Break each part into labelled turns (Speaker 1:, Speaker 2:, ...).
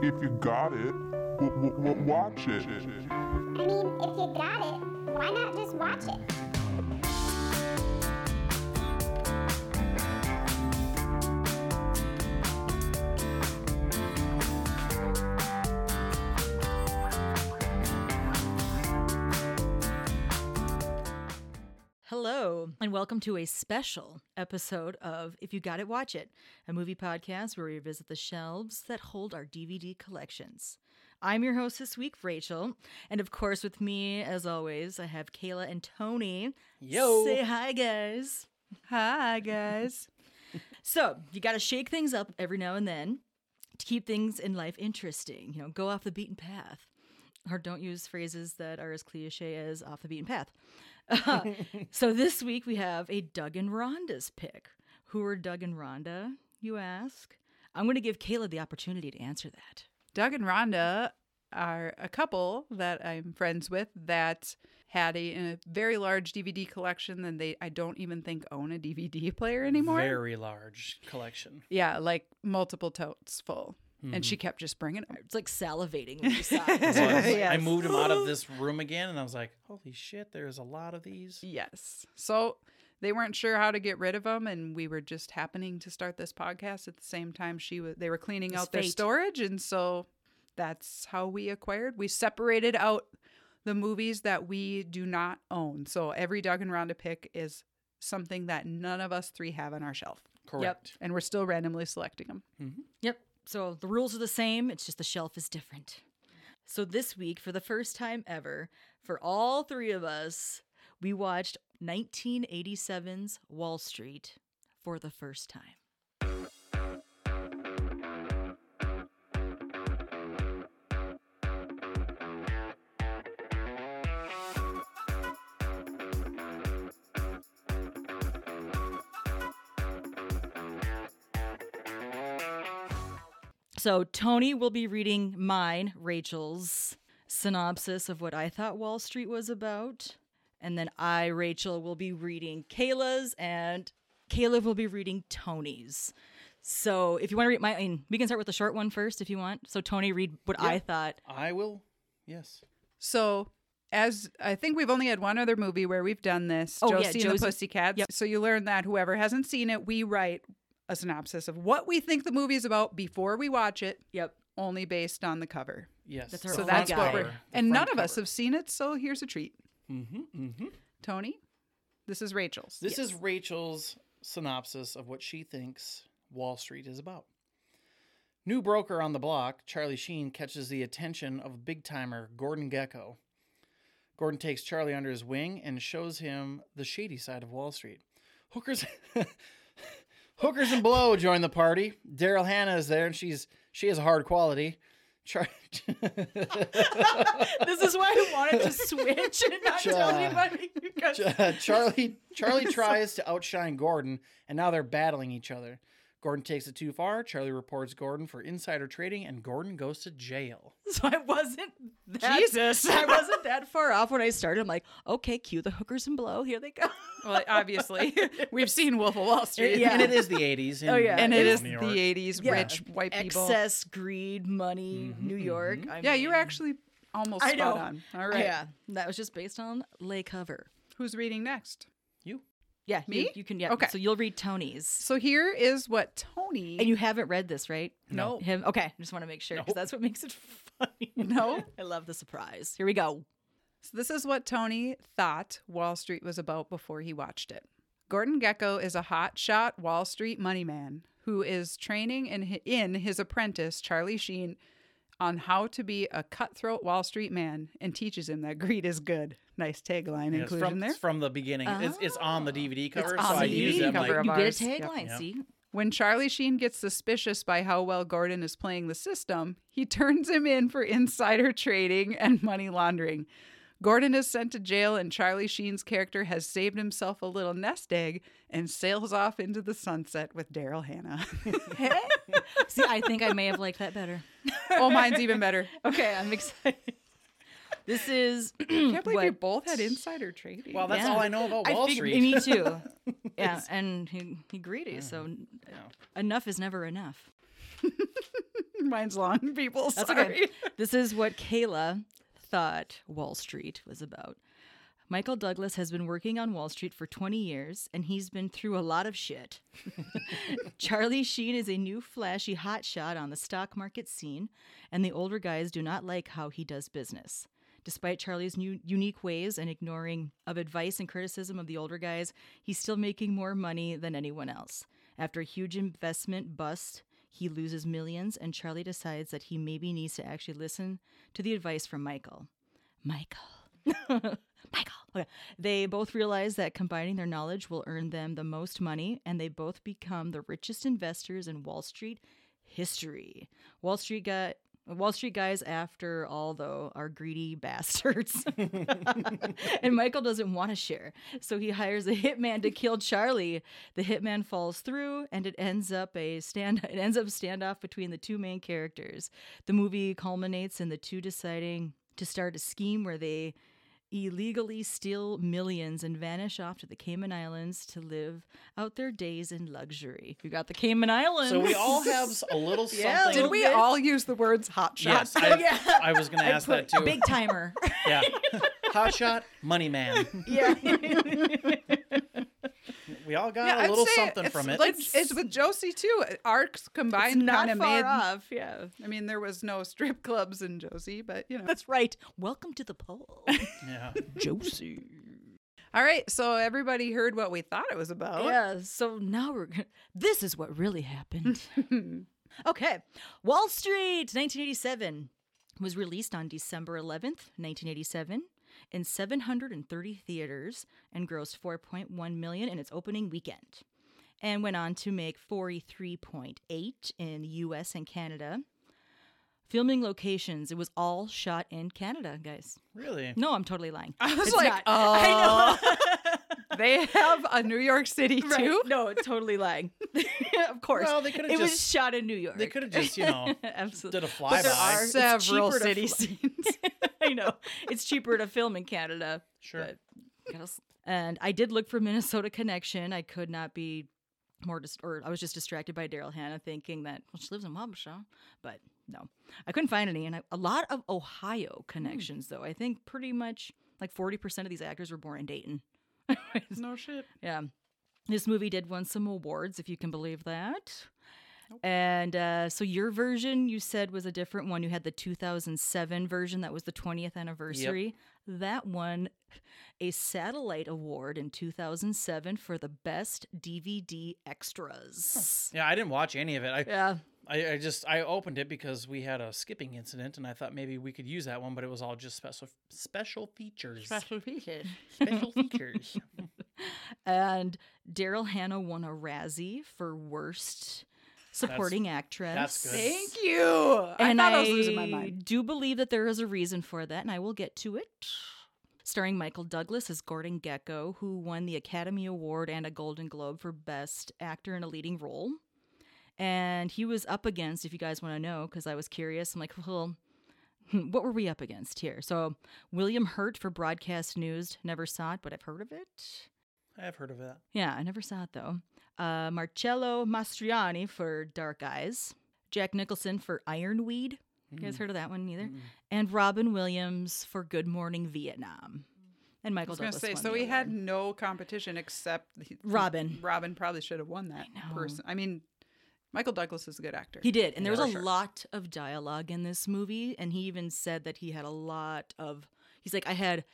Speaker 1: if you got it, w- w- watch it.
Speaker 2: I mean, if you got it, why not just watch it?
Speaker 3: Hello, and welcome to a special episode of If You Got It, Watch It, a movie podcast where we revisit the shelves that hold our DVD collections. I'm your host this week, Rachel, and of course, with me, as always, I have Kayla and Tony.
Speaker 4: Yo.
Speaker 3: Say hi, guys.
Speaker 5: Hi, guys.
Speaker 3: So, you got to shake things up every now and then to keep things in life interesting. You know, go off the beaten path. Or don't use phrases that are as cliche as off the beaten path. so, this week we have a Doug and Rhonda's pick. Who are Doug and Rhonda, you ask? I'm going to give Kayla the opportunity to answer that.
Speaker 5: Doug and Rhonda are a couple that I'm friends with that had a, a very large DVD collection and they I don't even think own a DVD player anymore.
Speaker 4: Very large collection.
Speaker 5: Yeah, like multiple totes full. And she kept just bringing them.
Speaker 3: It's like salivating when you saw
Speaker 4: So I,
Speaker 3: it.
Speaker 4: was like- I
Speaker 5: Yes.
Speaker 4: moved them out of this room again, and I was like, "Holy shit! There's a lot of these."
Speaker 5: Yes. So they weren't sure how to get rid of them and we were just happening to start this podcast at the same time she was they were cleaning
Speaker 3: It's
Speaker 5: out their
Speaker 3: fate.
Speaker 5: storage and so that's how we acquired. We separated out the movies that we do not own. So every Doug and Rhonda pick is something that none of us three have on our shelf
Speaker 4: Correct.
Speaker 5: and we're still randomly selecting them.
Speaker 3: Yep. So the rules are the same, it's just the shelf is different. So this week, for the first time ever, for all three of us, we watched 1987's Wall Street for the first time. So Tony will be reading mine, Rachel's synopsis of what I thought Wall Street was about. And then I, Rachel, will be reading Kayla's and Caleb will be reading Tony's. So if you want to read my, I mean, we can start with the short one first if you want. So Tony, read what I thought.
Speaker 4: I will. Yes.
Speaker 5: So as I think we've only had one other movie where we've done this,
Speaker 3: Oh, yeah,
Speaker 5: Josie and
Speaker 3: Josie-
Speaker 5: the Pussycats.
Speaker 3: yep.
Speaker 5: So you learn that whoever hasn't seen it, we write a synopsis of what we think the movie is about before we watch it,
Speaker 3: Yep.
Speaker 5: only based on the cover.
Speaker 4: Yes.
Speaker 3: That's our
Speaker 5: so
Speaker 3: front
Speaker 5: that's what
Speaker 3: cover.
Speaker 5: we're and none of us have seen it, so here's a treat.
Speaker 4: Mm-hmm, mm-hmm.
Speaker 5: Tony, this is Rachel's.
Speaker 4: This is Rachel's synopsis of what she thinks Wall Street is about. New broker on the block, Charlie Sheen catches the attention of big timer Gordon Gecko. Gordon takes Charlie under his wing and shows him the shady side of Wall Street. Hookers Hookers and Blow join the party. Daryl Hannah is there and she's she has a hard quality. Char-
Speaker 3: this is why I wanted to switch and not tell
Speaker 4: Ja.
Speaker 3: anybody. Because
Speaker 4: Ch- Charlie Charlie tries to outshine Gordon, and now they're battling each other. Gordon takes it too far. Charlie reports Gordon for insider trading, and Gordon goes to jail.
Speaker 3: So I wasn't that,
Speaker 5: Jesus.
Speaker 3: I wasn't that far off when I started. I'm like, okay, cue the hookers and blow. Here they go.
Speaker 5: well, obviously we've seen Wolf of Wall Street.
Speaker 3: Yeah.
Speaker 4: And it is the '80s.
Speaker 3: Oh, yeah.
Speaker 5: And it
Speaker 4: in
Speaker 5: is
Speaker 4: New
Speaker 5: the
Speaker 4: York.
Speaker 5: eighties,
Speaker 3: Yeah.
Speaker 5: rich white people. Mm-hmm,
Speaker 3: Excess, greed, money, New York. I
Speaker 5: Yeah, you were
Speaker 3: mean,
Speaker 5: actually almost
Speaker 3: I
Speaker 5: spot
Speaker 3: know.
Speaker 5: on. All right.
Speaker 3: Yeah, that was just based on lay cover.
Speaker 5: Who's reading next?
Speaker 4: You
Speaker 3: Yeah, you- You,
Speaker 5: Me?
Speaker 3: can. Yeah.
Speaker 5: Okay.
Speaker 3: So you'll read Tony's,
Speaker 5: So here is what Tony
Speaker 3: and you haven't read this, right?
Speaker 4: No.
Speaker 3: Him. Okay. I just want to make sure because that's what makes it funny.
Speaker 5: No.
Speaker 3: I love the surprise. Here we go.
Speaker 5: So this is what Tony thought Wall Street was about before he watched it. Gordon Gecko is a hotshot Wall Street money man who is training in, hi- in his apprentice, Charlie Sheen, on how to be a cutthroat Wall Street man and teaches him that greed is good. Nice tagline
Speaker 4: Yeah, it's
Speaker 5: inclusion
Speaker 4: from,
Speaker 5: there.
Speaker 4: it's from the beginning. It's, it's on the DVD cover,
Speaker 5: on
Speaker 4: so
Speaker 5: the
Speaker 4: I
Speaker 5: DVD
Speaker 4: use it. I'm
Speaker 5: cover
Speaker 4: like,
Speaker 5: of
Speaker 3: you get a
Speaker 5: ours. Yep.
Speaker 3: tagline.
Speaker 4: Yep.
Speaker 3: See,
Speaker 5: When Charlie Sheen gets suspicious by how well Gordon is playing the system, he turns him in for insider trading and money laundering. Gordon is sent to jail, and Charlie Sheen's character has saved himself a little nest egg and sails off into the sunset with Daryl Hannah.
Speaker 3: see, I think I may have liked that better.
Speaker 5: oh, mine's even better.
Speaker 3: Okay, I'm excited. This is
Speaker 5: I can't believe we
Speaker 3: What?
Speaker 5: both had insider trading.
Speaker 4: Well, that's
Speaker 3: Yeah.
Speaker 4: all I know about
Speaker 3: I
Speaker 4: Wall
Speaker 3: figured-
Speaker 4: Street.
Speaker 3: Me too. yeah, and he, he greedy, so n- enough is never enough.
Speaker 5: mine's long, people.
Speaker 3: That's
Speaker 5: sorry.
Speaker 3: okay. This is what Kayla thought Wall Street was about. Michael Douglas has been working on Wall Street for 20 years and he's been through a lot of shit. Charlie Sheen is a new flashy hotshot on the stock market scene, and the older guys do not like how he does business. Despite Charlie's new unique ways and ignoring of advice and criticism of the older guys, he's still making more money than anyone else. After a huge investment bust, he loses millions, and Charlie decides that he maybe needs to actually listen to the advice from Michael. Michael. Michael. Okay. They both realize that combining their knowledge will earn them the most money, and they both become the richest investors in Wall Street history. Wall Street got. Wall Street guys, after all, though, are greedy bastards. and Michael doesn't want to share. So he hires a hitman to kill Charlie. The hitman falls through and it ends up a stand it ends up standoff between the two main characters. The movie culminates in the two deciding to start a scheme where they illegally steal millions and vanish off to the Cayman Islands to live out their days in luxury. You got the Cayman Islands.
Speaker 4: So we all have a little something.
Speaker 3: Yeah, a
Speaker 5: Did
Speaker 3: little
Speaker 5: we
Speaker 3: bit.
Speaker 5: all use the words hot shot?
Speaker 4: Yes, I, I was going to ask that too.
Speaker 3: big timer.
Speaker 4: Yeah, hot shot, money man.
Speaker 3: yeah.
Speaker 4: We all got
Speaker 5: Yeah,
Speaker 4: a
Speaker 5: I'd
Speaker 4: little
Speaker 5: say
Speaker 4: something
Speaker 5: it's
Speaker 4: from it.
Speaker 5: Like, it's, with Josie too. Arcs
Speaker 3: It's
Speaker 5: combined
Speaker 3: not
Speaker 5: kind
Speaker 3: far
Speaker 5: of made.
Speaker 3: off. Yeah.
Speaker 5: I mean, there was no strip clubs in Josie, but you know.
Speaker 3: That's right. Welcome to the poll.
Speaker 4: yeah,
Speaker 3: Josie.
Speaker 5: All right, so everybody heard what we thought it was about.
Speaker 3: Yeah, so now we're gonna. This is what really happened. okay, Wall Street, 1987, was released on December 11th, 1987, in 730 theaters and grossed 4.1 million in its opening weekend, and went on to make 43.8 in the U.S. and Canada. Filming locations, it was all shot in Canada, guys.
Speaker 4: really.
Speaker 3: No, I'm totally lying.
Speaker 5: I was
Speaker 3: It's
Speaker 5: like,
Speaker 3: not.
Speaker 5: oh,
Speaker 3: I know.
Speaker 5: they have a New York City
Speaker 3: Right.
Speaker 5: too.
Speaker 3: No, totally lying. of course.
Speaker 4: Well, they could've
Speaker 3: It was
Speaker 4: just-
Speaker 3: shot in New York.
Speaker 4: They could have just, you know,
Speaker 3: Absolutely.
Speaker 4: did a
Speaker 3: But there
Speaker 4: flyby.
Speaker 3: are- it's
Speaker 5: Several
Speaker 3: cheaper to
Speaker 5: city
Speaker 3: fly-
Speaker 5: scenes.
Speaker 3: I know. It's cheaper to film in Canada.
Speaker 4: Sure.
Speaker 3: but you gotta s- And I did look for Minnesota Connection. I could not be more, dis- or I was just distracted by Daryl Hannah thinking that, well, she lives in Wabasha. But no, I couldn't find any. And I, a lot of Ohio connections, though. I think pretty much like 40% of these actors were born in Dayton.
Speaker 5: no shit.
Speaker 3: Yeah. This movie did win some awards, if you can believe that. And uh, so your version, you said, was a different one. You had the 2007 version that was the 20th anniversary. That won a satellite award in 2007 for the best DVD extras.
Speaker 4: Yeah, I didn't watch any of it. I,
Speaker 3: Yeah.
Speaker 4: I, I just I opened it because we had a skipping incident, and I thought maybe we could use that one, but it was all just special special features. special features.
Speaker 3: And Daryl Hannah won a Razzie for worst supporting actress.
Speaker 4: that's good.
Speaker 5: Thank you. I thought I, was losing my mind.
Speaker 3: do believe that there is a reason for that, and I will get to it. Starring Michael Douglas as Gordon Gecko, who won the Academy Award and a Golden Globe for Best Actor in a Leading Role. And he was up against, if you guys want to know, because I was curious, I'm like, well, hmm, what were we up against here? So, William Hurt for Broadcast News, never saw it, but I've heard of it.
Speaker 4: I've heard of that.
Speaker 3: Yeah, I never saw it though. Uh, Marcello Mastroianni for Dark Eyes, Jack Nicholson for Ironweed. You guys heard of that one either? And Robin Williams for Good Morning Vietnam. And
Speaker 5: I
Speaker 3: Michael
Speaker 5: was gonna
Speaker 3: Douglas.
Speaker 5: say,
Speaker 3: won
Speaker 5: so
Speaker 3: the
Speaker 5: we had
Speaker 3: award.
Speaker 5: no competition except the-
Speaker 3: Robin.
Speaker 5: Robin probably should have won that
Speaker 3: know.
Speaker 5: person. I mean, Michael Douglas is a good actor.
Speaker 3: He did, and there
Speaker 4: Yeah,
Speaker 3: was a
Speaker 4: for sure.
Speaker 3: lot of dialogue in this movie, and he even said that he had a lot of. He's like, I had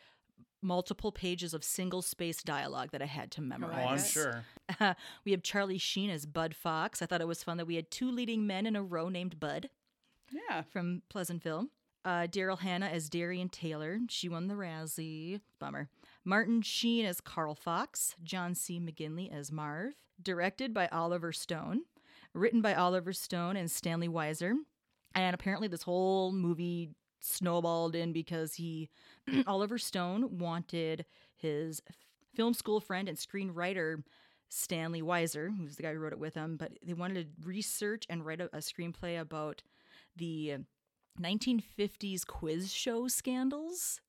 Speaker 3: multiple pages of single space dialogue that I had to
Speaker 4: Oh,
Speaker 3: memorize.
Speaker 4: I'm sure.
Speaker 3: we have Charlie Sheen as Bud Fox. I thought it was fun that we had two leading men in a row named Bud.
Speaker 5: Yeah.
Speaker 3: from Pleasantville. Uh, Daryl Hannah as Darian Taylor. She won the Razzie. Bummer. Martin Sheen as Carl Fox. John C. McGinley as Marv. Directed by Oliver Stone. Written by Oliver Stone and Stanley Weiser. And apparently, this whole movie snowballed in because he, Oliver Stone, wanted his f- film school friend and screenwriter Stanley Weiser, who's the guy who wrote it with him, but they wanted to research and write a, a screenplay about the 1950s quiz show scandals.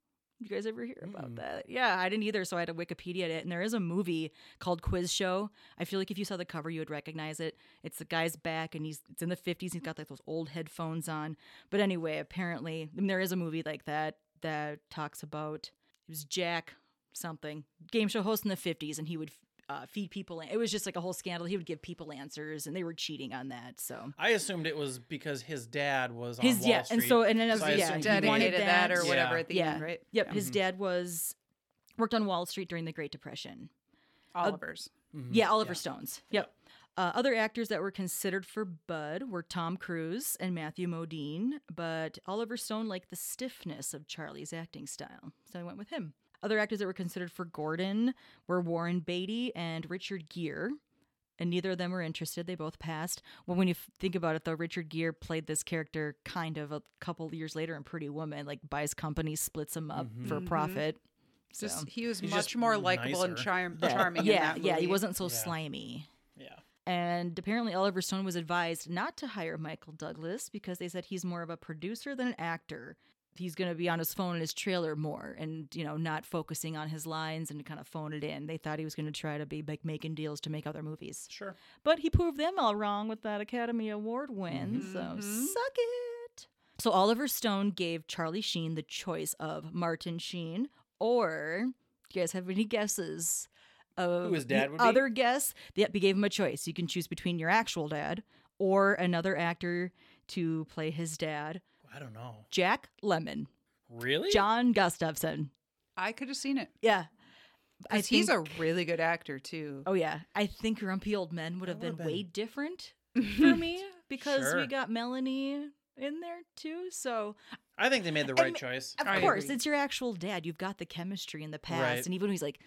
Speaker 3: You guys ever hear about that? Yeah, I didn't either, so I had to Wikipedia it. And there is a movie called Quiz Show. I feel like if you saw the cover, you would recognize it. It's the guy's back, and he's it's in the fifties. He's got like those old headphones on. But anyway, apparently, I mean, there is a movie like that that talks about it was Jack something game show host in the fifties, and he would. Uh, feed people. It was just like a whole scandal. He would give people answers, and they were cheating on that. So
Speaker 4: I assumed it was because his dad was on
Speaker 3: his
Speaker 4: Wall
Speaker 3: yeah,
Speaker 4: Street.
Speaker 3: and so and then
Speaker 4: So I
Speaker 3: I was, yeah,
Speaker 4: assumed
Speaker 3: he wanted
Speaker 5: dedicated that or
Speaker 4: Yeah.
Speaker 5: whatever at the
Speaker 3: yeah.
Speaker 5: end, right?
Speaker 3: Yep.
Speaker 5: Yeah.
Speaker 3: His dad was worked on Wall Street during the Great Depression.
Speaker 5: Oliver's.
Speaker 4: Mhm.
Speaker 3: Mm-hmm. Yeah, Oliver Stone's. Yep. Uh, other actors that were considered for Bud were Tom Cruise and Matthew Modine, but Oliver Stone liked the stiffness of Charlie's acting style, so I went with him. Other actors that were considered for Gordon were Warren Beatty and Richard Gere, and neither of them were interested. They both passed. Well, when you f- think about it, though, Richard Gere played this character kind of a couple years later in Pretty Woman, like buys companies, splits them up for profit. So.
Speaker 5: Just he was
Speaker 4: He's
Speaker 5: much
Speaker 4: just
Speaker 5: more likable and
Speaker 4: nicer.
Speaker 5: charm- charming. in
Speaker 3: yeah,
Speaker 5: that
Speaker 3: yeah, he
Speaker 5: movie.
Speaker 3: wasn't so
Speaker 4: Yeah.
Speaker 3: slimy.
Speaker 4: Yeah.
Speaker 3: And apparently, Oliver Stone was advised not to hire Michael Douglas because they said he's more of a producer than an actor. He's going to be on his phone in his trailer more and, you know, not focusing on his lines and kind of phone it in. They thought he was going to try to be like making deals to make other movies.
Speaker 4: Sure.
Speaker 3: But he proved them all wrong with that Academy Award win. So
Speaker 4: Mm-hmm.
Speaker 3: suck it. So Oliver Stone gave Charlie Sheen the choice of Martin Sheen or do you guys have any guesses of
Speaker 4: Who his dad
Speaker 3: the
Speaker 4: would be?
Speaker 3: other guess? Yep, he gave him a choice. You can choose between your actual dad or another actor to play his dad,
Speaker 4: I don't know.
Speaker 3: Jack Lemon,
Speaker 4: Really?
Speaker 3: John Gustafson.
Speaker 5: I could have seen it.
Speaker 3: Yeah. I
Speaker 5: 'Cause he's
Speaker 3: think-
Speaker 5: a really good actor too.
Speaker 3: Oh yeah, I think Grumpy Old Men would have been,
Speaker 4: would've
Speaker 3: way
Speaker 4: been-
Speaker 3: different for me because
Speaker 4: Sure.
Speaker 3: we got Melanie in there too. So
Speaker 4: I think they made the right
Speaker 3: And-
Speaker 4: choice.
Speaker 3: of
Speaker 5: I
Speaker 3: course,
Speaker 5: agree.
Speaker 3: it's your actual dad. You've got the chemistry in the past,
Speaker 4: Right. Mm.
Speaker 3: and even when he's like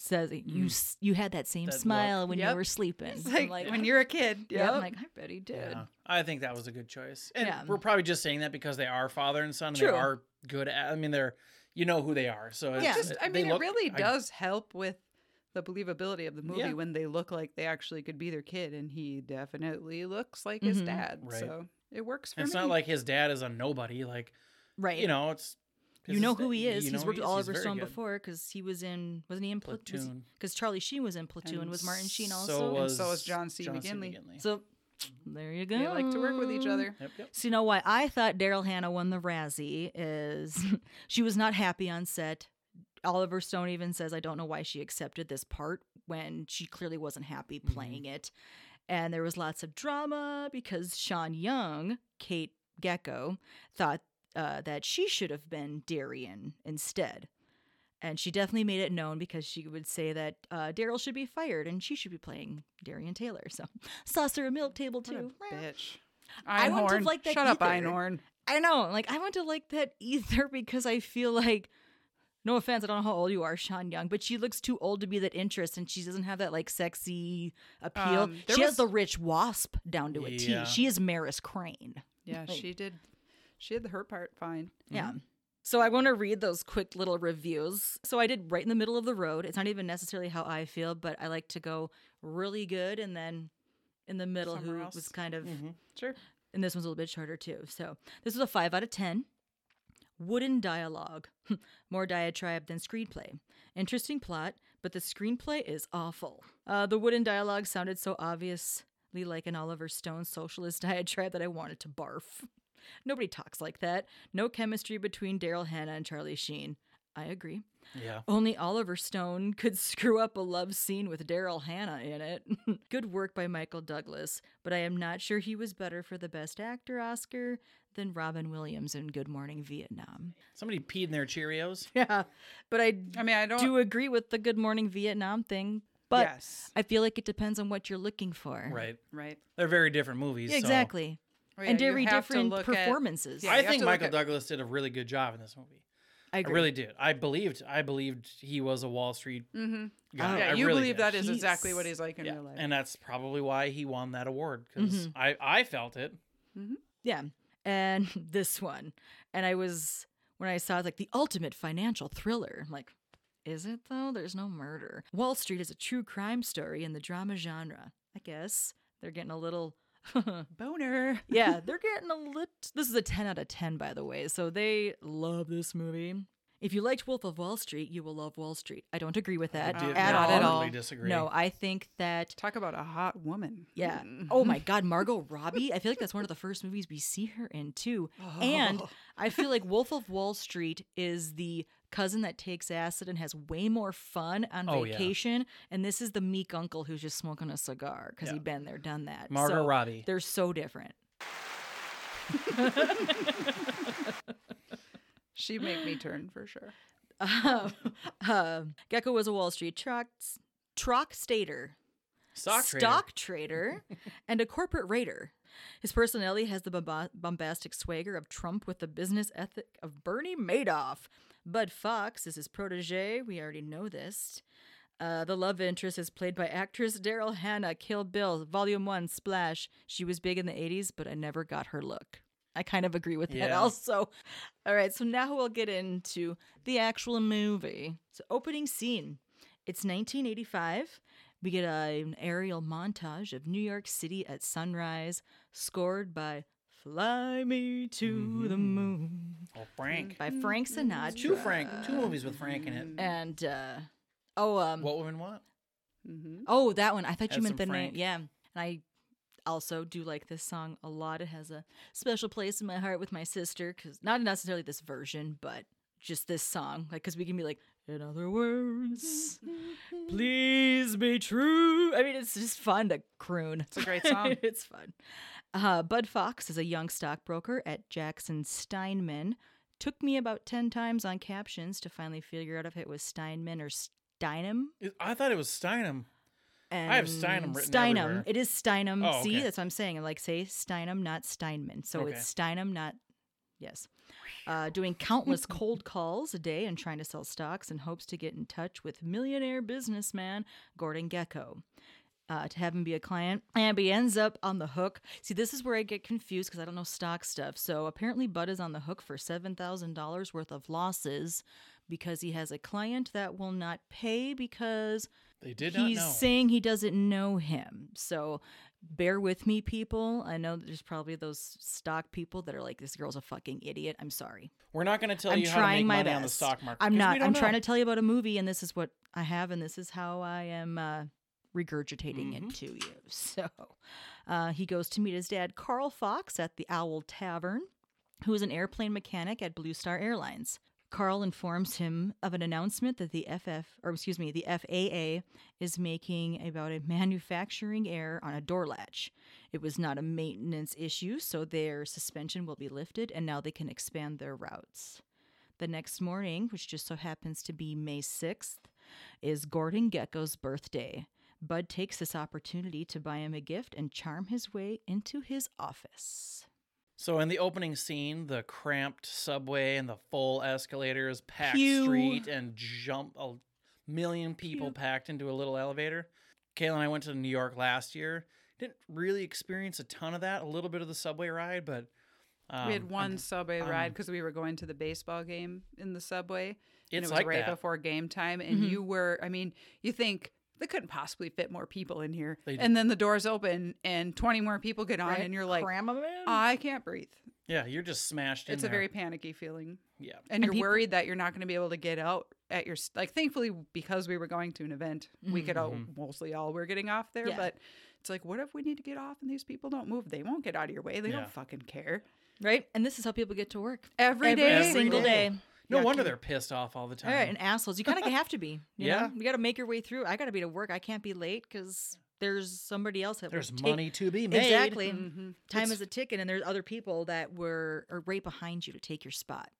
Speaker 3: says you s- you had that same
Speaker 4: That look.
Speaker 3: smile when you
Speaker 5: Yep.
Speaker 3: were sleeping.
Speaker 5: It's
Speaker 3: I'm
Speaker 5: like, when you're a kid.
Speaker 3: yeah,
Speaker 5: Yep.
Speaker 3: I'm like I bet he did.
Speaker 4: Yeah. I think that was a good choice. And
Speaker 3: Yeah.
Speaker 4: we're probably just saying that because they are father and son and
Speaker 3: True.
Speaker 4: they are good at I mean they're you know who they are. So it's
Speaker 3: Yeah.
Speaker 5: just I
Speaker 4: they
Speaker 5: mean,
Speaker 4: look-
Speaker 5: it really
Speaker 4: I-
Speaker 5: does help with the believability of the movie
Speaker 4: Yeah.
Speaker 5: when they look like they actually could be their kid, and he definitely looks like his
Speaker 3: Mhm.
Speaker 5: dad.
Speaker 4: Right.
Speaker 5: So it works for
Speaker 4: it's
Speaker 5: me.
Speaker 4: not like his dad is a nobody. Like
Speaker 3: Right.
Speaker 4: you know, it's
Speaker 3: You
Speaker 4: it's
Speaker 3: know
Speaker 4: his
Speaker 3: who
Speaker 4: dad-
Speaker 3: he is.
Speaker 4: you know
Speaker 3: He's
Speaker 4: who
Speaker 3: worked
Speaker 4: he
Speaker 3: with
Speaker 4: is. He's
Speaker 3: Oliver
Speaker 4: very
Speaker 3: Stone
Speaker 4: good.
Speaker 3: before because he was in wasn't he in
Speaker 4: Platoon.
Speaker 3: Because Charlie Sheen was in Platoon.
Speaker 5: And
Speaker 3: was Martin Sheen
Speaker 4: So
Speaker 3: also?
Speaker 4: was,
Speaker 5: so was John C. McGinley.
Speaker 3: So there you go.
Speaker 5: they like to work with each other.
Speaker 4: Yep, yep.
Speaker 3: So you know why I thought Daryl Hannah won the Razzie is she was not happy on set. Oliver Stone even says, I don't know why she accepted this part when she clearly wasn't happy
Speaker 5: Mm-hmm.
Speaker 3: playing it. And there was lots of drama because Sean Young, Kate Gecko, thought uh, that she should have been Darian instead. And she definitely made it known because she would say that uh, Daryl should be fired and she should be playing Darian Taylor. So, saucer of milk table
Speaker 5: What a
Speaker 3: too. Meow.
Speaker 5: bitch.
Speaker 3: I wouldn't have
Speaker 5: Einhorn.
Speaker 3: liked that
Speaker 5: Shut up,
Speaker 3: either.
Speaker 5: Einhorn.
Speaker 3: I know. Like, I want to like that either because I feel like, no offense, I don't know how old you are, Sean Young, but she looks too old to be that interest and she doesn't have that like sexy appeal.
Speaker 5: Um, there
Speaker 3: she
Speaker 5: was-
Speaker 3: has the rich wasp down to a T.
Speaker 4: Yeah.
Speaker 3: She is Maris Crane.
Speaker 5: Yeah,
Speaker 3: Like-
Speaker 5: she did. She did the her part fine.
Speaker 3: Yeah. So I want to read those quick little reviews. So I did right in the middle of the road. It's not even necessarily how I feel, but I like to go really good and then in the middle
Speaker 5: Somewhere
Speaker 3: who
Speaker 5: else. Mm-hmm.
Speaker 3: was kind of
Speaker 5: Sure.
Speaker 3: and this one's a little bit shorter too. So this was a five out of ten. Wooden dialogue, more diatribe than screenplay. Interesting plot, but the screenplay is awful. Uh, the wooden dialogue sounded so obviously like an Oliver Stone socialist diatribe that I wanted to barf. Nobody talks like that. No chemistry between Daryl Hannah and Charlie Sheen. I agree.
Speaker 4: Yeah.
Speaker 3: Only Oliver Stone could screw up a love scene with Daryl Hannah in it. Good work by Michael Douglas, but I am not sure he was better for the Best Actor Oscar than Robin Williams in Good Morning Vietnam.
Speaker 4: Somebody peed in their Cheerios.
Speaker 3: Yeah, but I,
Speaker 5: I mean, I don't.
Speaker 3: do agree with the Good Morning Vietnam thing, but
Speaker 5: yes.
Speaker 3: I feel like it depends on what you're looking for.
Speaker 4: Right.
Speaker 5: Right.
Speaker 4: They're very different movies.
Speaker 3: Yeah,
Speaker 4: so-
Speaker 3: exactly.
Speaker 5: Oh,
Speaker 3: and
Speaker 5: yeah, you
Speaker 3: very
Speaker 5: have to
Speaker 3: different
Speaker 5: look at-
Speaker 3: performances.
Speaker 5: Yeah, you
Speaker 4: I
Speaker 5: have
Speaker 4: think
Speaker 5: to look
Speaker 4: Michael
Speaker 5: at-
Speaker 4: Douglas did a really good job in this movie.
Speaker 3: I
Speaker 4: I
Speaker 3: agree.
Speaker 4: really did. I believed. I believed he was a Wall Street
Speaker 5: Mhm.
Speaker 3: Oh.
Speaker 4: guy.
Speaker 5: yeah,
Speaker 4: I
Speaker 5: you
Speaker 4: really
Speaker 5: believe
Speaker 4: did.
Speaker 5: that is exactly
Speaker 3: He's-
Speaker 5: what he's like in real life. Mm-hmm.
Speaker 4: and that's probably why he won that award because I I felt it.
Speaker 3: Yeah. And this one. And I was, when I saw like the ultimate financial thriller, I'm like, is it though? There's no murder. Wall Street is a true crime story in the drama genre. I guess they're getting a little.
Speaker 5: Boner.
Speaker 3: yeah, they're getting a lit. This is a 10 out of 10, by the way. So they love this movie. If you liked Wolf of Wall Street, you will love Wall Street. I don't agree with that
Speaker 5: I
Speaker 4: Did
Speaker 5: did
Speaker 3: at,
Speaker 5: not
Speaker 3: all.
Speaker 5: at all.
Speaker 4: totally disagree.
Speaker 3: No, I think that
Speaker 5: Talk about a hot woman.
Speaker 3: yeah.
Speaker 5: Mm.
Speaker 3: Oh my God, Margot Robbie. I feel like that's one of the first movies we see her in too. And
Speaker 4: Oh.
Speaker 3: I feel like Wolf of Wall Street is the cousin that takes acid and has way more fun on
Speaker 4: Oh, yeah.
Speaker 3: vacation. And this is the meek uncle who's just smoking a cigar because
Speaker 4: Yeah.
Speaker 3: he'd been there, done that.
Speaker 4: Margot
Speaker 3: So
Speaker 4: Robbie.
Speaker 3: They're so different.
Speaker 5: She make me turn for sure.
Speaker 3: Um, um, Gecko was a Wall Street troc troc stater,
Speaker 4: Stock trader.
Speaker 3: stock trader, and a corporate raider. His personality has the bomba- bombastic swagger of Trump with the business ethic of Bernie Madoff. Bud Fox is his protege. We already know this. Uh, the love interest is played by actress Daryl Hannah, Kill Bill, Volume 1, Splash. She was big in the 80s, but I never got her look. I kind of agree with that
Speaker 4: Yeah.
Speaker 3: also. All right, so now we'll get into the actual movie. So, opening scene. It's 1985. We get a- an aerial montage of New York City at sunrise, scored by Fly Me to the Moon
Speaker 4: Oh, Frank.
Speaker 3: by Frank Sinatra.
Speaker 4: Two Frank. Two movies with Frank in it.
Speaker 3: And, uh, oh, um,
Speaker 4: What women want?
Speaker 5: Mm-hmm.
Speaker 3: Oh, that one. I thought you
Speaker 4: Had
Speaker 3: meant the
Speaker 4: some
Speaker 3: name.
Speaker 4: Frank.
Speaker 3: Yeah. And I also do like this song a lot. It has a special place in my heart with my sister cuz not necessarily this version, but just this song like cuz we can be like in other words, please be true. I mean, it's just fun to croon.
Speaker 5: It's a great song.
Speaker 3: it's fun. Uh, Bud Fox is a young stockbroker at Jackson Steinman. Took me about 10 times on captions to finally figure out if it was Steinman or Steinem.
Speaker 4: It- I thought it was Steinem.
Speaker 3: And
Speaker 4: have Steinem written
Speaker 3: Steinem.
Speaker 4: everywhere.
Speaker 3: It is Steinem.
Speaker 4: Oh,
Speaker 3: See,
Speaker 4: okay.
Speaker 3: that's what I'm saying. I'm like, say Steinem, not Steinman. So
Speaker 4: Okay.
Speaker 3: it's Steinem, not yes. Uh, doing countless cold calls a day and trying to sell stocks in hopes to get in touch with millionaire businessman Gordon Gecko. Uh, to have him be a client, and but he ends up on the hook. See, this is where I get confused because I don't know stock stuff. So apparently, Bud is on the hook for seven thousand dollars worth of losses because he has a client that will not pay because
Speaker 4: They did not
Speaker 3: he's
Speaker 4: know.
Speaker 3: saying he doesn't know him. So bear with me, people. I know there's probably those stock people that are like, this girl's a fucking idiot. I'm sorry.
Speaker 4: We're not going to tell
Speaker 3: I'm
Speaker 4: you how to
Speaker 3: trying
Speaker 4: make
Speaker 3: my
Speaker 4: money
Speaker 3: best.
Speaker 4: on the stock market.
Speaker 3: I'm
Speaker 4: 'cause
Speaker 3: not.
Speaker 4: we don't
Speaker 3: I'm trying
Speaker 4: know.
Speaker 3: to tell you about a movie, and this is what I have, and this is how I am uh, regurgitating
Speaker 4: Mm-hmm.
Speaker 3: it to you. So uh, he goes to meet his dad, Carl Fox, at the Owl Tavern, who is an airplane mechanic at Blue Star Airlines. Carl informs him of an announcement that the FF, or excuse me, the FAA is making about a manufacturing error on a door latch. It was not a maintenance issue, so their suspension will be lifted, and now they can expand their routes. The next morning, which just so happens to be May 6th, is Gordon Gecko's birthday. Bud takes this opportunity to buy him a gift and charm his way into his office.
Speaker 4: So in the opening scene, the cramped subway and the full escalators, packed
Speaker 3: Pew.
Speaker 4: street, and jump a million people packed into a little elevator. Kayla and I went to New York last year. Didn't really experience a ton of that. A little bit of the subway ride, but um,
Speaker 5: we had one subway
Speaker 4: um,
Speaker 5: ride because we were going to the baseball game in the subway. and
Speaker 4: It's
Speaker 5: it was
Speaker 4: like
Speaker 5: right
Speaker 4: that.
Speaker 5: before game time, and
Speaker 3: Mm-hmm.
Speaker 5: you were. I mean, you think they couldn't possibly fit more people in here,
Speaker 4: They-
Speaker 5: and then the doors open and twenty more people get on, and you're like,
Speaker 3: Cram 'em in?
Speaker 5: I can't breathe.
Speaker 4: Yeah, you're just smashed.
Speaker 5: It's a
Speaker 4: in there.
Speaker 5: very panicky feeling,
Speaker 4: yeah.
Speaker 5: and, you're
Speaker 3: people-
Speaker 5: worried that you're not going to be able to get out at your s- like. Thankfully, because we were going to an event, we could all mostly all were getting off there,
Speaker 3: Mm-hmm. Yeah.
Speaker 5: but. It's like, what if we need to get off and these people don't move? They won't get out of your way. They
Speaker 4: Yeah.
Speaker 5: don't fucking care.
Speaker 3: right? And this is how people get to work
Speaker 5: Every day,
Speaker 3: every single day.
Speaker 4: No
Speaker 5: Yeah,
Speaker 4: wonder
Speaker 5: keep-
Speaker 4: they're pissed off all the time.
Speaker 3: All right, and assholes. You kind of have to be. You
Speaker 4: Yeah.
Speaker 3: Know? You got to make your way through. I got to be to work. I can't be late because there's somebody else that will
Speaker 4: There's
Speaker 3: take-
Speaker 4: money to be made.
Speaker 3: Exactly.
Speaker 5: Mhm.
Speaker 3: Time
Speaker 4: It's-
Speaker 3: is a ticket, and there's other people that were are right behind you to take your spot.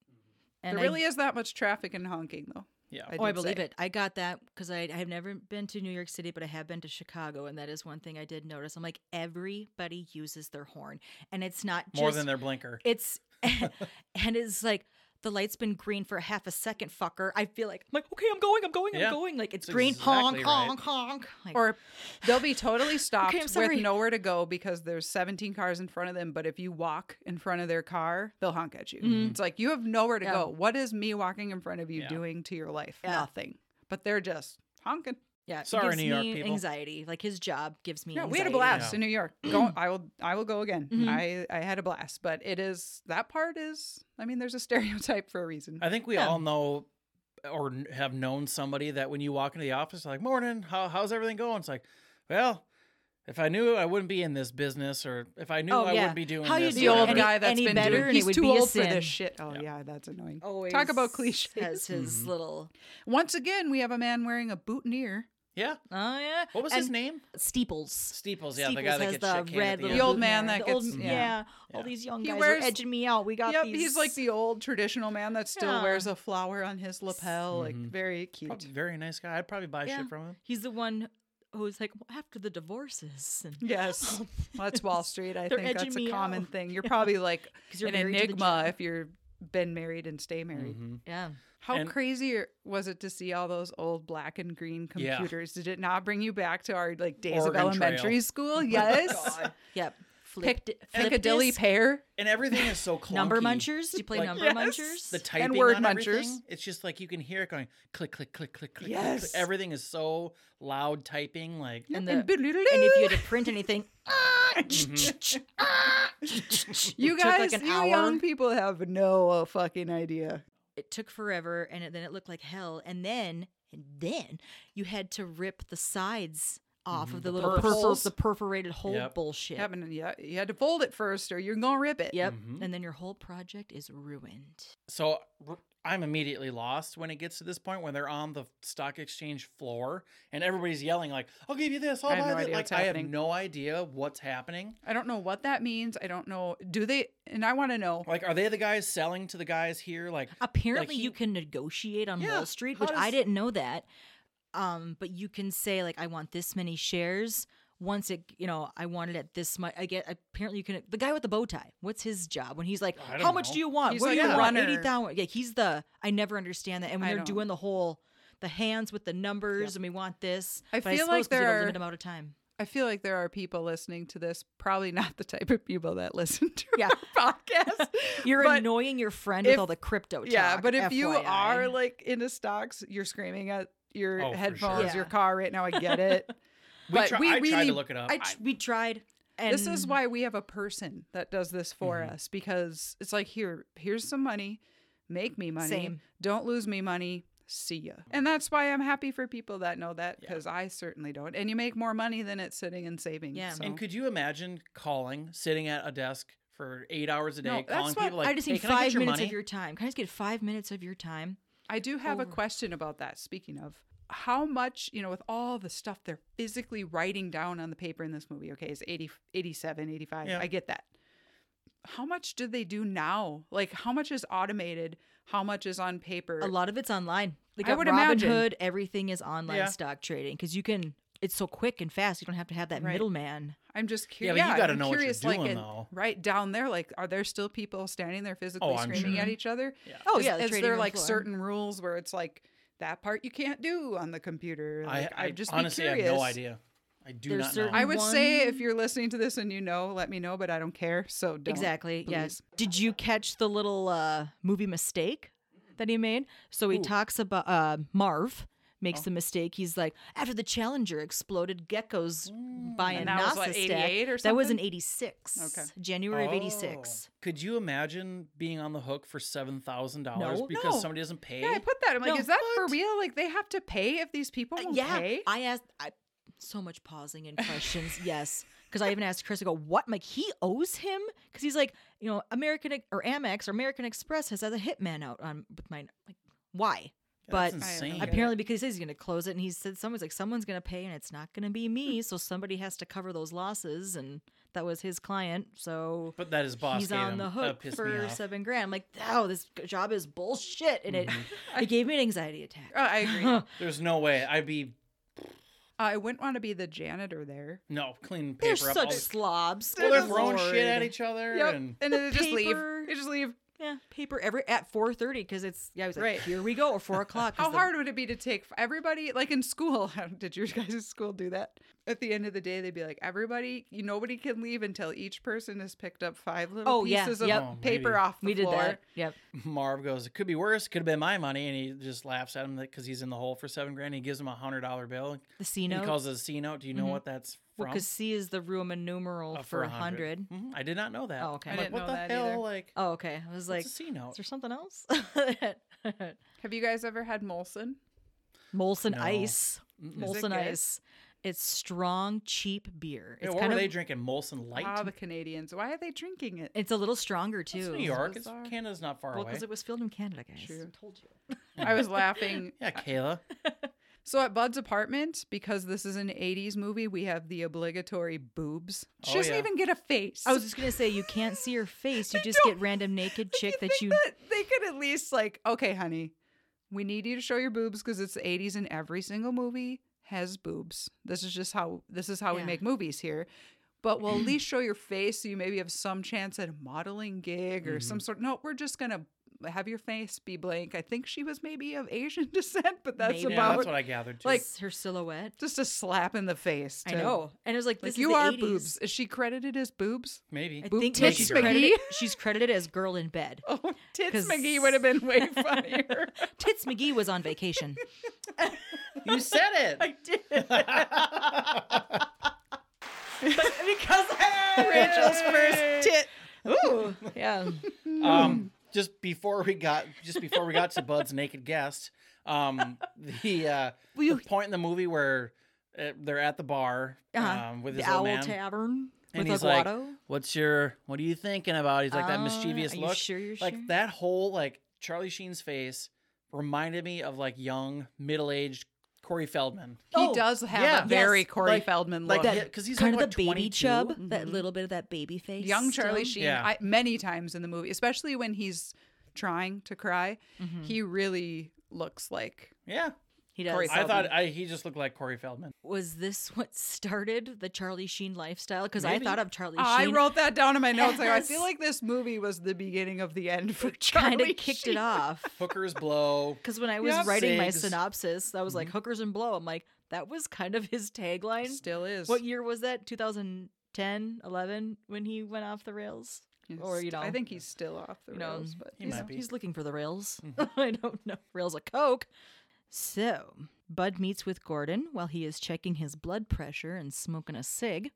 Speaker 3: And
Speaker 5: there
Speaker 3: I
Speaker 5: really is that much traffic and honking, though.
Speaker 4: Yeah.
Speaker 5: I
Speaker 3: Oh, I
Speaker 5: did
Speaker 3: believe
Speaker 5: say.
Speaker 3: it. I got that because I, I have never been to New York City, but I have been to Chicago, and that is one thing I did notice. I'm like, everybody uses their horn, and it's not just
Speaker 4: More than their blinker.
Speaker 3: it's and it's like the light's been green for a half a second, fucker. I feel like I'm like, okay, I'm going, I'm going,
Speaker 4: Yeah.
Speaker 3: I'm going. Like it's
Speaker 4: That's
Speaker 3: green, honk,
Speaker 4: exactly right.
Speaker 3: honk, honk. Like,
Speaker 5: Or they'll be totally stopped
Speaker 3: sorry.
Speaker 5: with nowhere to go because there's 17 cars in front of them. But if you walk in front of their car, they'll honk at you. It's like you have nowhere to
Speaker 3: Mm-hmm. Yeah.
Speaker 5: go. What is me walking in front of you
Speaker 4: Yeah.
Speaker 5: doing to your life?
Speaker 3: Yeah.
Speaker 5: Nothing. But they're just honking.
Speaker 3: Yeah. it
Speaker 4: Sorry,
Speaker 3: gives
Speaker 4: New York
Speaker 3: me
Speaker 4: people.
Speaker 3: Anxiety. Like his job gives me.
Speaker 5: Yeah, we had a
Speaker 3: anxiety.
Speaker 5: blast
Speaker 4: Yeah.
Speaker 5: in New York. Go, I will. I will go again.
Speaker 3: Mhm.
Speaker 5: I I had a blast, but it is that part is. I mean, there's a stereotype for a reason.
Speaker 4: I think we
Speaker 3: Yeah.
Speaker 4: all know or n- have known somebody that when you walk into the office, like, morning, how, how's everything going? It's like, well, if I knew I wouldn't be in this business or if I knew
Speaker 3: Oh,
Speaker 4: I
Speaker 3: yeah.
Speaker 4: wouldn't be doing
Speaker 3: How you
Speaker 4: this.
Speaker 5: the
Speaker 3: do
Speaker 4: or
Speaker 5: old
Speaker 3: any-
Speaker 4: whatever."
Speaker 5: guy that's
Speaker 3: any
Speaker 5: been
Speaker 3: better,
Speaker 5: doing,
Speaker 3: and it
Speaker 5: he's
Speaker 3: would
Speaker 5: too
Speaker 3: be a
Speaker 5: old for
Speaker 3: sin."
Speaker 5: this shit. Oh yeah, that's annoying.
Speaker 3: Always
Speaker 5: Talk about cliches.
Speaker 3: Has his
Speaker 4: Mm-hmm.
Speaker 3: little.
Speaker 5: Once again, we have a man wearing a boutonniere.
Speaker 4: Yeah.
Speaker 3: Oh yeah.
Speaker 4: What was his
Speaker 3: And
Speaker 4: name?
Speaker 3: Steeples.
Speaker 4: Steeples. Yeah, the guy
Speaker 3: Steeples
Speaker 4: that
Speaker 3: has
Speaker 4: gets shit canned at
Speaker 3: red
Speaker 4: the
Speaker 3: little
Speaker 4: end.
Speaker 5: The old
Speaker 3: boot
Speaker 5: man
Speaker 3: there.
Speaker 5: that
Speaker 3: The old-
Speaker 5: gets- yeah.
Speaker 3: yeah. All
Speaker 4: Yeah.
Speaker 3: these young
Speaker 5: He
Speaker 3: guys
Speaker 5: wears-
Speaker 3: are edging me out. We got
Speaker 5: Yep,
Speaker 3: these.
Speaker 5: he's like the old traditional man that still
Speaker 3: Yeah.
Speaker 5: wears a flower on his lapel. Like
Speaker 4: Mhm.
Speaker 5: very cute.
Speaker 4: Probably Very nice guy. I'd probably buy
Speaker 3: Yeah.
Speaker 4: shit from him.
Speaker 3: He's the one who's like after the divorces. And Oh,
Speaker 5: Yes, Well, that's Wall Street. I
Speaker 3: They're
Speaker 5: think that's
Speaker 3: edging
Speaker 5: a
Speaker 3: me
Speaker 5: common
Speaker 3: out.
Speaker 5: thing. You're probably like
Speaker 3: 'Cause you're
Speaker 5: an
Speaker 3: married to the
Speaker 5: enigma
Speaker 3: job.
Speaker 5: if you're been married and stay married.
Speaker 3: yeah.
Speaker 5: How
Speaker 4: Mm-hmm. And-
Speaker 5: crazy are- was it to see all those old black and green
Speaker 4: Yeah.
Speaker 5: computers? Did it not bring you back to our like days
Speaker 4: Oregon
Speaker 5: of
Speaker 4: Trail.
Speaker 5: elementary school? Yes.
Speaker 3: Yep.
Speaker 5: Pic-
Speaker 3: Oh Flipped, it- flip
Speaker 5: Piccadilly
Speaker 3: disc,
Speaker 5: pear.
Speaker 4: And everything is so clunky.
Speaker 3: Number munchers. Do you play
Speaker 4: Like-
Speaker 3: number
Speaker 5: Yes.
Speaker 3: munchers?
Speaker 4: The typing
Speaker 5: word
Speaker 4: on everything,
Speaker 5: munchers.
Speaker 4: It's just like you can hear it going click, click, click, click, click. click,
Speaker 5: Yes.
Speaker 4: click. Everything is so loud typing. Like,
Speaker 3: and the
Speaker 5: And boodle-doo.
Speaker 3: and if you had to print anything,
Speaker 5: you
Speaker 3: it took, like,
Speaker 5: guys,
Speaker 3: an
Speaker 5: you
Speaker 3: hour.
Speaker 5: young people have no uh, fucking idea.
Speaker 3: it took forever, and it, then it looked like hell. And then, and then you had to rip the sides off of the, little
Speaker 5: perf-
Speaker 3: purple,
Speaker 5: holes.
Speaker 3: the perforated hole
Speaker 4: Yep.
Speaker 3: bullshit. Yep.
Speaker 5: Having, yeah, you had to fold it first, or you're gonna rip it.
Speaker 4: Mhm.
Speaker 3: And then your whole project is ruined.
Speaker 4: so r- I'm immediately lost when it gets to this point when they're on the stock exchange floor and everybody's yelling like, "I'll give you this, I'll
Speaker 5: I have
Speaker 4: buy
Speaker 5: no
Speaker 4: that."
Speaker 5: idea
Speaker 4: Like
Speaker 5: what's
Speaker 4: I have
Speaker 5: happening.
Speaker 4: no idea what's happening.
Speaker 5: I don't know what that means. I don't know. Do they? And I want to know.
Speaker 4: Like, are they the guys selling to the guys here? Like,
Speaker 5: Uh,
Speaker 3: Apparently,
Speaker 4: he-
Speaker 3: you can negotiate on
Speaker 4: Yeah,
Speaker 3: Wall Street,
Speaker 4: how
Speaker 3: which I
Speaker 4: does-
Speaker 3: didn't know that. Um, but you can say like, I want this many shares. Once it, you know, I want it at this much. I get. Apparently, you can. The guy with the bow tie. What's his job? When he's like,
Speaker 4: I
Speaker 3: How
Speaker 4: don't
Speaker 3: much
Speaker 4: know.
Speaker 3: do you want?
Speaker 5: He's
Speaker 3: what
Speaker 5: like
Speaker 3: do you
Speaker 5: a
Speaker 3: want?
Speaker 5: runner.
Speaker 3: Eighty thousand. Yeah, he's the. I never understand that. And when
Speaker 5: I
Speaker 3: they're
Speaker 5: don't.
Speaker 3: doing the whole, the hands with the numbers, and we want this.
Speaker 5: I
Speaker 3: but I
Speaker 5: feel
Speaker 3: suppose
Speaker 5: like
Speaker 3: 'cause you
Speaker 5: there
Speaker 3: have
Speaker 5: are-
Speaker 3: a limited amount of time.
Speaker 5: I feel like there are people listening to this, probably not the type of people that listen to
Speaker 3: Yeah.
Speaker 5: our podcast.
Speaker 3: You're
Speaker 5: But
Speaker 3: annoying your friend
Speaker 5: if-
Speaker 3: with all the crypto.
Speaker 5: yeah,
Speaker 3: talk,
Speaker 5: but if you
Speaker 3: FYI.
Speaker 5: are like into stocks, you're screaming at your
Speaker 4: Oh, for
Speaker 5: headphones,
Speaker 3: sure.
Speaker 5: your
Speaker 3: Yeah.
Speaker 5: car right now. I get it.
Speaker 4: we,
Speaker 5: but
Speaker 4: try,
Speaker 5: we
Speaker 4: I tried
Speaker 5: really-
Speaker 4: to look it up.
Speaker 3: I tr- we tried. And Mm-hmm.
Speaker 5: this is why we have a person that does this for us because it's like here, here's some money, make me money,
Speaker 3: Same.
Speaker 5: don't lose me money. See ya. And that's why I'm happy for people that know that because I certainly don't. And you make more money than it's sitting and saving.
Speaker 3: Yeah.
Speaker 5: so.
Speaker 4: and could you imagine calling, sitting at a desk for eight hours a day,
Speaker 5: No, that's
Speaker 4: calling
Speaker 5: what-
Speaker 4: people like,
Speaker 3: I just
Speaker 4: "Hey,
Speaker 3: need
Speaker 4: can I
Speaker 3: five
Speaker 4: get your
Speaker 3: minutes
Speaker 4: money?
Speaker 3: of your time. Can I just get five minutes of your time?
Speaker 5: I do have a
Speaker 3: over.
Speaker 5: question about that. Speaking of, how much, you know, with all the stuff they're physically writing down on the paper in this movie, okay, it's 80, 87, 85.
Speaker 4: Yeah.
Speaker 5: I get that. How much do they do now? Like, how much is automated? How much is on paper?
Speaker 3: A lot of it's online. Like
Speaker 5: I
Speaker 3: at
Speaker 5: would
Speaker 3: Robinhood,
Speaker 5: imagine.
Speaker 3: everything is online
Speaker 4: Yeah.
Speaker 3: stock trading because you can. It's so quick and fast. You don't have to have that
Speaker 5: Right.
Speaker 3: middleman.
Speaker 5: I'm just
Speaker 4: Yeah,
Speaker 5: curious.
Speaker 4: but you gotta know what you're
Speaker 5: curious, like,
Speaker 4: doing,
Speaker 5: in-
Speaker 4: though.
Speaker 5: Right down there, like, are there still people standing there physically
Speaker 4: Oh, I'm
Speaker 5: screaming
Speaker 4: sure.
Speaker 5: at each other?
Speaker 4: Yeah.
Speaker 3: Oh,
Speaker 5: is,
Speaker 3: yeah, the
Speaker 5: Is
Speaker 3: trading
Speaker 5: there
Speaker 3: room
Speaker 5: like
Speaker 3: floor.
Speaker 5: certain rules where it's like that part you can't do on the computer? Like,
Speaker 4: I, I
Speaker 5: I'd just be
Speaker 4: honestly have no
Speaker 5: curious.
Speaker 4: idea. I do
Speaker 3: There's
Speaker 4: not know.
Speaker 3: certain-
Speaker 5: I would say
Speaker 3: one-
Speaker 5: if you're listening to this and you know, let me know, but I don't care. So don't.
Speaker 3: exactly. Yes.
Speaker 5: please.
Speaker 3: Did you catch the little uh, movie mistake that he made? So he talks about uh, Marv
Speaker 5: Oh.
Speaker 3: makes the mistake. He's like, after the Challenger exploded, geckos buying
Speaker 5: Mm. And that was, what,
Speaker 3: NASA stack."
Speaker 5: 88 or
Speaker 3: That was in
Speaker 5: something?
Speaker 3: '86.
Speaker 5: Okay.
Speaker 3: January of
Speaker 4: Oh.
Speaker 3: '86.
Speaker 4: Could you imagine being on the hook for seven thousand dollars
Speaker 3: No.
Speaker 4: because
Speaker 5: No.
Speaker 4: somebody doesn't pay?
Speaker 5: Yeah, I put that. I'm like,
Speaker 3: No,
Speaker 5: is that
Speaker 3: what?
Speaker 5: for real? Like they have to pay if these people
Speaker 3: Uh,
Speaker 5: won't
Speaker 3: yeah,
Speaker 5: pay?
Speaker 3: I asked I, so much pausing and questions. yes, because I even asked Chris. I go, "What?" I'm like he owes him because he's like, you know, American Ex- or Amex or American Express has had a hitman out on with mine. Like, why? but
Speaker 4: That's
Speaker 5: I
Speaker 4: insane.
Speaker 5: don't get
Speaker 3: Apparently, because he says he's going to close it, and he said someone's like someone's going to pay, and it's not going to be
Speaker 4: Hmm.
Speaker 3: me, so somebody has to cover those losses, and that was his client, so
Speaker 4: But that is boss.
Speaker 3: he's
Speaker 4: gave
Speaker 3: on
Speaker 4: him.
Speaker 3: the
Speaker 4: That
Speaker 3: hook
Speaker 4: pissed me
Speaker 3: for
Speaker 4: off.
Speaker 3: seven grand. I'm like, oh, this job is bullshit, and
Speaker 4: Mm-hmm.
Speaker 3: it it gave me an anxiety attack.
Speaker 5: Oh, I agree. uh,
Speaker 4: There's no way. I'd be
Speaker 5: I wouldn't want to be the janitor there.
Speaker 4: no cleaning
Speaker 3: They're
Speaker 4: paper up. all
Speaker 3: such
Speaker 4: the-
Speaker 3: slobs.
Speaker 4: well, they're
Speaker 3: Good
Speaker 4: throwing shit
Speaker 3: lord.
Speaker 4: at each other.
Speaker 5: Yep.
Speaker 4: And
Speaker 5: And then they just leave.
Speaker 3: paper-
Speaker 5: They just leave.
Speaker 3: yeah, paper every at four thirty because it's yeah. I was like,
Speaker 5: Right.
Speaker 3: here we go or four o'clock. 'cause
Speaker 5: How
Speaker 3: the-
Speaker 5: hard would it be to take f- everybody, like in school? How did your guys' school do that? At the end of the day, they'd be like, everybody, you, nobody can leave until each person has picked up five little
Speaker 3: Oh, yeah,
Speaker 5: pieces
Speaker 3: yep.
Speaker 5: of
Speaker 4: Oh,
Speaker 5: paper
Speaker 4: maybe.
Speaker 5: off the
Speaker 3: We did
Speaker 5: floor.
Speaker 3: that. Yep.
Speaker 4: Marv goes, It could be worse. Could have been my money. And he just laughs at him because he's in the hole for seven grand. He gives him a hundred dollar bill. and
Speaker 3: The C
Speaker 4: He
Speaker 3: note.
Speaker 4: calls it a C note. Do you know
Speaker 3: Mm-hmm.
Speaker 4: what that's from?
Speaker 3: Because C is the Roman numeral
Speaker 4: Uh,
Speaker 3: for a 100.
Speaker 4: Mhm. I did not know that.
Speaker 3: Oh, okay. I
Speaker 4: I'm like,
Speaker 5: didn't
Speaker 4: what
Speaker 5: know
Speaker 4: the
Speaker 5: that
Speaker 4: hell?
Speaker 5: either.
Speaker 4: Like,
Speaker 3: Oh, okay. I was like,
Speaker 4: what's a C
Speaker 3: is
Speaker 4: note?
Speaker 3: there something else?
Speaker 5: Have you guys ever had Molson?
Speaker 3: Molson
Speaker 4: No.
Speaker 3: Ice.
Speaker 4: Mm-hmm.
Speaker 5: Is it
Speaker 3: Molson
Speaker 5: good?
Speaker 3: Ice. It's strong, cheap beer.
Speaker 4: Yeah,
Speaker 3: It's
Speaker 4: what
Speaker 3: kind
Speaker 4: were
Speaker 3: of
Speaker 4: they drinking? Molson Light?
Speaker 5: Ah, the Canadians. Why are they drinking it?
Speaker 3: it's a little stronger too.
Speaker 4: It's New York. It's,
Speaker 5: bizarre.
Speaker 4: Canada's not far
Speaker 3: Well,
Speaker 4: away.
Speaker 3: because it was filmed in Canada, guys.
Speaker 5: True.
Speaker 3: told you.
Speaker 5: I was laughing.
Speaker 4: yeah, Kayla.
Speaker 5: So at Bud's apartment, because this is an 80s movie, we have the obligatory boobs. She
Speaker 4: Oh,
Speaker 5: doesn't
Speaker 4: yeah.
Speaker 5: even get a face.
Speaker 3: I was just gonna say you can't see her face. You just get random naked chick that you.
Speaker 5: But they could at least like, okay, honey, we need you to show your boobs because it's the 80s and every single movie has boobs. This is just how this is how we
Speaker 3: Yeah.
Speaker 5: make movies here. But we'll at least show your face so you maybe have some chance at a modeling gig or
Speaker 3: Mm-hmm.
Speaker 5: some sort. No, we're just gonna have your face be blank. I think she was maybe of Asian descent, but that's
Speaker 3: Maybe.
Speaker 4: Yeah,
Speaker 5: about
Speaker 4: that's what I gathered. Too.
Speaker 5: like-
Speaker 3: It's her silhouette.
Speaker 5: just a slap in the face.
Speaker 3: I
Speaker 5: to-
Speaker 3: know, and it was like this.
Speaker 5: Like
Speaker 3: is
Speaker 5: you
Speaker 3: the
Speaker 5: are
Speaker 3: 80s.
Speaker 5: boobs. Is she credited as boobs?
Speaker 4: maybe.
Speaker 3: I
Speaker 5: Boob
Speaker 3: think
Speaker 5: tits
Speaker 3: she's
Speaker 4: McGee.
Speaker 3: credited, she's credited as girl in bed.
Speaker 5: Oh, tits
Speaker 3: 'Cause-
Speaker 5: McGee would have been way funnier.
Speaker 3: Tits McGee was on vacation.
Speaker 4: you said it. I did. because
Speaker 5: Rachel's first tit.
Speaker 3: Ooh, yeah. Hmm.
Speaker 4: um, just before we got just before we got to Bud's naked guest, um, the, uh, the point in the movie where uh, they're at the bar
Speaker 3: Uh-huh.
Speaker 4: um, with
Speaker 3: the
Speaker 4: his
Speaker 3: Owl
Speaker 4: old man,
Speaker 3: Tavern
Speaker 4: and
Speaker 3: with
Speaker 4: he's
Speaker 3: Aguado.
Speaker 4: like, "What's your? What are you thinking about?" He's like that
Speaker 3: Ah,
Speaker 4: mischievous
Speaker 3: are you
Speaker 4: look.
Speaker 3: sure you're
Speaker 4: like
Speaker 3: sure?
Speaker 4: that whole like Charlie Sheen's face reminded me of like young middle aged Corey Feldman.
Speaker 5: He
Speaker 3: Oh,
Speaker 5: does have
Speaker 4: yeah.
Speaker 5: a very
Speaker 4: Yes,
Speaker 5: Corey
Speaker 4: like-
Speaker 5: Feldman
Speaker 4: like
Speaker 5: look.
Speaker 4: that-
Speaker 3: that
Speaker 4: 'cause he's
Speaker 3: kind
Speaker 4: like,
Speaker 3: of
Speaker 4: what,
Speaker 3: the baby
Speaker 4: 22?
Speaker 3: chub, that little bit of that baby face.
Speaker 5: Young Charlie
Speaker 3: still.
Speaker 5: Sheen,
Speaker 4: Yeah.
Speaker 5: I, many times in the movie, especially when he's trying to cry,
Speaker 3: Mm-hmm.
Speaker 5: he really looks like
Speaker 4: Yeah,
Speaker 3: He does.
Speaker 5: Corey
Speaker 4: I thought
Speaker 5: Feldman.
Speaker 4: I, he just looked like Corey Feldman.
Speaker 3: was this what started the Charlie Sheen lifestyle? Because I
Speaker 4: Maybe.
Speaker 3: thought of Charlie
Speaker 5: I
Speaker 3: Sheen.
Speaker 5: wrote that down in my notes. Like, I feel
Speaker 3: Yes.
Speaker 5: like this movie was the beginning of the end for Charlie.
Speaker 3: kind of kicked
Speaker 5: Sheen.
Speaker 3: it off.
Speaker 4: Hooker's blow.
Speaker 3: Because when I was
Speaker 4: Yeah.
Speaker 3: writing my
Speaker 4: Sigs.
Speaker 3: synopsis, I was like hookers and blow. I'm like, that was kind of his tagline.
Speaker 5: Still is.
Speaker 3: What year was that? 2010, 11, when he went off the rails?
Speaker 5: He's
Speaker 3: or, you
Speaker 5: st- I
Speaker 3: know,
Speaker 5: think he's still off the
Speaker 3: you know,
Speaker 5: rails, but
Speaker 4: he
Speaker 5: you
Speaker 4: might
Speaker 5: know.
Speaker 4: be.
Speaker 3: He's looking for the rails. Mm-hmm. I don't know. Rails of Coke. So, Bud meets with Gordon while he is checking his blood pressure and smoking a cig.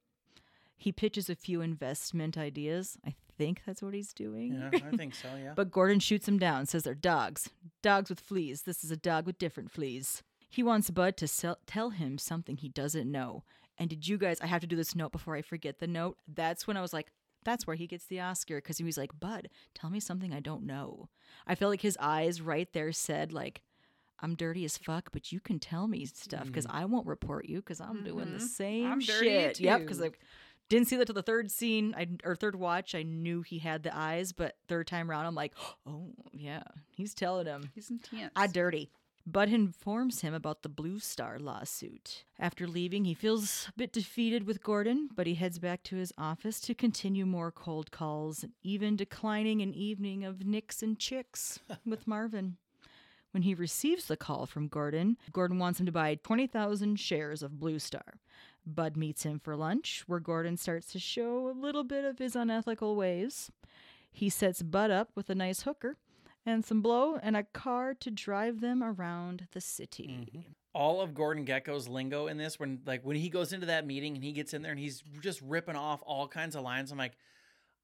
Speaker 3: He pitches a few investment ideas. I think that's what he's doing.
Speaker 4: Yeah, I think so. Yeah.
Speaker 3: But Gordon shoots him down, says they're dogs. Dogs with fleas. This is a dog with different fleas. He wants Bud to sell- tell him something he doesn't know. And did you guys, I have to do this note before I forget the note. That's when I was like, that's where he gets the Oscar because he was like, Bud, tell me something I don't know. I felt like his eyes right there said, like, I'm dirty as fuck, but you can tell me stuff because I won't report you because I'm doing the same
Speaker 5: Mm. Mm-hmm. I'm dirty
Speaker 3: shit. Yep, because
Speaker 5: too.
Speaker 3: like didn't see that till the third scene I, or third watch. I knew he had the eyes, but third time round, I'm like, oh yeah, he's telling him
Speaker 5: He's intense.
Speaker 3: I dirty. Bud informs him about the Blue Star lawsuit. After leaving, he feels a bit defeated with Gordon, but he heads back to his office to continue more cold calls, and even declining an evening of nicks and chicks with Marvin. When he receives the call from Gordon, Gordon wants him to buy 20,000 shares of Blue Star. Bud meets him for lunch, where Gordon starts to show a little bit of his unethical ways. He sets Bud up with a nice hooker and some blow and a car to drive them around the
Speaker 4: Mm.
Speaker 3: city.
Speaker 4: all of Gordon Gecko's lingo in this when like when he goes into that meeting and he gets in there and he's just ripping off all kinds of lines. I'm like,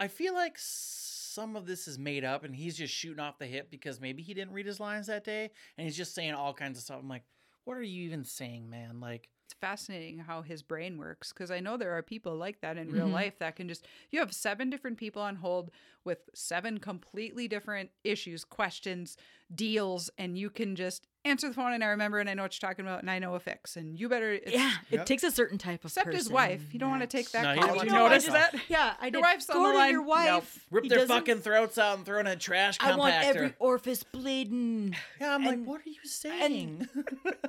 Speaker 4: I feel like some of this is made up and he's just shooting off the hip because maybe he didn't read his lines that day and he's just saying all kinds of stuff. I'm like, what are you even saying, man? Like,
Speaker 5: it's fascinating how his brain works because I know there are people like that in real
Speaker 3: Mm-hmm.
Speaker 5: life that can just you have seven different people on hold with seven completely different issues, questions, deals, and you can just answer the phone and I remember and I know what you're talking about and I know a fix and you better it's-
Speaker 3: Yeah,
Speaker 4: Yep.
Speaker 3: it takes a certain type of
Speaker 5: except his
Speaker 3: person.
Speaker 5: wife. You don't want to
Speaker 4: that's-
Speaker 5: take
Speaker 4: No,
Speaker 5: that
Speaker 4: you don't
Speaker 5: call. Did
Speaker 4: wanna
Speaker 5: you notice
Speaker 4: take
Speaker 5: that?
Speaker 4: that call.
Speaker 3: Yeah, I did.
Speaker 5: wife's on
Speaker 3: Go
Speaker 5: the
Speaker 3: to
Speaker 5: line.
Speaker 3: your wife.
Speaker 4: rip
Speaker 3: He
Speaker 4: their
Speaker 3: doesn't-
Speaker 4: fucking throats out and throw in a trash compactor.
Speaker 3: I want every orifice bleeding.
Speaker 4: yeah, I'm like,
Speaker 3: and-
Speaker 4: what are you saying?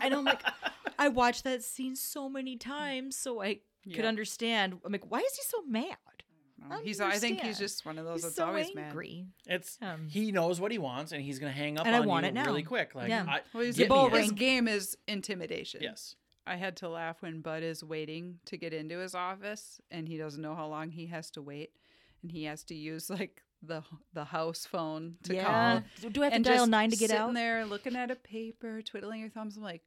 Speaker 3: And I'm like, I watched that scene so many times, so I could understand. I'm like, why is he so mad?
Speaker 5: don't know. He's. I think he's
Speaker 3: Understand.
Speaker 5: just one of those
Speaker 3: He's
Speaker 5: that's
Speaker 3: so
Speaker 5: always mad.
Speaker 3: angry.
Speaker 4: It's
Speaker 3: Um,
Speaker 4: he knows what he wants, and he's gonna hang up
Speaker 3: And I
Speaker 4: on
Speaker 3: want
Speaker 4: you
Speaker 3: it now.
Speaker 4: really quick. Like,
Speaker 3: Yeah.
Speaker 4: I,
Speaker 5: Well, he's
Speaker 4: get
Speaker 5: his,
Speaker 4: me
Speaker 3: bull
Speaker 4: this.
Speaker 5: his
Speaker 3: ring.
Speaker 5: game is intimidation.
Speaker 4: Yes,
Speaker 5: I had to laugh when Bud is waiting to get into his office and he doesn't know how long he has to wait and he has to use like the the house phone to
Speaker 3: yeah.
Speaker 5: call.
Speaker 3: Do- Do I have
Speaker 5: and
Speaker 3: to dial
Speaker 5: just
Speaker 3: nine to get
Speaker 5: sitting
Speaker 3: out?
Speaker 5: there looking at a paper, twiddling your thumbs. I'm like,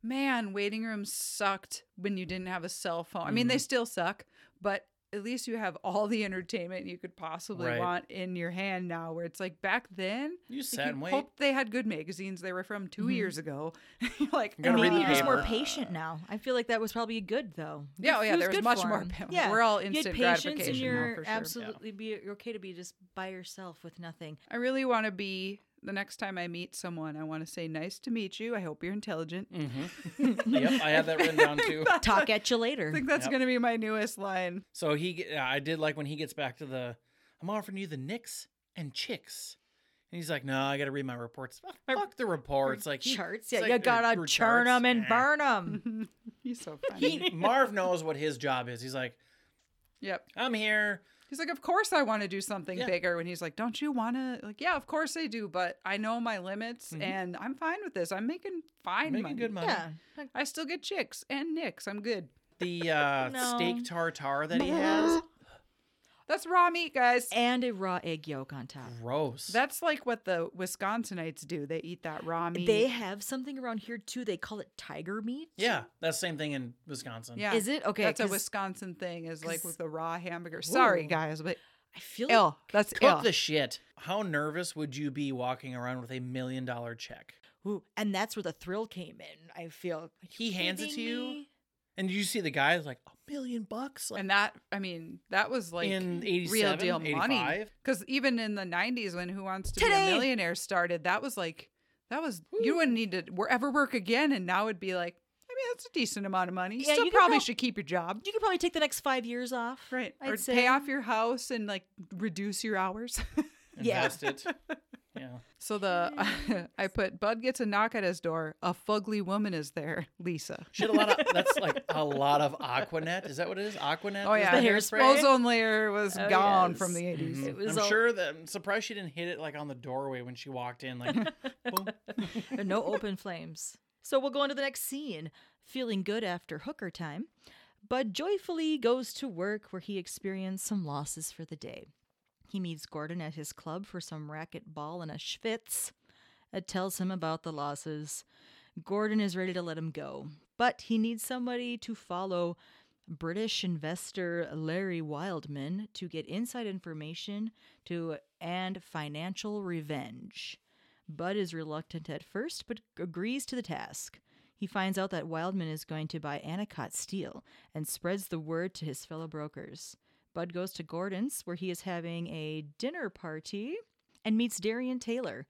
Speaker 5: man, waiting rooms sucked when you didn't have a cell phone. I
Speaker 3: Mm-hmm.
Speaker 5: mean, they still suck, but at least you have all the entertainment you could possibly
Speaker 4: Right.
Speaker 5: want in your hand now. Where it's like back then,
Speaker 4: you
Speaker 5: like,
Speaker 4: sat
Speaker 5: you
Speaker 4: and wait.
Speaker 5: hoped they had good magazines. They were from 2
Speaker 3: Mhm.
Speaker 5: years ago. You're like,
Speaker 4: Gotta read
Speaker 3: Maybe
Speaker 4: the
Speaker 3: you're just more
Speaker 4: paper.
Speaker 3: patient now. I feel like that was probably good though.
Speaker 5: Yeah,
Speaker 3: Good-
Speaker 5: oh yeah,
Speaker 3: it
Speaker 5: there was
Speaker 3: good
Speaker 5: much
Speaker 3: for
Speaker 5: more
Speaker 3: him.
Speaker 5: pa-
Speaker 3: Yeah,
Speaker 5: we're all instant
Speaker 3: you had patience, and
Speaker 5: gratification now,
Speaker 3: you're
Speaker 5: for sure.
Speaker 3: absolutely be you're okay to be just by yourself with nothing.
Speaker 5: I really want to be the next time I meet someone. I want to say, "Nice to meet you. I hope you're intelligent."
Speaker 4: Mhm. yep, I had that written down too.
Speaker 3: Talk at you
Speaker 5: I
Speaker 3: later.
Speaker 5: think that's
Speaker 4: Yep.
Speaker 5: gonna be my newest line.
Speaker 4: So he, get- I did like when he gets back to the, I'm offering you the Knicks and chicks. And he's like, no, I got to read my reports. Fuck, fuck the reports. Like he-
Speaker 3: charts.
Speaker 4: it's
Speaker 3: Yeah,
Speaker 4: like,
Speaker 3: you
Speaker 4: uh,
Speaker 3: gotta
Speaker 4: through
Speaker 3: churn
Speaker 4: charts.
Speaker 3: them and
Speaker 4: Eh.
Speaker 3: burn them.
Speaker 5: He's so funny.
Speaker 4: He, Marv knows what his job is. He's like,
Speaker 5: yep.
Speaker 4: I'm here.
Speaker 5: He's like, "Of course I want to do something
Speaker 4: Yeah.
Speaker 5: bigger." When he's like, "Don't you want to?" Like, "Yeah, of course I do, but I know my limits, and I'm fine with this. I'm making fine
Speaker 4: I'm Mm-hmm. making
Speaker 5: money.
Speaker 4: good money.
Speaker 3: Yeah,
Speaker 5: I still get chicks and nicks. I'm good.
Speaker 4: The uh,
Speaker 3: No.
Speaker 4: steak tartare that he has.
Speaker 5: That's raw meat, guys."
Speaker 3: and a raw egg yolk on top.
Speaker 4: Gross.
Speaker 5: That's like what the Wisconsinites do. They eat that raw meat.
Speaker 3: They have something around here too. They call it tiger meat.
Speaker 4: yeah, that's the same thing in Wisconsin.
Speaker 5: Yeah.
Speaker 3: Is it? Okay,
Speaker 5: That's a
Speaker 3: 'cause-
Speaker 5: Wisconsin thing, is like with the raw hamburger.
Speaker 3: Ooh.
Speaker 5: Sorry, guys, but
Speaker 3: I feel like
Speaker 5: ill. That's
Speaker 4: Cook
Speaker 5: ill.
Speaker 4: the shit. How nervous would you be walking around with a million dollar check?
Speaker 3: Ooh, and that's where the thrill came in. I feel Are you
Speaker 4: He hands it
Speaker 3: kidding
Speaker 4: to you?
Speaker 3: me?
Speaker 4: And you see the guy's like, a million bucks? Like,
Speaker 5: and that, I mean, that was like
Speaker 4: in
Speaker 5: real
Speaker 4: 87,
Speaker 5: deal money.
Speaker 4: 85?
Speaker 5: Because even in the 90s, when Who Wants to
Speaker 3: Today.
Speaker 5: Be a Millionaire started, that was like, that was, you wouldn't need to wor- ever work again. And now it'd be like, I mean, that's a decent amount of money. You
Speaker 3: Yeah,
Speaker 5: still
Speaker 3: you could
Speaker 5: probably
Speaker 3: prob-
Speaker 5: should keep your job.
Speaker 3: You could probably take the next five years off.
Speaker 5: Right.
Speaker 3: I'd
Speaker 5: or
Speaker 3: say.
Speaker 5: pay off your house and like reduce your hours.
Speaker 3: Yeah.
Speaker 4: Invest it. Yeah.
Speaker 5: so the, I put, Bud gets a knock at his door. A fugly woman is there, Lisa.
Speaker 4: Shit, a lot of that's like a lot of Aquanet. Is that what it is? Aquanet.
Speaker 5: Oh
Speaker 4: is
Speaker 5: yeah,
Speaker 3: the
Speaker 4: the
Speaker 5: her
Speaker 3: hairspray?
Speaker 5: ozone layer was
Speaker 3: Oh,
Speaker 5: gone from
Speaker 3: yes.
Speaker 5: the eighties.
Speaker 4: Mhm.
Speaker 3: It was
Speaker 4: I'm
Speaker 3: all-
Speaker 4: sure that I'm surprised she didn't hit it like on the doorway when she walked in. Like, boom.
Speaker 3: But no open flames. So we'll go into the next scene. Feeling good after hooker time, Bud joyfully goes to work where he experienced some losses for the day. He meets Gordon at his club for some racquetball and a schwitz. It tells him about the losses. Gordon is ready to let him go, but he needs somebody to follow British investor Larry Wildman to get inside information to and financial revenge. Bud is reluctant at first, but agrees to the task. He finds out that Wildman is going to buy Anacott Steel and spreads the word to his fellow brokers. Bud goes to Gordon's, where he is having a dinner party, and meets Darian Taylor,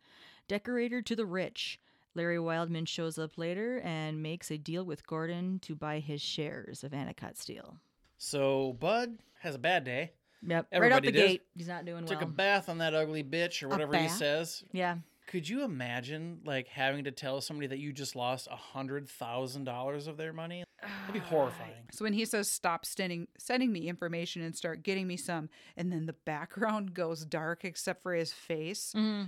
Speaker 3: decorator to the rich. Larry Wildman shows up later and makes a deal with Gordon to buy his shares of Anacott Steel.
Speaker 4: So Bud has a bad day.
Speaker 3: Yep, right out
Speaker 4: Everybody
Speaker 3: the
Speaker 4: does.
Speaker 3: gate, he's not doing
Speaker 4: Took
Speaker 3: well.
Speaker 4: a bath on that ugly bitch or whatever he
Speaker 3: bath?
Speaker 4: says.
Speaker 3: yeah,
Speaker 4: Could you imagine like having to tell somebody that you just lost a hundred thousand dollars of their money? That'd be horrifying.
Speaker 5: So when he says stop sending sending me information and start getting me some, and then the background goes dark except for his face.
Speaker 3: mm-hmm.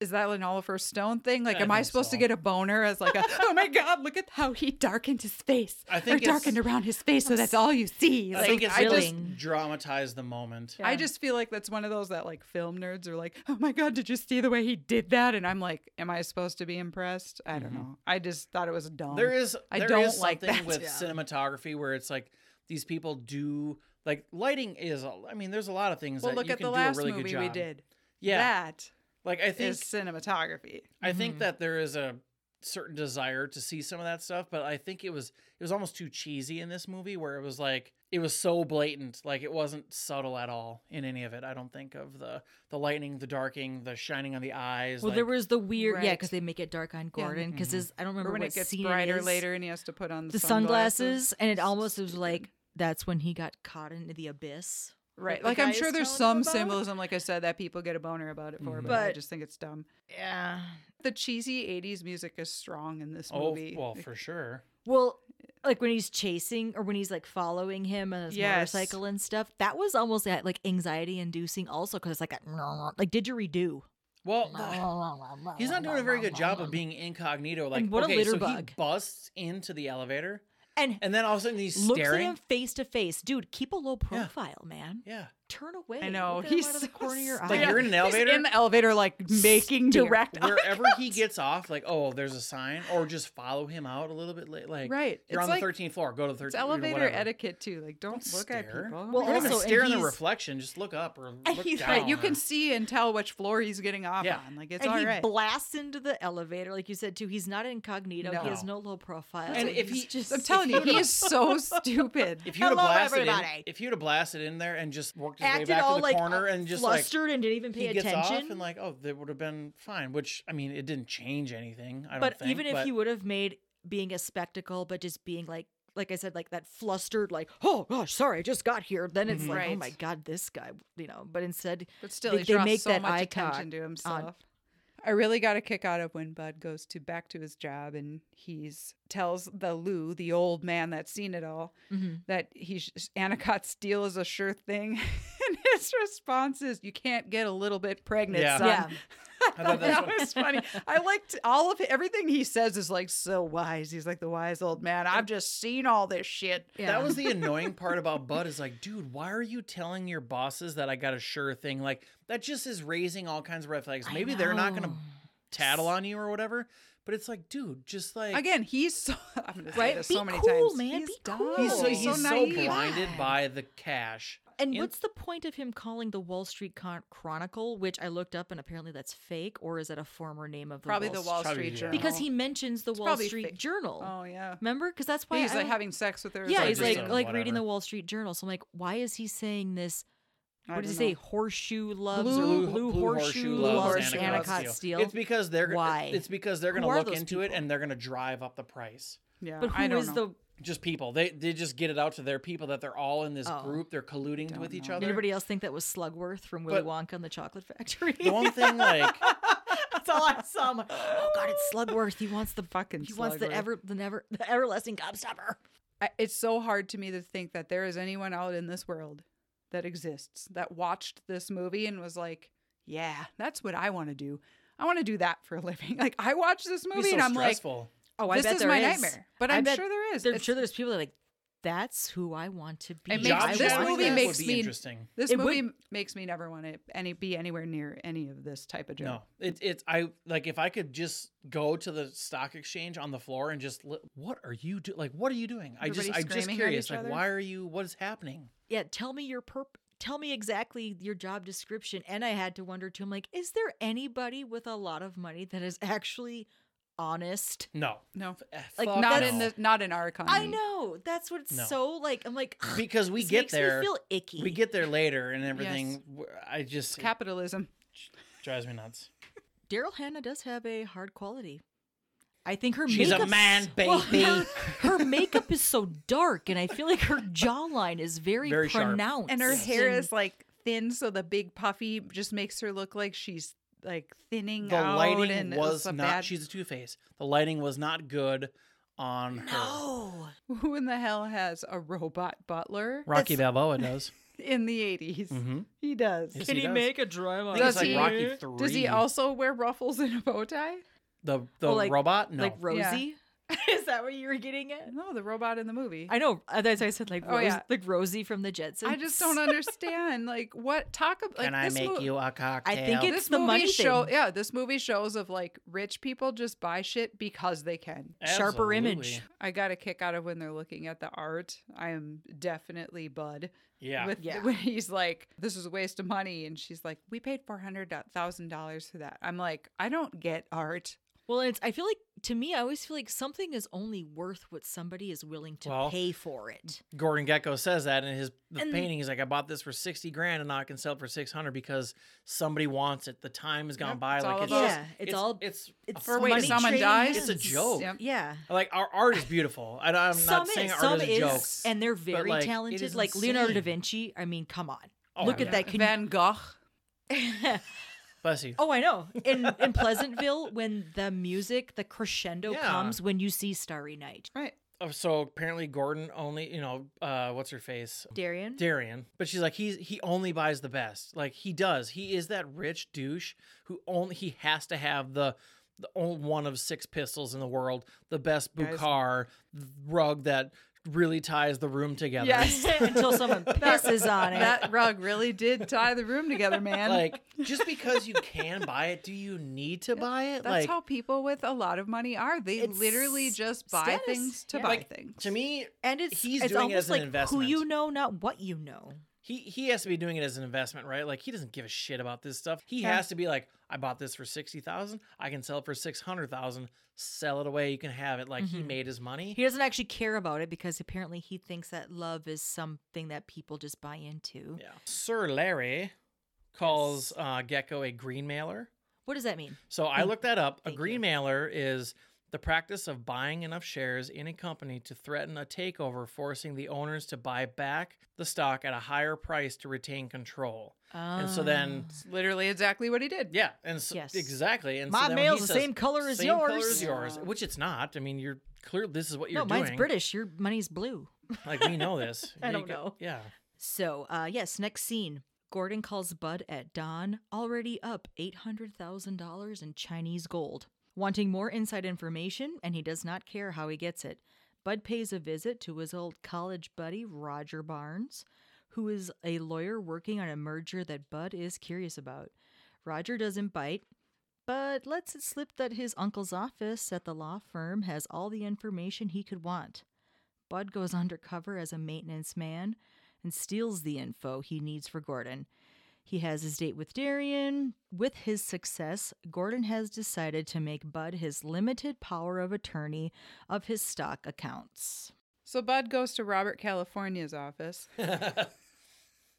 Speaker 5: Is that an Oliver Stone thing? Like,
Speaker 4: I
Speaker 5: am I
Speaker 4: think
Speaker 5: supposed to
Speaker 4: so.
Speaker 5: get a boner as like, a, oh my god, look at how he darkened his face,
Speaker 4: I think
Speaker 5: or
Speaker 4: it's-
Speaker 5: darkened around his face, so that's all you see.
Speaker 4: I
Speaker 5: Like,
Speaker 4: think it's
Speaker 5: I
Speaker 4: really
Speaker 5: just
Speaker 3: just-
Speaker 4: dramatized the moment.
Speaker 5: I just feel like that's one of those that like film nerds are like, oh my god, did you see the way he did that? And I'm like, am I supposed to be impressed? I don't know. I just thought it was dumb.
Speaker 4: Mm-hmm. There is
Speaker 5: Um, I
Speaker 4: there
Speaker 5: don't
Speaker 4: is
Speaker 5: like
Speaker 4: something
Speaker 5: that.
Speaker 4: with
Speaker 5: Yeah.
Speaker 4: cinematography where it's like these people do like lighting is a- I mean there's a lot of things
Speaker 5: well,
Speaker 4: that
Speaker 5: look
Speaker 4: you
Speaker 5: at
Speaker 4: can
Speaker 5: the
Speaker 4: do
Speaker 5: last
Speaker 4: a really
Speaker 5: movie
Speaker 4: good job.
Speaker 5: we did.
Speaker 4: Yeah.
Speaker 5: that
Speaker 4: Like I think
Speaker 5: is mm-hmm. cinematography.
Speaker 4: I think that there is a certain desire to see some of that stuff, but I think it was it was almost too cheesy in this movie where it was like it was so blatant, like it wasn't subtle at all in any of it. I don't think of the the lightning, the darking, the shining on the eyes.
Speaker 3: Well,
Speaker 4: like,
Speaker 3: there was the weird, yeah,
Speaker 5: Right.
Speaker 3: because they make it dark on Gordon. Because I don't remember
Speaker 5: Or when
Speaker 3: what
Speaker 5: it gets
Speaker 3: scene
Speaker 5: brighter
Speaker 3: it is.
Speaker 5: later and he has to put on the,
Speaker 3: the sunglasses, and it almost was like that's when he got caught into the abyss.
Speaker 5: Right.
Speaker 3: the
Speaker 5: Like I'm
Speaker 3: guy
Speaker 5: sure
Speaker 3: is
Speaker 5: there's
Speaker 3: telling him
Speaker 5: some
Speaker 3: about.
Speaker 5: symbolism, like I said, that people get a boner about it for, but, I
Speaker 3: But-
Speaker 5: just think it's dumb.
Speaker 3: Yeah.
Speaker 5: The cheesy '80s music is strong in this
Speaker 4: oh
Speaker 5: movie.
Speaker 4: well for sure.
Speaker 3: Well, like when he's chasing or when he's like following him on his
Speaker 5: Yes.
Speaker 3: motorcycle and stuff. That was almost that like anxiety inducing also because it's like that like didgeridoo.
Speaker 4: Well, the- he's not doing a very good job of being incognito. Like,
Speaker 3: what a
Speaker 4: okay, so
Speaker 3: litterbug.
Speaker 4: he busts into the elevator,
Speaker 3: And,
Speaker 4: and then all of a sudden he's
Speaker 3: looks at
Speaker 4: staring.
Speaker 3: him face to face. Dude, keep a low profile, man.
Speaker 4: Yeah,
Speaker 3: Turn away.
Speaker 5: I know,
Speaker 3: Look at him
Speaker 5: he's
Speaker 3: out of the
Speaker 5: so
Speaker 3: corner of your
Speaker 5: stupid.
Speaker 3: eye.
Speaker 4: like you're in an elevator.
Speaker 5: He's in the elevator, like making
Speaker 3: Stare.
Speaker 5: direct eye
Speaker 4: wherever he gets off, like, oh, there's a sign, or just follow him out a little bit late. Like,
Speaker 5: Right.
Speaker 4: you're
Speaker 5: It's
Speaker 4: on
Speaker 5: like-
Speaker 4: the 13th floor, go to the 13th
Speaker 5: It's
Speaker 4: you know,
Speaker 5: elevator
Speaker 4: whatever.
Speaker 5: etiquette too. Like, don't, look
Speaker 4: stare.
Speaker 5: at people.
Speaker 3: Well,
Speaker 4: You're
Speaker 3: also,
Speaker 4: gonna
Speaker 3: and
Speaker 4: stare in the
Speaker 3: he's-
Speaker 4: reflection. Just look up or
Speaker 3: And
Speaker 4: look
Speaker 3: he's-
Speaker 4: down.
Speaker 5: Right, you
Speaker 4: or-
Speaker 5: can see and tell which floor he's getting off
Speaker 4: Yeah.
Speaker 5: on. Like, it's
Speaker 3: and
Speaker 5: all
Speaker 3: he
Speaker 5: right.
Speaker 3: blasts into the elevator, like you said too. He's not incognito. He has
Speaker 4: No.
Speaker 3: no low profile.
Speaker 4: And if
Speaker 3: He's
Speaker 4: he-
Speaker 3: just,
Speaker 5: I'm telling you, he is so stupid.
Speaker 4: If you would have
Speaker 3: Hello,
Speaker 4: blasted, in,
Speaker 3: everybody.
Speaker 4: if you would have blasted in there and just worked his way
Speaker 3: acted
Speaker 4: back to
Speaker 3: all
Speaker 4: the
Speaker 3: like
Speaker 4: corner
Speaker 3: uh,
Speaker 4: and just like
Speaker 3: flustered and didn't even pay
Speaker 4: he gets
Speaker 3: attention.
Speaker 4: off and like, oh, that would have been fine. Which I mean, it didn't change anything. I don't
Speaker 3: but
Speaker 4: think,
Speaker 3: even if
Speaker 4: but-
Speaker 3: he would have made being a spectacle, but just being like, like I said, like that flustered, like, oh gosh, sorry, I just got here. Then
Speaker 4: Mm-hmm.
Speaker 3: it's like, oh
Speaker 5: Right.
Speaker 3: my god, this guy, you know. But instead,
Speaker 5: But still,
Speaker 3: they,
Speaker 5: he
Speaker 3: they
Speaker 5: draws
Speaker 3: make
Speaker 5: so
Speaker 3: that
Speaker 5: much
Speaker 3: eye
Speaker 5: attention
Speaker 3: contact
Speaker 5: to
Speaker 3: on-
Speaker 5: himself. I really got a kick out of when Bud goes to back to his job and he's tells the Lou, the old man that's seen it all,
Speaker 3: Mhm.
Speaker 5: that he sh- Anacott's deal is a sure thing, and his response is, "You can't get a little bit pregnant,
Speaker 4: Yeah.
Speaker 5: son."
Speaker 3: yeah,
Speaker 4: I thought that
Speaker 5: that
Speaker 4: was-
Speaker 5: was funny. I liked all of it. everything he says is like so wise. He's like the wise old man. I've just seen all this shit.
Speaker 3: yeah.
Speaker 4: That was the annoying part about Bud is like, dude, why are you telling your bosses that I got a sure thing? Like that just is raising all kinds of red flags.
Speaker 3: I
Speaker 4: Maybe they're not gonna
Speaker 3: know.
Speaker 4: tattle on you or whatever. But it's like, dude, just like
Speaker 5: Again, he's so I'm gonna say
Speaker 3: Right?
Speaker 5: this
Speaker 3: Be
Speaker 5: so many
Speaker 3: cool,
Speaker 5: times.
Speaker 3: man.
Speaker 5: He's
Speaker 3: Be
Speaker 5: dumb.
Speaker 3: cool.
Speaker 4: he's so,
Speaker 3: He's
Speaker 4: he's
Speaker 3: oh, so
Speaker 4: so,
Speaker 5: naive.
Speaker 4: blinded
Speaker 3: God.
Speaker 4: by the cash.
Speaker 3: And
Speaker 4: In-
Speaker 3: what's the point of him calling the Wall Street Con- Chronicle, which I looked up and apparently that's fake, or is that a former name of the
Speaker 5: Probably
Speaker 3: Wall
Speaker 5: the
Speaker 3: Street-
Speaker 5: Wall
Speaker 4: Probably,
Speaker 5: Street
Speaker 4: yeah.
Speaker 5: Journal.
Speaker 3: Because he mentions the Wall
Speaker 5: probably
Speaker 3: Street
Speaker 5: fake.
Speaker 3: Journal.
Speaker 5: Oh yeah.
Speaker 3: Remember? Because that's why
Speaker 5: he's
Speaker 3: I
Speaker 5: like
Speaker 3: don't-
Speaker 5: having sex with her. or
Speaker 3: yeah,
Speaker 4: like
Speaker 3: he's
Speaker 4: just
Speaker 3: like
Speaker 5: something.
Speaker 4: a
Speaker 3: like reading the
Speaker 4: whatever.
Speaker 3: Wall Street Journal. So I'm like, why is he saying this?
Speaker 5: I
Speaker 3: What does he
Speaker 5: don't
Speaker 3: say? Horseshoe loves
Speaker 5: Blue-
Speaker 3: or
Speaker 5: Blue-
Speaker 3: blue, horseshoe, loves
Speaker 5: loves Anacott
Speaker 3: Anacott
Speaker 5: Steel.
Speaker 3: Steel.
Speaker 4: It's because they're gonna-
Speaker 3: Why?
Speaker 4: It's because they're
Speaker 3: Who
Speaker 4: gonna
Speaker 3: are
Speaker 4: look
Speaker 3: those
Speaker 4: into it
Speaker 3: people?
Speaker 4: and they're gonna drive up the price.
Speaker 5: Yeah,
Speaker 3: but
Speaker 5: I
Speaker 3: who
Speaker 5: don't
Speaker 3: is
Speaker 5: know.
Speaker 3: the
Speaker 4: Just people. They they just get it out to their people that they're all in this
Speaker 3: Oh.
Speaker 4: group. They're colluding with each other.
Speaker 3: anybody else think that was Slugworth from Willy
Speaker 4: But-
Speaker 3: Wonka and the Chocolate Factory?
Speaker 4: the one thing like
Speaker 3: That's all I saw. I'm like, oh god, it's Slugworth. He wants the
Speaker 5: fucking?
Speaker 3: he wants the
Speaker 5: Slugworth.
Speaker 3: ever the never the everlasting gobstopper.
Speaker 5: I, it's so hard to me to think that there is anyone out in this world that exists that watched this movie and was like, "Yeah, that's what I want to do. I want to do that for a living." Like I watched this
Speaker 4: it'd
Speaker 5: movie
Speaker 4: be so
Speaker 5: and I'm
Speaker 4: stressful.
Speaker 3: Oh,
Speaker 5: like, "This is
Speaker 3: there
Speaker 5: my nightmare." But
Speaker 3: I
Speaker 5: I'm
Speaker 3: bet
Speaker 5: sure there is.
Speaker 3: There- I'm
Speaker 5: It's-
Speaker 3: sure there's people that are like, that's who I want to be.
Speaker 5: It makes-
Speaker 3: I
Speaker 4: Job
Speaker 3: want
Speaker 5: this
Speaker 4: shadowing
Speaker 5: movie
Speaker 4: that
Speaker 3: that."
Speaker 5: makes
Speaker 4: would be
Speaker 5: me-
Speaker 4: interesting.
Speaker 5: this
Speaker 3: it would-
Speaker 5: movie makes me never want to any be anywhere near any of this type of
Speaker 4: No,
Speaker 5: job.
Speaker 4: it, it's I like if I could just go to the stock exchange on the floor and just li- what are you do like what are you doing? I just
Speaker 5: Everybody
Speaker 4: I'm just
Speaker 5: screaming at
Speaker 4: curious
Speaker 5: each
Speaker 4: like
Speaker 5: other?
Speaker 4: why are you what is happening?
Speaker 3: yeah, tell me your perp. Tell me exactly your job description. And I had to wonder too. I'm like, is there anybody with a lot of money that is actually honest?
Speaker 4: No,
Speaker 5: No,
Speaker 4: Eh,
Speaker 3: Like,
Speaker 4: fuck
Speaker 5: not
Speaker 3: no.
Speaker 5: in the not in our economy.
Speaker 3: I know that's what's
Speaker 4: No.
Speaker 3: so like. I'm like, ugh,
Speaker 4: because we
Speaker 3: this
Speaker 4: get
Speaker 3: makes me
Speaker 4: there
Speaker 3: feel icky.
Speaker 4: we get there later and everything.
Speaker 5: Yes.
Speaker 4: w- I just it
Speaker 5: capitalism.
Speaker 4: drives me nuts.
Speaker 3: Daryl Hannah does have a hard quality. I think her
Speaker 4: She's a
Speaker 3: makeup's-
Speaker 4: man,
Speaker 3: Well,
Speaker 4: baby.
Speaker 3: her, her makeup is so dark, and I feel like her jawline is very,
Speaker 4: Very sharp.
Speaker 3: pronounced,
Speaker 5: and her hair
Speaker 3: and-
Speaker 5: is like thin, so the big puffy just makes her look like she's like thinning
Speaker 4: The
Speaker 5: out.
Speaker 4: lighting
Speaker 5: and it
Speaker 4: was
Speaker 5: a
Speaker 4: not.
Speaker 5: Bad...
Speaker 4: She's a two face. The lighting was not good on her.
Speaker 3: no.
Speaker 5: Who in the hell has a robot butler
Speaker 4: Rocky Balboa does.
Speaker 5: in the 80s
Speaker 4: Mhm.
Speaker 5: He does.
Speaker 4: Yes, does.
Speaker 3: a drum?
Speaker 4: I think
Speaker 5: Does
Speaker 4: it's
Speaker 5: he-
Speaker 4: like Rocky three.
Speaker 5: Does he also wear ruffles and a bow tie?
Speaker 4: the the
Speaker 3: Oh, like-
Speaker 4: robot? No,
Speaker 3: like
Speaker 5: Yeah.
Speaker 3: Rosie? is that what you were getting at?
Speaker 5: No, the robot in the movie.
Speaker 3: I know. As I said, like
Speaker 5: Oh,
Speaker 3: Rose,
Speaker 5: yeah.
Speaker 3: like Rosie from the Jetsons.
Speaker 5: I just don't understand. Like what talk about? Like,
Speaker 4: Can I
Speaker 5: this
Speaker 4: make
Speaker 5: mo-
Speaker 4: you a cocktail?
Speaker 3: it-
Speaker 5: This
Speaker 3: It's the
Speaker 5: movie
Speaker 3: money
Speaker 5: show,
Speaker 3: thing.
Speaker 5: yeah, this movie shows of like rich people just buy shit because they can.
Speaker 3: Sharper image.
Speaker 4: Absolutely.
Speaker 5: I got a kick out of when they're looking at the art. I am definitely Bud.
Speaker 4: Yeah.
Speaker 5: With
Speaker 3: Yeah.
Speaker 5: when he's like, "This is a waste of money," and she's like, "We paid four hundred thousand dollars for that." I'm like, I don't get art.
Speaker 3: Well, it's. I feel like to me, I always feel like something is only worth what somebody is willing to
Speaker 4: Well,
Speaker 3: pay for it.
Speaker 4: Gordon Gecko says that in his the
Speaker 3: And-
Speaker 4: painting. He's like, I bought this for sixty grand, and now I can sell it for six hundred because somebody wants it. The time has gone
Speaker 5: Yep,
Speaker 4: by.
Speaker 5: it's all
Speaker 4: like it's
Speaker 5: about-
Speaker 4: just-
Speaker 3: Yeah, it's all-
Speaker 4: It's
Speaker 3: it's
Speaker 4: for
Speaker 5: Wait,
Speaker 3: Money
Speaker 5: someone
Speaker 3: trading
Speaker 5: dies.
Speaker 4: It's a
Speaker 3: hands.
Speaker 4: joke.
Speaker 5: Yep.
Speaker 3: Yeah.
Speaker 4: Like our art is beautiful. I, I'm
Speaker 3: some
Speaker 4: not saying
Speaker 3: is,
Speaker 4: art
Speaker 3: some
Speaker 4: is a
Speaker 3: is,
Speaker 4: joke.
Speaker 3: and they're very
Speaker 4: like, it
Speaker 3: talented.
Speaker 4: is
Speaker 3: Like Leonardo da
Speaker 4: insane.
Speaker 3: Vinci. I mean, come on.
Speaker 4: Oh,
Speaker 3: Look
Speaker 4: yeah.
Speaker 3: at that. Can
Speaker 5: Van Gogh.
Speaker 4: Bless you.
Speaker 3: Oh, I know. In in Pleasantville, when the music, the crescendo
Speaker 4: Yeah.
Speaker 3: comes, when you see Starry Night,
Speaker 5: Right.
Speaker 4: Oh, So apparently Gordon only, you know, uh, what's her face?
Speaker 3: Darian.
Speaker 4: Darian. But she's like, he's he only buys the best. Like he does. He is that rich douche who only he has to have the the only one of six pistols in the world, the best
Speaker 5: Guys.
Speaker 4: Bukhar rug that really ties the room together.
Speaker 5: Yes.
Speaker 3: Until someone pisses on it.
Speaker 5: That rug really did tie the room together, man.
Speaker 4: Like just because you can buy it, do you need to buy it?
Speaker 5: That's
Speaker 4: like
Speaker 5: how people with a lot of money are. They
Speaker 3: It's
Speaker 5: literally just buy
Speaker 3: status,
Speaker 5: things to
Speaker 3: yeah.
Speaker 5: buy
Speaker 4: Like,
Speaker 5: things.
Speaker 4: to me,
Speaker 3: and it's
Speaker 4: he's
Speaker 3: it's
Speaker 4: doing it
Speaker 3: almost
Speaker 4: as an
Speaker 3: like
Speaker 4: investment.
Speaker 3: who you know, not what you know.
Speaker 4: he he has to be doing it as an investment, right? Like he doesn't give a shit about this stuff. He
Speaker 3: Yeah.
Speaker 4: has to be like, I bought this for sixty thousand. I can sell it for six hundred thousand. Sell it away. You can have it. Like
Speaker 5: Mm-hmm.
Speaker 4: he made his money.
Speaker 3: He doesn't actually care about it because apparently he thinks that love is something that people just buy into.
Speaker 4: yeah. Sir Larry calls uh, Gecko a green mailer.
Speaker 3: What does that mean?
Speaker 4: So I looked that up. A
Speaker 3: Mm. Thank
Speaker 4: green
Speaker 3: you.
Speaker 4: mailer is the practice of buying enough shares in a company to threaten a takeover, forcing the owners to buy back the stock at a higher price to retain control. And so then
Speaker 5: It's literally exactly what he did.
Speaker 4: Yeah, and so,
Speaker 3: Ah. Yes.
Speaker 4: exactly. And
Speaker 3: My
Speaker 4: so then when he
Speaker 3: mail's the
Speaker 4: says,
Speaker 3: same color as
Speaker 4: "Same color
Speaker 3: yours."
Speaker 4: as yours," which it's not. I mean, you're clear. This is what you're
Speaker 3: no, mine's
Speaker 4: doing.
Speaker 3: British. Your money's blue.
Speaker 4: Like we know this.
Speaker 3: I
Speaker 4: You
Speaker 3: don't know.
Speaker 4: Yeah,
Speaker 3: So, uh, yes, next scene. Gordon calls Bud at dawn, already up $800,000 in Chinese gold. Wanting more inside information, and he does not care how he gets it. Bud pays a visit to his old college buddy, Roger Barnes, who is a lawyer working on a merger that Bud is curious about. Roger doesn't bite, but lets it slip that his uncle's office at the law firm has all the information he could want. Bud goes undercover as a maintenance man and steals the info he needs for Gordon. He has his date with Darian. With his success, Gordon has decided to make Bud his limited power of attorney of his stock accounts.
Speaker 5: So Bud goes to Robert California's office.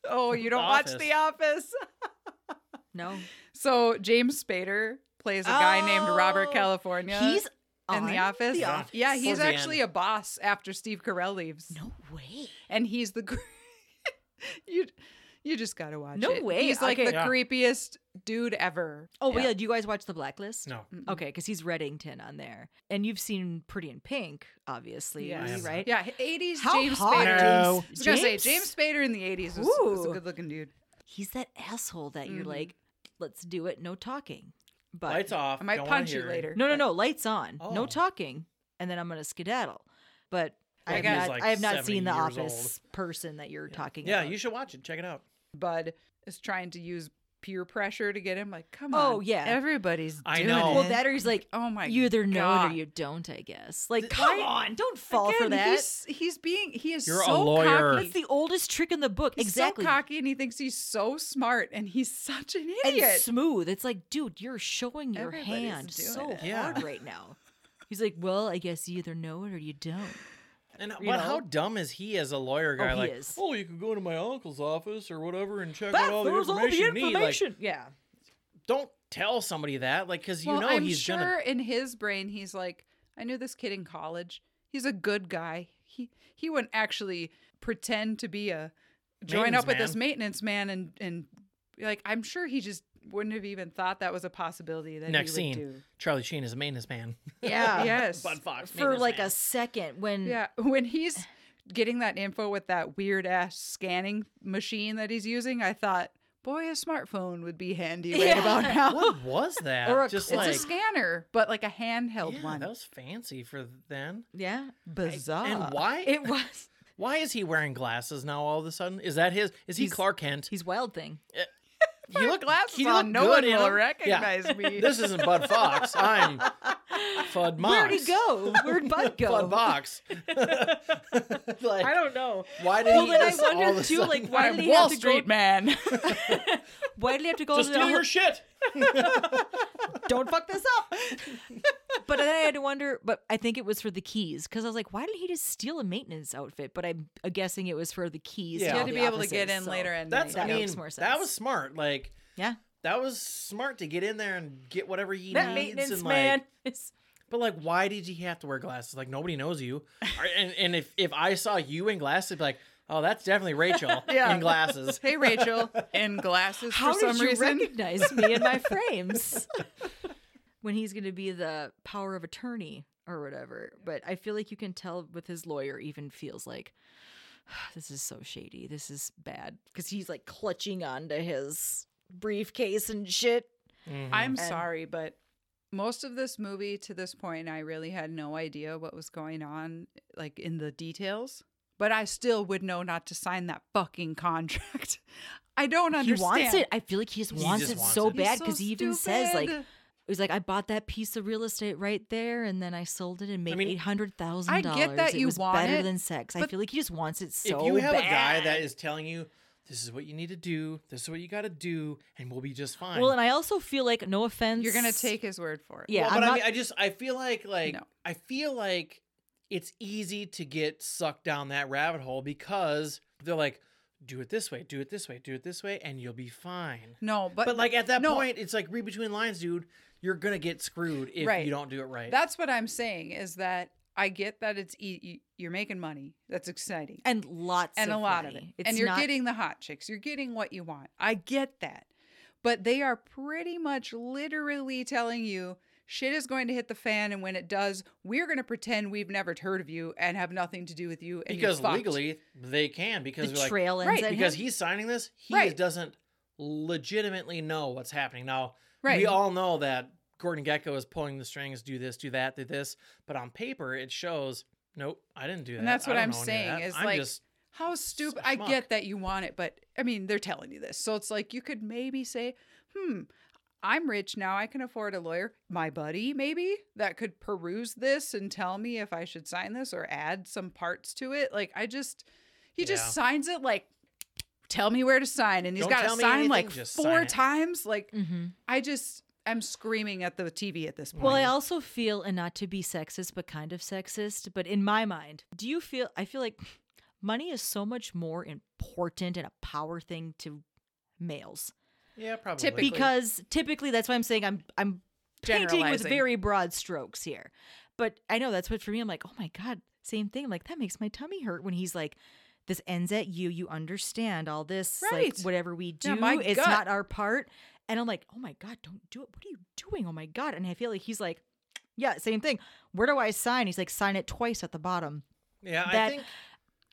Speaker 5: oh, you don't watch
Speaker 4: Office.
Speaker 5: The Office.
Speaker 3: No.
Speaker 5: So James Spader plays a guy named Robert
Speaker 3: Oh,
Speaker 5: California.
Speaker 3: He's
Speaker 5: in the
Speaker 3: on
Speaker 5: office.
Speaker 3: The
Speaker 5: yeah.
Speaker 3: Office?
Speaker 5: Yeah, he's
Speaker 4: Or the
Speaker 5: actually
Speaker 4: end.
Speaker 5: a boss after Steve Carell leaves.
Speaker 3: No way.
Speaker 5: and he's the gr- you you just gotta watch
Speaker 3: No
Speaker 5: it.
Speaker 3: way.
Speaker 5: he's like
Speaker 3: Okay.
Speaker 5: the
Speaker 4: Yeah.
Speaker 5: creepiest dude ever
Speaker 3: Oh, yeah. Do you guys watch The Blacklist?
Speaker 4: no.
Speaker 3: Okay, because he's Reddington on there. And you've seen Pretty in Pink, obviously,
Speaker 5: Yeah.
Speaker 4: I have
Speaker 3: right?
Speaker 5: yeah 80s
Speaker 3: How
Speaker 5: james
Speaker 3: hot,
Speaker 5: spader
Speaker 4: No.
Speaker 3: James?
Speaker 5: I was gonna say James Spader in the '80s was, was a
Speaker 3: Ooh.
Speaker 5: good looking dude.
Speaker 3: He's that asshole that you're
Speaker 5: Mhm.
Speaker 3: like, let's do it, no talking. But
Speaker 4: Lights off.
Speaker 5: I might
Speaker 4: don't wanna
Speaker 5: punch you
Speaker 4: hear it.
Speaker 5: later.
Speaker 3: No, no, no. Lights on.
Speaker 4: Oh.
Speaker 3: No talking. And then I'm going to skedaddle. But I
Speaker 4: Yeah,
Speaker 3: have,
Speaker 5: he's
Speaker 3: not,
Speaker 4: like
Speaker 3: I have not seen
Speaker 4: 70
Speaker 3: the
Speaker 4: years
Speaker 3: office person that you're talking
Speaker 4: Yeah,
Speaker 3: about.
Speaker 4: you should watch it. Check it out.
Speaker 5: Bud is trying to use peer pressure to get him. Like, come on,
Speaker 3: Oh, yeah.
Speaker 5: everybody's
Speaker 4: I
Speaker 5: doing
Speaker 4: know.
Speaker 5: It.
Speaker 3: Well, that or he's like,
Speaker 5: oh my,
Speaker 3: you either know
Speaker 5: God.
Speaker 3: it or you don't, I guess. Like, come on. Don't fall
Speaker 5: Again,
Speaker 3: for that.
Speaker 5: He's, he's being he is
Speaker 4: You're a
Speaker 5: so
Speaker 4: lawyer.
Speaker 5: cocky.
Speaker 3: That's the oldest trick in the book.
Speaker 5: He's
Speaker 3: exactly.
Speaker 5: so cocky, and he thinks he's so smart, and he's such an
Speaker 3: and
Speaker 5: idiot.
Speaker 3: smooth. It's like, dude, you're showing your
Speaker 5: Everybody's
Speaker 3: hand
Speaker 5: doing
Speaker 3: so
Speaker 5: it.
Speaker 4: Yeah.
Speaker 3: hard right now. He's like, well, I guess you either know it or you don't.
Speaker 4: And
Speaker 3: You
Speaker 4: but
Speaker 3: know?
Speaker 4: how dumb is he as a lawyer guy?
Speaker 3: he
Speaker 4: like,
Speaker 3: is.
Speaker 4: oh, you can go into my uncle's office or whatever and check
Speaker 3: But
Speaker 4: out all the
Speaker 3: there's
Speaker 4: information,
Speaker 3: all the
Speaker 4: you need. Like,
Speaker 3: information. yeah.
Speaker 4: don't tell somebody that, like, because you
Speaker 5: well,
Speaker 4: know
Speaker 5: I'm
Speaker 4: he's
Speaker 5: sure
Speaker 4: gonna.
Speaker 5: in his brain he's like, I knew this kid in college. He's a good guy. He he wouldn't actually pretend to be a join
Speaker 4: Maintenance
Speaker 5: up with this
Speaker 4: man.
Speaker 5: maintenance man and and like I'm sure he just wouldn't have even thought that was a possibility that
Speaker 4: Next
Speaker 5: he
Speaker 4: scene,
Speaker 5: would do.
Speaker 4: Charlie Sheen is a maintenance man.
Speaker 3: Yeah.
Speaker 5: yes.
Speaker 4: Bud Fox
Speaker 3: For
Speaker 4: maintenance
Speaker 3: like
Speaker 4: man.
Speaker 3: a second when
Speaker 5: Yeah, when he's getting that info with that weird ass scanning machine that he's using, I thought, boy, a smartphone would be handy right
Speaker 3: Yeah.
Speaker 5: about now.
Speaker 4: What was that?
Speaker 3: Or a
Speaker 4: Just
Speaker 5: It's
Speaker 3: clock.
Speaker 4: like
Speaker 5: a scanner, but like a handheld
Speaker 4: yeah,
Speaker 5: one.
Speaker 4: That was fancy for then.
Speaker 3: Yeah. Bizarre.
Speaker 4: And why?
Speaker 3: It was.
Speaker 4: Why is he wearing glasses now? All of a sudden, is that his? Is he
Speaker 3: He's-
Speaker 4: Clark Kent?
Speaker 3: He's Wild Thing.
Speaker 4: he
Speaker 5: put
Speaker 4: looked
Speaker 5: glasses
Speaker 4: he
Speaker 5: on,
Speaker 4: looked
Speaker 5: no
Speaker 4: good
Speaker 5: one
Speaker 4: in
Speaker 5: will
Speaker 4: them.
Speaker 5: recognize me.
Speaker 4: This isn't Bud Fox. I'm Fud Mox.
Speaker 3: Where'd he go? Where'd Bud go?
Speaker 4: Fud Box. like,
Speaker 3: don't know.
Speaker 4: why did
Speaker 3: Well,
Speaker 4: he
Speaker 3: then I
Speaker 4: just all of
Speaker 3: wonder
Speaker 4: a
Speaker 3: too, like,
Speaker 4: sudden-
Speaker 3: why
Speaker 5: I'm
Speaker 3: did he
Speaker 5: Wall
Speaker 3: have to
Speaker 5: Street
Speaker 3: go?
Speaker 5: man.
Speaker 3: Why did he have to go
Speaker 4: just
Speaker 3: to the
Speaker 4: do your shit.
Speaker 3: Don't fuck this up. but then I had to wonder. But I think it was for the keys because I was like, why did he just steal a maintenance outfit? But I'm uh, guessing it was for the keys.
Speaker 4: Yeah.
Speaker 3: all
Speaker 4: He had
Speaker 5: to
Speaker 3: the
Speaker 5: be able to get
Speaker 3: offices,
Speaker 5: in
Speaker 3: so-
Speaker 5: later and
Speaker 4: That's
Speaker 3: That
Speaker 4: I mean
Speaker 3: makes more sense.
Speaker 4: that was smart. Like
Speaker 3: Yeah.
Speaker 4: that was smart to get in there and get whatever he
Speaker 3: That
Speaker 4: needs.
Speaker 3: maintenance
Speaker 4: and, like,
Speaker 3: man. Is,
Speaker 4: But like, why did you have to wear glasses? Like nobody knows you. Are- And, and if if I saw you in glasses, I'd be like, oh, that's definitely Rachel
Speaker 5: Yeah.
Speaker 4: in glasses.
Speaker 5: hey Rachel, in glasses
Speaker 3: how
Speaker 5: for
Speaker 3: did
Speaker 5: some
Speaker 3: you
Speaker 5: reason.
Speaker 3: recognize me in my frames? when he's going to be the power of attorney or whatever. But I feel like you can tell with his lawyer even feels like this is so shady. This is bad because he's like clutching onto his briefcase and shit.
Speaker 5: I'm
Speaker 4: Mm-hmm.
Speaker 3: And-
Speaker 5: sorry, but most of this movie to this point, I really had no idea what was going on, like in the details. But I still would know not to sign that fucking contract. I don't understand.
Speaker 3: He wants it. I feel like he just
Speaker 4: He
Speaker 3: wants
Speaker 4: just
Speaker 3: it
Speaker 4: wants
Speaker 3: so
Speaker 4: it.
Speaker 5: He's
Speaker 3: bad
Speaker 5: so
Speaker 3: because he even says like
Speaker 5: stupid.
Speaker 3: It was like, I bought that piece of real estate right there, and then I sold it and made
Speaker 4: mean,
Speaker 3: eight hundred thousand
Speaker 5: I
Speaker 3: dollars.
Speaker 5: get that
Speaker 3: it
Speaker 5: you
Speaker 3: was
Speaker 5: want
Speaker 3: better
Speaker 5: it,
Speaker 3: than sex. I
Speaker 5: but
Speaker 3: feel like he just wants it so
Speaker 4: if you have
Speaker 3: bad.
Speaker 4: a guy that is telling you this is what you need to do, this is what you got to do, and we'll be just fine.
Speaker 3: well, and I also feel like, no offense,
Speaker 5: you're gonna take his word for it.
Speaker 3: Yeah,
Speaker 4: Well,
Speaker 3: I'm
Speaker 4: but I
Speaker 3: not-
Speaker 4: mean, I just I feel like like
Speaker 5: No.
Speaker 4: I feel like it's easy to get sucked down that rabbit hole because they're like, do it this way, do it this way, do it this way, and you'll be fine.
Speaker 5: No, but
Speaker 4: But like at that
Speaker 5: no.
Speaker 4: point, it's like read between lines, dude. You're gonna get screwed if
Speaker 5: Right.
Speaker 4: you don't do it right.
Speaker 5: that's what I'm saying is that I get that it's e- you- you're making money. That's exciting.
Speaker 3: and lots
Speaker 5: and
Speaker 3: of
Speaker 5: a lot of it.
Speaker 3: money.
Speaker 5: and
Speaker 3: It's
Speaker 5: you're
Speaker 3: not-
Speaker 5: getting the hot chicks. You're getting what you want. I get that. But they are pretty much literally telling you shit is going to hit the fan and when it does, we're going to pretend we've never heard of you and have nothing to do with you and you're
Speaker 4: because
Speaker 5: fucked."
Speaker 4: legally they can because
Speaker 3: the
Speaker 4: we're like
Speaker 3: trail ends
Speaker 5: right,
Speaker 3: at
Speaker 4: because
Speaker 3: him.
Speaker 4: he's signing this, he
Speaker 5: Right.
Speaker 4: doesn't legitimately know what's happening. Now
Speaker 5: Right.
Speaker 4: we all know that Gordon Gecko is pulling the strings, do this, do that, do this, but on paper it shows, nope, I didn't do that.
Speaker 5: And that's
Speaker 4: I
Speaker 5: what
Speaker 4: don't
Speaker 5: I'm
Speaker 4: know any of
Speaker 5: saying
Speaker 4: that.
Speaker 5: is
Speaker 4: I'm
Speaker 5: like
Speaker 4: just,
Speaker 5: how stupid.
Speaker 4: a
Speaker 5: I
Speaker 4: schmuck.
Speaker 5: get that you want it, but I mean, they're telling you this. So it's like you could maybe say, "Hmm, I'm rich now. I can afford a lawyer. My buddy maybe that could peruse this and tell me if I should sign this or add some parts to it." Like I just he
Speaker 4: Yeah.
Speaker 5: just signs it like tell me where to sign and he's
Speaker 4: Don't
Speaker 5: got to
Speaker 4: tell me
Speaker 5: sign
Speaker 4: anything,
Speaker 5: like
Speaker 4: just
Speaker 5: four
Speaker 4: sign it.
Speaker 5: times. Like
Speaker 3: Mhm.
Speaker 5: I just I'm screaming at the TV at this point.
Speaker 3: Well, I also feel, and not to be sexist, but kind of sexist, but in my mind, do you feel, I feel like money is so much more important and a power thing to males.
Speaker 4: yeah, probably.
Speaker 5: Typically.
Speaker 3: Because typically that's why I'm saying I'm, I'm painting with
Speaker 5: Generalizing.
Speaker 3: very broad strokes here. But I know that's what for me, I'm like, oh my God, same thing. like, that makes my tummy hurt when he's like, this ends at you. You understand all this.
Speaker 5: Right.
Speaker 3: Like, whatever we do,
Speaker 5: Yeah, my
Speaker 3: it's
Speaker 5: gut.
Speaker 3: not our part. And I'm like, oh my God, don't do it. What are you doing? Oh my God. And I feel like he's like, yeah, same thing. Where do I sign? He's like, sign it twice at the bottom.
Speaker 4: Yeah, I
Speaker 3: that-
Speaker 4: think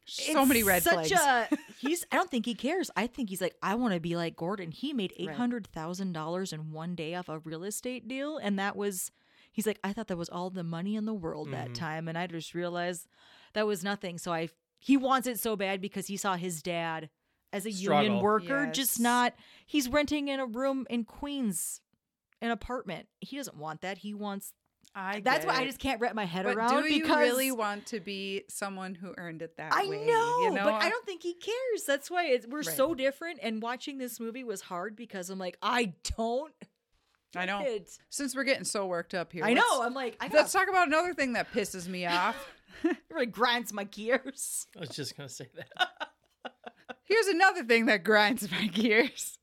Speaker 5: so many red
Speaker 3: such
Speaker 5: flags.
Speaker 3: A, he's. I don't think he cares. I think he's like, I want to be like Gordon. He made eight hundred thousand dollars in one day off a real estate deal, and that was. He's like, I thought that was all the money in the world
Speaker 5: Mm-hmm.
Speaker 3: that time, and I just realized that was nothing. So I. He wants it so bad because he saw his dad as a
Speaker 4: Struggle.
Speaker 3: union worker, just
Speaker 5: Yes.
Speaker 3: not. He's renting in a room in Queens, an apartment. He doesn't want that. He wants.
Speaker 5: I
Speaker 3: That's why
Speaker 5: get
Speaker 3: I
Speaker 5: it.
Speaker 3: just can't wrap my head
Speaker 5: But
Speaker 3: around.
Speaker 5: do you
Speaker 3: because
Speaker 5: really want to be someone who earned it that
Speaker 3: I
Speaker 5: way?
Speaker 3: know,
Speaker 5: you know,
Speaker 3: but I don't think he cares. That's why it's, we're
Speaker 5: Right.
Speaker 3: so different. And watching this movie was hard because I'm like, I don't.
Speaker 5: I know.
Speaker 3: get it.
Speaker 5: Since we're getting so worked up here,
Speaker 3: I
Speaker 5: let's-
Speaker 3: know. I'm like, I
Speaker 5: Let's
Speaker 3: got,
Speaker 5: talk about another thing that pisses me off.
Speaker 3: it really grinds my gears.
Speaker 4: I was just gonna say
Speaker 5: Oh,
Speaker 4: that.
Speaker 5: Here's another thing that grinds my gears.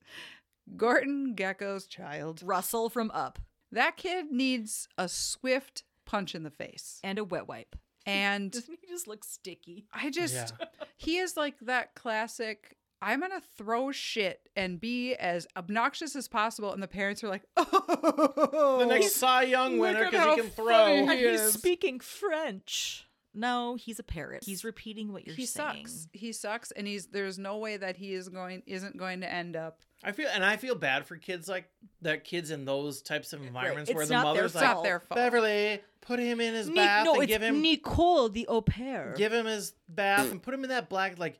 Speaker 5: Gordon Gecko's child.
Speaker 3: Russell from Up
Speaker 5: That kid needs a swift punch in the face.
Speaker 3: and a wet wipe.
Speaker 5: And
Speaker 3: Doesn't he just look sticky?
Speaker 5: I just he is like that classic I'm gonna throw shit and be as obnoxious as possible, and the parents are like, "Oh,
Speaker 4: the next Cy Young
Speaker 5: Look
Speaker 4: winner
Speaker 5: at
Speaker 4: because
Speaker 5: how
Speaker 4: he can throw.
Speaker 5: funny
Speaker 3: and
Speaker 5: he
Speaker 3: he's
Speaker 5: is.
Speaker 3: speaking French. No, he's a parrot. He's repeating what you're
Speaker 5: he
Speaker 3: saying.
Speaker 5: sucks. He sucks, and he's there's no way that he is going isn't going to end up.
Speaker 4: I feel and I feel bad for kids like that. Kids in those types of environments
Speaker 3: It's
Speaker 4: where the
Speaker 3: not their
Speaker 4: mother's
Speaker 5: It's
Speaker 4: like,
Speaker 5: not their fault.
Speaker 4: Beverly, put him in his
Speaker 3: Ni-
Speaker 4: bath
Speaker 3: no,
Speaker 4: and
Speaker 3: it's
Speaker 4: give him
Speaker 3: Nicole the au pair.
Speaker 4: give him his bath and put him in that black like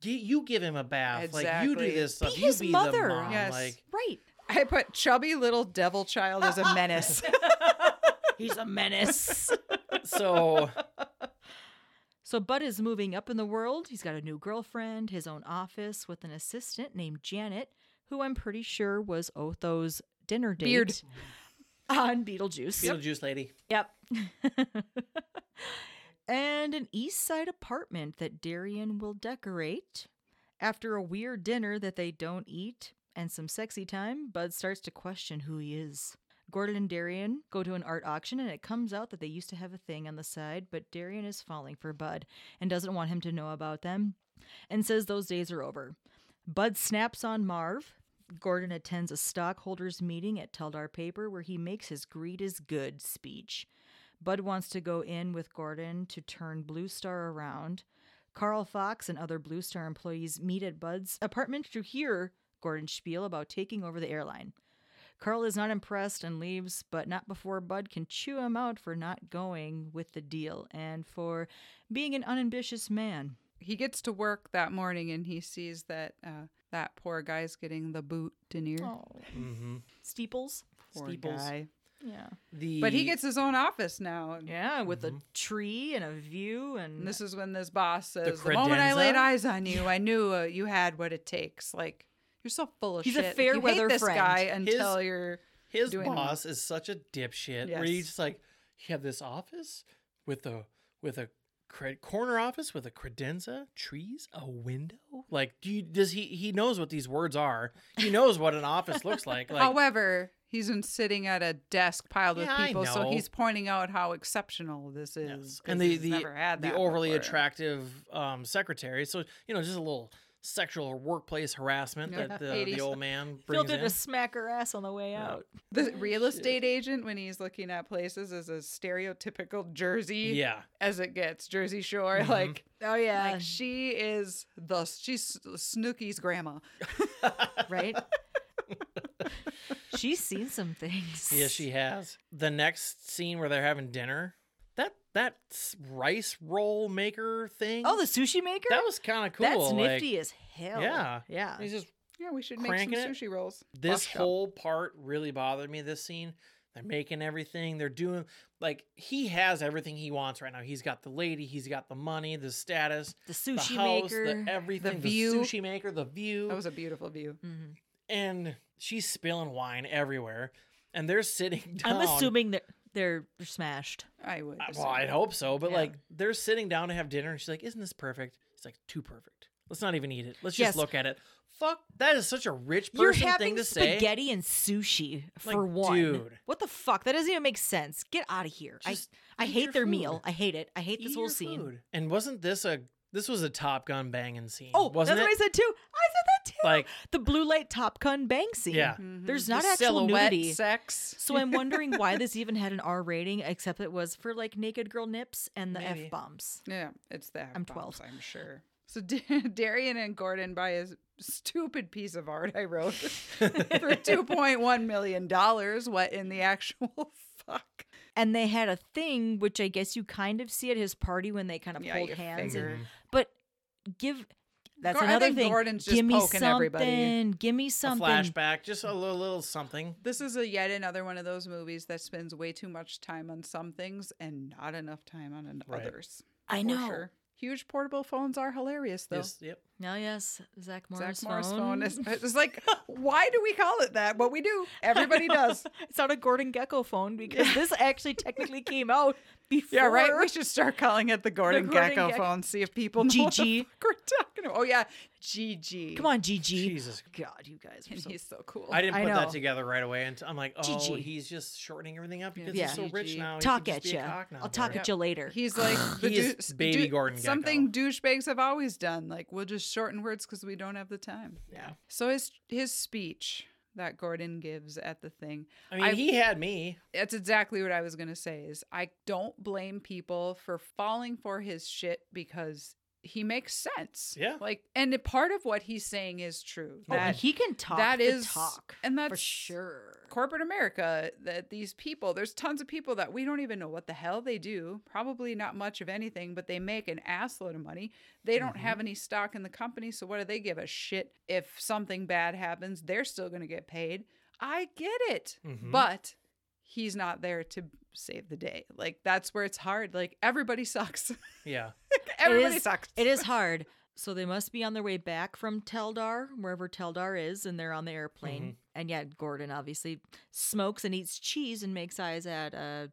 Speaker 4: gi- you give him a bath like you
Speaker 5: Exactly.
Speaker 4: do this stuff
Speaker 3: Be
Speaker 4: you
Speaker 3: his
Speaker 4: be
Speaker 3: mother.
Speaker 4: the mom
Speaker 5: Yes.
Speaker 4: like
Speaker 3: Right.
Speaker 5: I put chubby little devil child as a menace.
Speaker 3: He's a menace.
Speaker 4: so
Speaker 3: So Bud is moving up in the world. He's got a new girlfriend, his own office with an assistant named Janet, who I'm pretty sure was Otho's dinner date
Speaker 5: Beard.
Speaker 3: on Beetlejuice.
Speaker 4: Beetlejuice lady
Speaker 3: Yep. and an East Side apartment that Darian will decorate. After a weird dinner that they don't eat and some sexy time, Bud starts to question who he is. Gordon and Darian go to an art auction, and it comes out that they used to have a thing on the side, but Darian is falling for Bud and doesn't want him to know about them and says those days are over. Bud snaps on Marv. Gordon attends a stockholders meeting at Teldar Paper where he makes his greed is good speech. Bud wants to go in with Gordon to turn Blue Star around. Carl Fox and other Blue Star employees meet at Bud's apartment to hear Gordon's spiel about taking over the airline. Carl is not impressed and leaves, but not before Bud can chew him out for not going with the deal and for being an unambitious man.
Speaker 5: He gets to work that morning and he sees that uh, that poor guy's getting the boot in ear.
Speaker 4: Mm-hmm.
Speaker 3: Oh. Steeples.
Speaker 5: Poor
Speaker 4: Steeples.
Speaker 5: guy.
Speaker 3: Yeah.
Speaker 4: The
Speaker 5: But he gets his own office now. And
Speaker 3: Yeah, with
Speaker 4: Mm-hmm.
Speaker 3: a tree and a view and
Speaker 5: this is when this boss says, the,
Speaker 4: credenza?
Speaker 5: moment I laid eyes on you, I knew uh, you had what it takes. Like, you're so full of
Speaker 3: He's a
Speaker 5: shit. Like, you hate
Speaker 3: fair-weather
Speaker 5: this
Speaker 3: friend.
Speaker 5: guy until you're...
Speaker 4: his
Speaker 5: doing-
Speaker 4: boss is such a dipshit. Where
Speaker 5: Yes.
Speaker 4: he's just like, you have this office with a with a cred- corner office with a credenza, trees, a window. Like, do you, does he? He knows what these words are. He knows what an office looks like. Like,
Speaker 5: However, he's been sitting at a desk piled
Speaker 4: Yeah, I
Speaker 5: with people, so
Speaker 4: know.
Speaker 5: he's pointing out how exceptional this is.
Speaker 4: Yes.
Speaker 5: 'cause
Speaker 4: and the
Speaker 5: he's
Speaker 4: the,
Speaker 5: never had
Speaker 4: the
Speaker 5: that
Speaker 4: overly
Speaker 5: before.
Speaker 4: attractive um, secretary. So you know, just a little sexual workplace harassment
Speaker 5: Yeah.
Speaker 4: that the, the
Speaker 5: 80s.
Speaker 4: old man brings
Speaker 3: filtered to
Speaker 4: in.
Speaker 3: smack her ass on the way out.
Speaker 5: The
Speaker 4: Oh,
Speaker 5: real estate agent, when he's looking at places, is a stereotypical Jersey
Speaker 4: Yeah, Mm-hmm.
Speaker 5: as it gets, Jersey Shore. Like,
Speaker 3: Oh yeah,
Speaker 5: like she is the she's Snooky's grandma.
Speaker 3: right. She's seen some things.
Speaker 4: yeah, she has. The next scene where they're having dinner, that that s- rice roll maker thing.
Speaker 3: Oh, the sushi maker.
Speaker 4: that was kind of cool.
Speaker 3: That's
Speaker 4: like,
Speaker 3: nifty as hell.
Speaker 4: Yeah.
Speaker 3: yeah.
Speaker 4: He's just
Speaker 5: Yeah, we should make
Speaker 4: Cranking
Speaker 5: some
Speaker 4: it.
Speaker 5: sushi rolls.
Speaker 4: this
Speaker 5: Buff shop.
Speaker 4: whole part really bothered me this scene they're making everything they're doing like he has everything he wants right now he's got the lady he's got the money the status
Speaker 3: The sushi
Speaker 4: the house,
Speaker 3: maker.
Speaker 4: the everything the,
Speaker 5: view.
Speaker 4: sushi maker the view
Speaker 5: That was a beautiful view.
Speaker 3: Mhm.
Speaker 4: and she's spilling wine everywhere and they're sitting down
Speaker 3: I'm assuming that they're, they're smashed.
Speaker 5: I would.
Speaker 4: I- Uh, well
Speaker 5: assume.
Speaker 4: i hope so but
Speaker 3: Yeah.
Speaker 4: like they're sitting down to have dinner and she's like isn't this perfect it's like too perfect let's not even eat it let's just
Speaker 3: Yes.
Speaker 4: look at it fuck that is such a rich
Speaker 3: You're
Speaker 4: person
Speaker 3: having
Speaker 4: thing to say
Speaker 3: spaghetti and sushi for
Speaker 4: Like,
Speaker 3: one.
Speaker 4: dude.
Speaker 3: What the fuck? That doesn't even make sense. Get out of here.
Speaker 4: Just
Speaker 3: I I
Speaker 4: eat your
Speaker 3: hate their
Speaker 4: food.
Speaker 3: meal. I hate it. I hate this
Speaker 4: Eat
Speaker 3: whole
Speaker 4: your
Speaker 3: scene.
Speaker 4: food. And wasn't this a this was a Top Gun banging scene?
Speaker 3: Oh,
Speaker 4: wasn't
Speaker 3: that's what
Speaker 4: it?
Speaker 3: I said too. I said that too.
Speaker 4: Like-
Speaker 3: the blue light Top Gun bang scene.
Speaker 4: Yeah.
Speaker 3: There's not
Speaker 5: The
Speaker 3: actual
Speaker 5: silhouette
Speaker 3: nudity.
Speaker 5: sex.
Speaker 3: So I'm wondering why this even had an R rating, except it was for like naked girl nips and the
Speaker 4: Maybe.
Speaker 3: f bombs.
Speaker 5: Yeah, it's that.
Speaker 3: I'm
Speaker 5: bombs,
Speaker 3: 12.
Speaker 5: I'm sure. So D- Darian and Gordon buy a stupid piece of art I wrote for $2.1 million. dollars. What in the actual fuck?
Speaker 3: And they had a thing, which I guess you kind of see at his party when they kind of
Speaker 5: Yeah,
Speaker 3: hold
Speaker 5: your
Speaker 3: hands. and-
Speaker 5: finger.
Speaker 3: but give that's
Speaker 5: Gor- I
Speaker 3: another
Speaker 5: think
Speaker 3: thing.
Speaker 5: Gordon's just
Speaker 3: give me
Speaker 5: poking everybody.
Speaker 3: something. Give me
Speaker 4: a
Speaker 3: something.
Speaker 4: flashback, just a little, little something.
Speaker 5: This is a yet another one of those movies that spends way too much time on some things and not enough time on an-
Speaker 4: Right.
Speaker 5: others.
Speaker 3: I
Speaker 5: for
Speaker 3: know.
Speaker 5: sure. Huge portable phones are hilarious, though.
Speaker 4: Yes, yep.
Speaker 3: Now, Oh, yes, Zach Morris,
Speaker 5: Zach Morris phone is it's like, why do we call it that? But we do.
Speaker 3: I
Speaker 5: Everybody
Speaker 3: know.
Speaker 5: does.
Speaker 3: It's not a Gordon Gecko phone because this actually technically came out before.
Speaker 5: Yeah, right. We should start calling it the Gordon,
Speaker 3: Gordon
Speaker 5: Gecko
Speaker 3: Gecko-
Speaker 5: phone. See if people know what the
Speaker 3: GG.
Speaker 5: fuck we're talking about. Oh yeah, GG.
Speaker 3: Come on, GG.
Speaker 4: Jesus.
Speaker 3: God, you guys are
Speaker 5: and
Speaker 3: so
Speaker 5: he's so cool.
Speaker 4: I didn't
Speaker 3: I
Speaker 4: put that
Speaker 3: know.
Speaker 4: together right away, and I'm like, oh,
Speaker 3: GG.
Speaker 4: he's just shortening everything up because
Speaker 3: Yeah.
Speaker 4: he's so rich
Speaker 5: GG.
Speaker 4: now. he
Speaker 3: talk
Speaker 4: could just
Speaker 3: at
Speaker 4: be a
Speaker 3: you.
Speaker 4: cock now,
Speaker 3: I'll talk
Speaker 4: but-
Speaker 3: at you later.
Speaker 5: He's like the
Speaker 4: He is
Speaker 5: dou-
Speaker 4: baby Gordon Gecko.
Speaker 5: Something douchebags have always done. Like we'll just shorten words because we don't have the time.
Speaker 4: Yeah.
Speaker 5: So his his speech that Gordon gives at the thing.
Speaker 4: I mean,
Speaker 5: I-
Speaker 4: he had me.
Speaker 5: That's exactly what I was gonna say. Is I don't blame people for falling for his shit because he makes sense.
Speaker 4: Yeah.
Speaker 5: Like, and a part of what he's saying is true.
Speaker 3: Oh, and
Speaker 5: that
Speaker 3: he can talk.
Speaker 5: that
Speaker 3: the
Speaker 5: is-
Speaker 3: talk,
Speaker 5: and
Speaker 3: for
Speaker 5: that's-
Speaker 3: sure.
Speaker 5: corporate America that these people, there's tons of people that we don't even know what the hell they do. Probably not much of anything, but they make an assload of money. They don't
Speaker 3: Mm-hmm.
Speaker 5: have any stock in the company, so what do they give a shit if something bad happens? They're still going to get paid. I get it.
Speaker 3: Mm-hmm.
Speaker 4: Mhm.
Speaker 5: But he's not there to save the day. Like that's where it's hard. Like everybody sucks.
Speaker 4: Yeah.
Speaker 5: everybody
Speaker 3: it is,
Speaker 5: sucks.
Speaker 3: It is hard. So they must be on their way back from Teldar, wherever Teldar is, and they're on the airplane.
Speaker 4: Mm-hmm.
Speaker 3: And yet Gordon obviously smokes and eats cheese and makes eyes at uh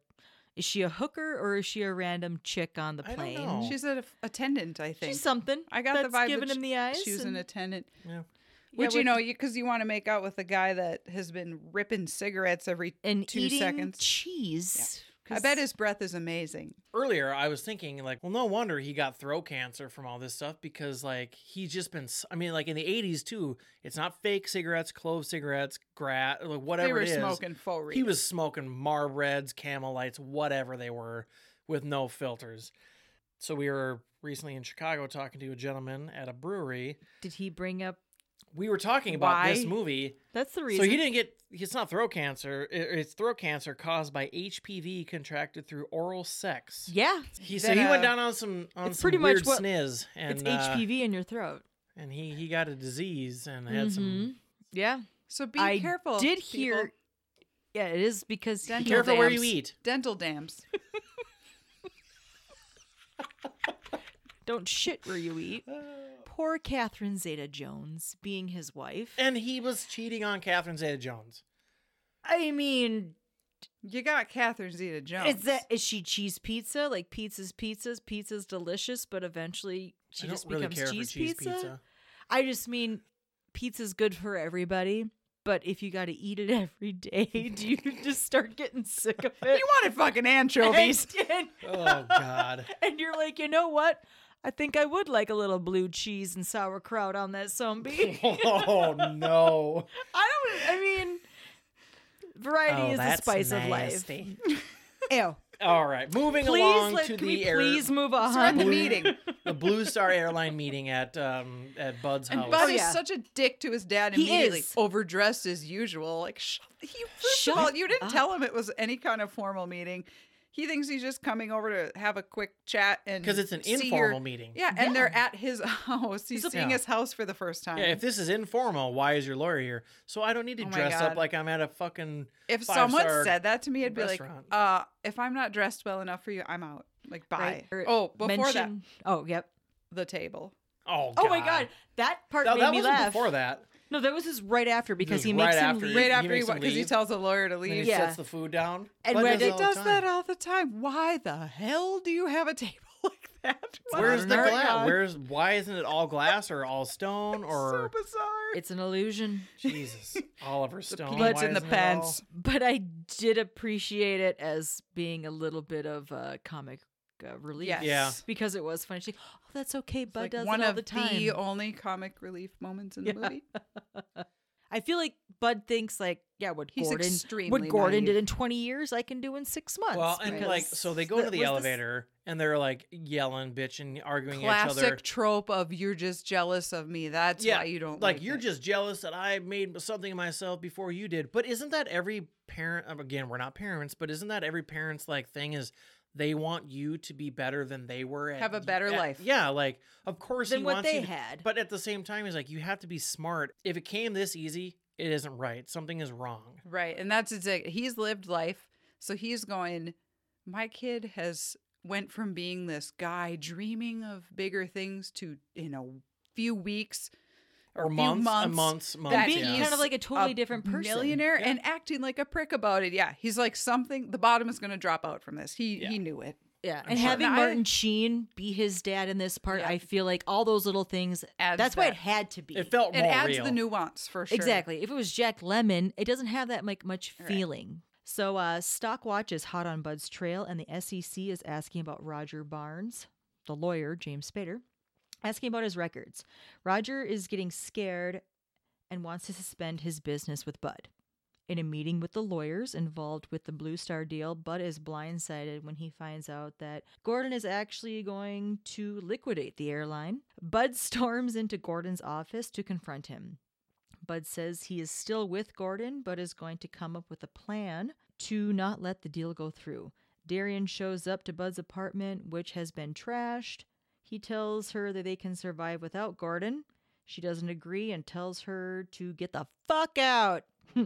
Speaker 3: is she a hooker or is she a random chick on the
Speaker 4: I don't
Speaker 3: plane?
Speaker 4: know.
Speaker 5: She's an attendant, I think.
Speaker 3: She's something.
Speaker 5: I got
Speaker 3: that's
Speaker 5: the vibe
Speaker 3: giving
Speaker 5: that
Speaker 3: him
Speaker 5: sh-
Speaker 3: the eyes.
Speaker 5: She was
Speaker 3: and-
Speaker 5: an attendant.
Speaker 4: Yeah.
Speaker 5: Which
Speaker 3: Yeah,
Speaker 5: you
Speaker 3: with-
Speaker 5: know, you because you want to make out with a guy that has been ripping cigarettes every
Speaker 3: and
Speaker 5: two
Speaker 3: eating
Speaker 5: seconds.
Speaker 3: cheese.
Speaker 5: I bet his breath is amazing.
Speaker 4: earlier I was thinking like, well, no wonder he got throat cancer from all this stuff because like he's just been. s- I mean, like in the '80s too, it's not fake cigarettes, clove cigarettes, grass, like whatever
Speaker 5: they were
Speaker 4: it is.
Speaker 5: smoking faux
Speaker 4: He was smoking Marb Reds, Camel Lights, whatever they were, with no filters. So we were recently in Chicago talking to a gentleman at a brewery.
Speaker 3: Did he bring up?
Speaker 4: We were talking about this
Speaker 5: Why?
Speaker 4: movie.
Speaker 3: That's the reason.
Speaker 4: So he didn't get. It's not throat cancer. it- It's throat cancer caused by HPV contracted through oral sex.
Speaker 3: Yeah,
Speaker 4: He
Speaker 5: Then,
Speaker 4: said he went
Speaker 5: uh,
Speaker 4: down on some on
Speaker 3: it's
Speaker 4: some
Speaker 3: pretty much
Speaker 4: weird
Speaker 3: what-
Speaker 4: sniz, and
Speaker 3: it's
Speaker 4: uh,
Speaker 3: HPV in your throat.
Speaker 4: and he he got a disease and had some.
Speaker 3: Mhm. Yeah,
Speaker 5: So be
Speaker 3: I
Speaker 5: careful.
Speaker 3: Did
Speaker 5: people.
Speaker 3: hear? Yeah, it is because
Speaker 5: Dental
Speaker 3: he-
Speaker 4: Careful where you
Speaker 5: dams.
Speaker 4: eat.
Speaker 5: dental dams?
Speaker 3: don't shit where you eat. Poor Catherine Zeta Jones, being his wife.
Speaker 4: And he was cheating on Catherine Zeta Jones.
Speaker 3: I mean,
Speaker 5: You got Catherine Zeta Jones.
Speaker 3: is that is she cheese pizza? Like pizza's pizzas, pizza's delicious, but eventually she
Speaker 4: I don't
Speaker 3: just
Speaker 4: really
Speaker 3: becomes
Speaker 4: care
Speaker 3: cheese,
Speaker 4: for cheese
Speaker 3: pizza?
Speaker 4: pizza.
Speaker 3: I just mean pizza's good for everybody, but if you got to eat it every day, do you just start getting sick of it?
Speaker 5: You wanted fucking anchovies.
Speaker 3: and, and,
Speaker 4: Oh God.
Speaker 3: and you're like, you know what? I think I would like a little blue cheese and sauerkraut on that zombie.
Speaker 4: oh no.
Speaker 3: I don't. I mean, variety
Speaker 4: Oh,
Speaker 3: is the spice of life. Ew.
Speaker 4: All right, moving
Speaker 3: Please,
Speaker 4: along
Speaker 3: like,
Speaker 4: to
Speaker 3: can
Speaker 4: the
Speaker 3: we
Speaker 4: air,
Speaker 3: please move on?
Speaker 5: We're at the meeting.
Speaker 4: the Blue Star Airline meeting at um at Bud's
Speaker 5: And
Speaker 4: house.
Speaker 5: Bud
Speaker 3: Oh,
Speaker 5: is
Speaker 3: yeah.
Speaker 5: such a dick to his dad
Speaker 3: He
Speaker 5: immediately.
Speaker 3: is.
Speaker 5: Overdressed as usual. Like, sh- he, first
Speaker 3: Shut
Speaker 5: of all, you didn't
Speaker 3: up.
Speaker 5: tell him it was any kind of formal meeting. He thinks he's just coming over to have a quick chat and
Speaker 4: 'Cause it's an
Speaker 5: see your-
Speaker 4: informal meeting.
Speaker 5: Yeah, and they're at his house. He's
Speaker 4: It's a-
Speaker 5: seeing
Speaker 4: Yeah.
Speaker 5: his house for the first time.
Speaker 4: Yeah, if this is informal, why is your lawyer here? So I don't need to
Speaker 5: Oh my
Speaker 4: dress
Speaker 5: God.
Speaker 4: up like I'm at a fucking.
Speaker 5: If
Speaker 4: five
Speaker 5: someone
Speaker 4: star-
Speaker 5: said that to me, I'd be like,
Speaker 4: restaurant.
Speaker 5: uh, if I'm not dressed well enough for you, I'm out. Like, bye.
Speaker 3: Right? Or
Speaker 5: Oh, before
Speaker 3: mention- Oh, yep.
Speaker 5: that, the table.
Speaker 4: Oh,
Speaker 3: Oh my God, that part
Speaker 4: No,
Speaker 3: made
Speaker 4: that
Speaker 3: me
Speaker 4: wasn't
Speaker 3: laugh.
Speaker 4: before that.
Speaker 3: No, that was his right after because
Speaker 4: was
Speaker 3: he
Speaker 4: right
Speaker 3: makes him
Speaker 4: after.
Speaker 3: leave.
Speaker 5: Right
Speaker 4: he
Speaker 5: after he,
Speaker 4: makes him
Speaker 5: because he
Speaker 4: leave.
Speaker 5: tells the lawyer to
Speaker 4: And
Speaker 5: leave.
Speaker 4: he
Speaker 3: Yeah.
Speaker 4: sets the food down.
Speaker 3: And
Speaker 4: Bud
Speaker 3: when
Speaker 5: He
Speaker 3: it
Speaker 4: all the
Speaker 5: does
Speaker 4: time.
Speaker 5: that all the time. Why the hell do you have a table like that? Why
Speaker 4: Where's
Speaker 5: is
Speaker 4: the
Speaker 5: there
Speaker 4: glass?
Speaker 5: none?
Speaker 4: Where's why isn't it all glass or all stone or
Speaker 5: so bizarre?
Speaker 3: It's an illusion.
Speaker 4: Jesus Oliver Stone?
Speaker 5: blood's
Speaker 4: why
Speaker 5: in the
Speaker 4: isn't it all-
Speaker 5: pants.
Speaker 3: But I did appreciate it as being a little bit of uh, comic uh, relief.
Speaker 5: Yes.
Speaker 4: Yeah.
Speaker 3: Because it was funny. She's like, oh, that's okay.
Speaker 5: It's
Speaker 3: Bud
Speaker 5: like
Speaker 3: does
Speaker 5: one
Speaker 3: it all
Speaker 5: of
Speaker 3: the time.
Speaker 5: only comic relief moments in the
Speaker 3: Yeah.
Speaker 5: movie.
Speaker 3: I feel like Bud thinks like, yeah, what
Speaker 5: He's
Speaker 3: Gordon
Speaker 5: extremely
Speaker 3: what Gordon did
Speaker 5: naive.
Speaker 3: in twenty years, I can do in six months.
Speaker 4: Well, and
Speaker 3: because
Speaker 4: like so they go
Speaker 3: that
Speaker 4: into the
Speaker 3: was
Speaker 4: elevator and they're like yelling, bitching, arguing at each other.
Speaker 5: Classic trope of you're just jealous of me. That's why you don't like,
Speaker 4: like you're
Speaker 5: it."
Speaker 4: just jealous that I made something of myself before you did. But isn't that every parent? um, Again, we're not parents, but isn't that every parent's like thing is they want you to be better than they were? At,
Speaker 5: Have a better
Speaker 4: at-
Speaker 5: life.
Speaker 4: Yeah, like of course
Speaker 3: Than
Speaker 4: he
Speaker 3: what
Speaker 4: wants you
Speaker 3: they
Speaker 4: to-
Speaker 3: had.
Speaker 4: But at the same time, he's like, you have to be smart. If it came this easy, it isn't right. Something is wrong.
Speaker 5: right, and that's exactly. He's lived life, so he's going. My kid has went from being this guy dreaming of bigger things to in a few weeks
Speaker 4: Or
Speaker 5: few
Speaker 4: months, a
Speaker 5: months
Speaker 4: months, months.
Speaker 5: that
Speaker 3: being
Speaker 4: yeah.
Speaker 3: kind
Speaker 5: he's
Speaker 3: of like a totally different person.
Speaker 5: millionaire, and acting like a prick about it. Yeah, he's like something. The bottom is going to drop out from this. He
Speaker 4: Yeah.
Speaker 5: he knew it.
Speaker 3: Yeah.
Speaker 4: I'm
Speaker 3: and
Speaker 4: sure.
Speaker 3: having
Speaker 5: And I-
Speaker 3: Martin Sheen be his dad in this part,
Speaker 5: Yeah.
Speaker 3: I feel like all those little things
Speaker 5: Adds
Speaker 3: that's why
Speaker 5: that.
Speaker 3: it had to be.
Speaker 4: it felt
Speaker 5: It
Speaker 4: more
Speaker 5: adds
Speaker 4: real.
Speaker 5: the nuance for sure.
Speaker 3: Exactly. If it was Jack Lemon, it doesn't have that like much
Speaker 5: Right.
Speaker 3: feeling. So uh, Stockwatch is hot on Bud's trail, and the SEC is asking about Roger Barnes, the lawyer James Spader, asking about his records. Roger is getting scared and wants to suspend his business with Bud. In a meeting with the lawyers involved with the Blue Star deal, Bud is blindsided when he finds out that Gordon is actually going to liquidate the airline. Bud storms into Gordon's office to confront him. Bud says he is still with Gordon, but is going to come up with a plan to not let the deal go through. Darian shows up to Bud's apartment, which has been trashed. He tells her that they can survive without Gordon. She doesn't agree and tells her to get the fuck out.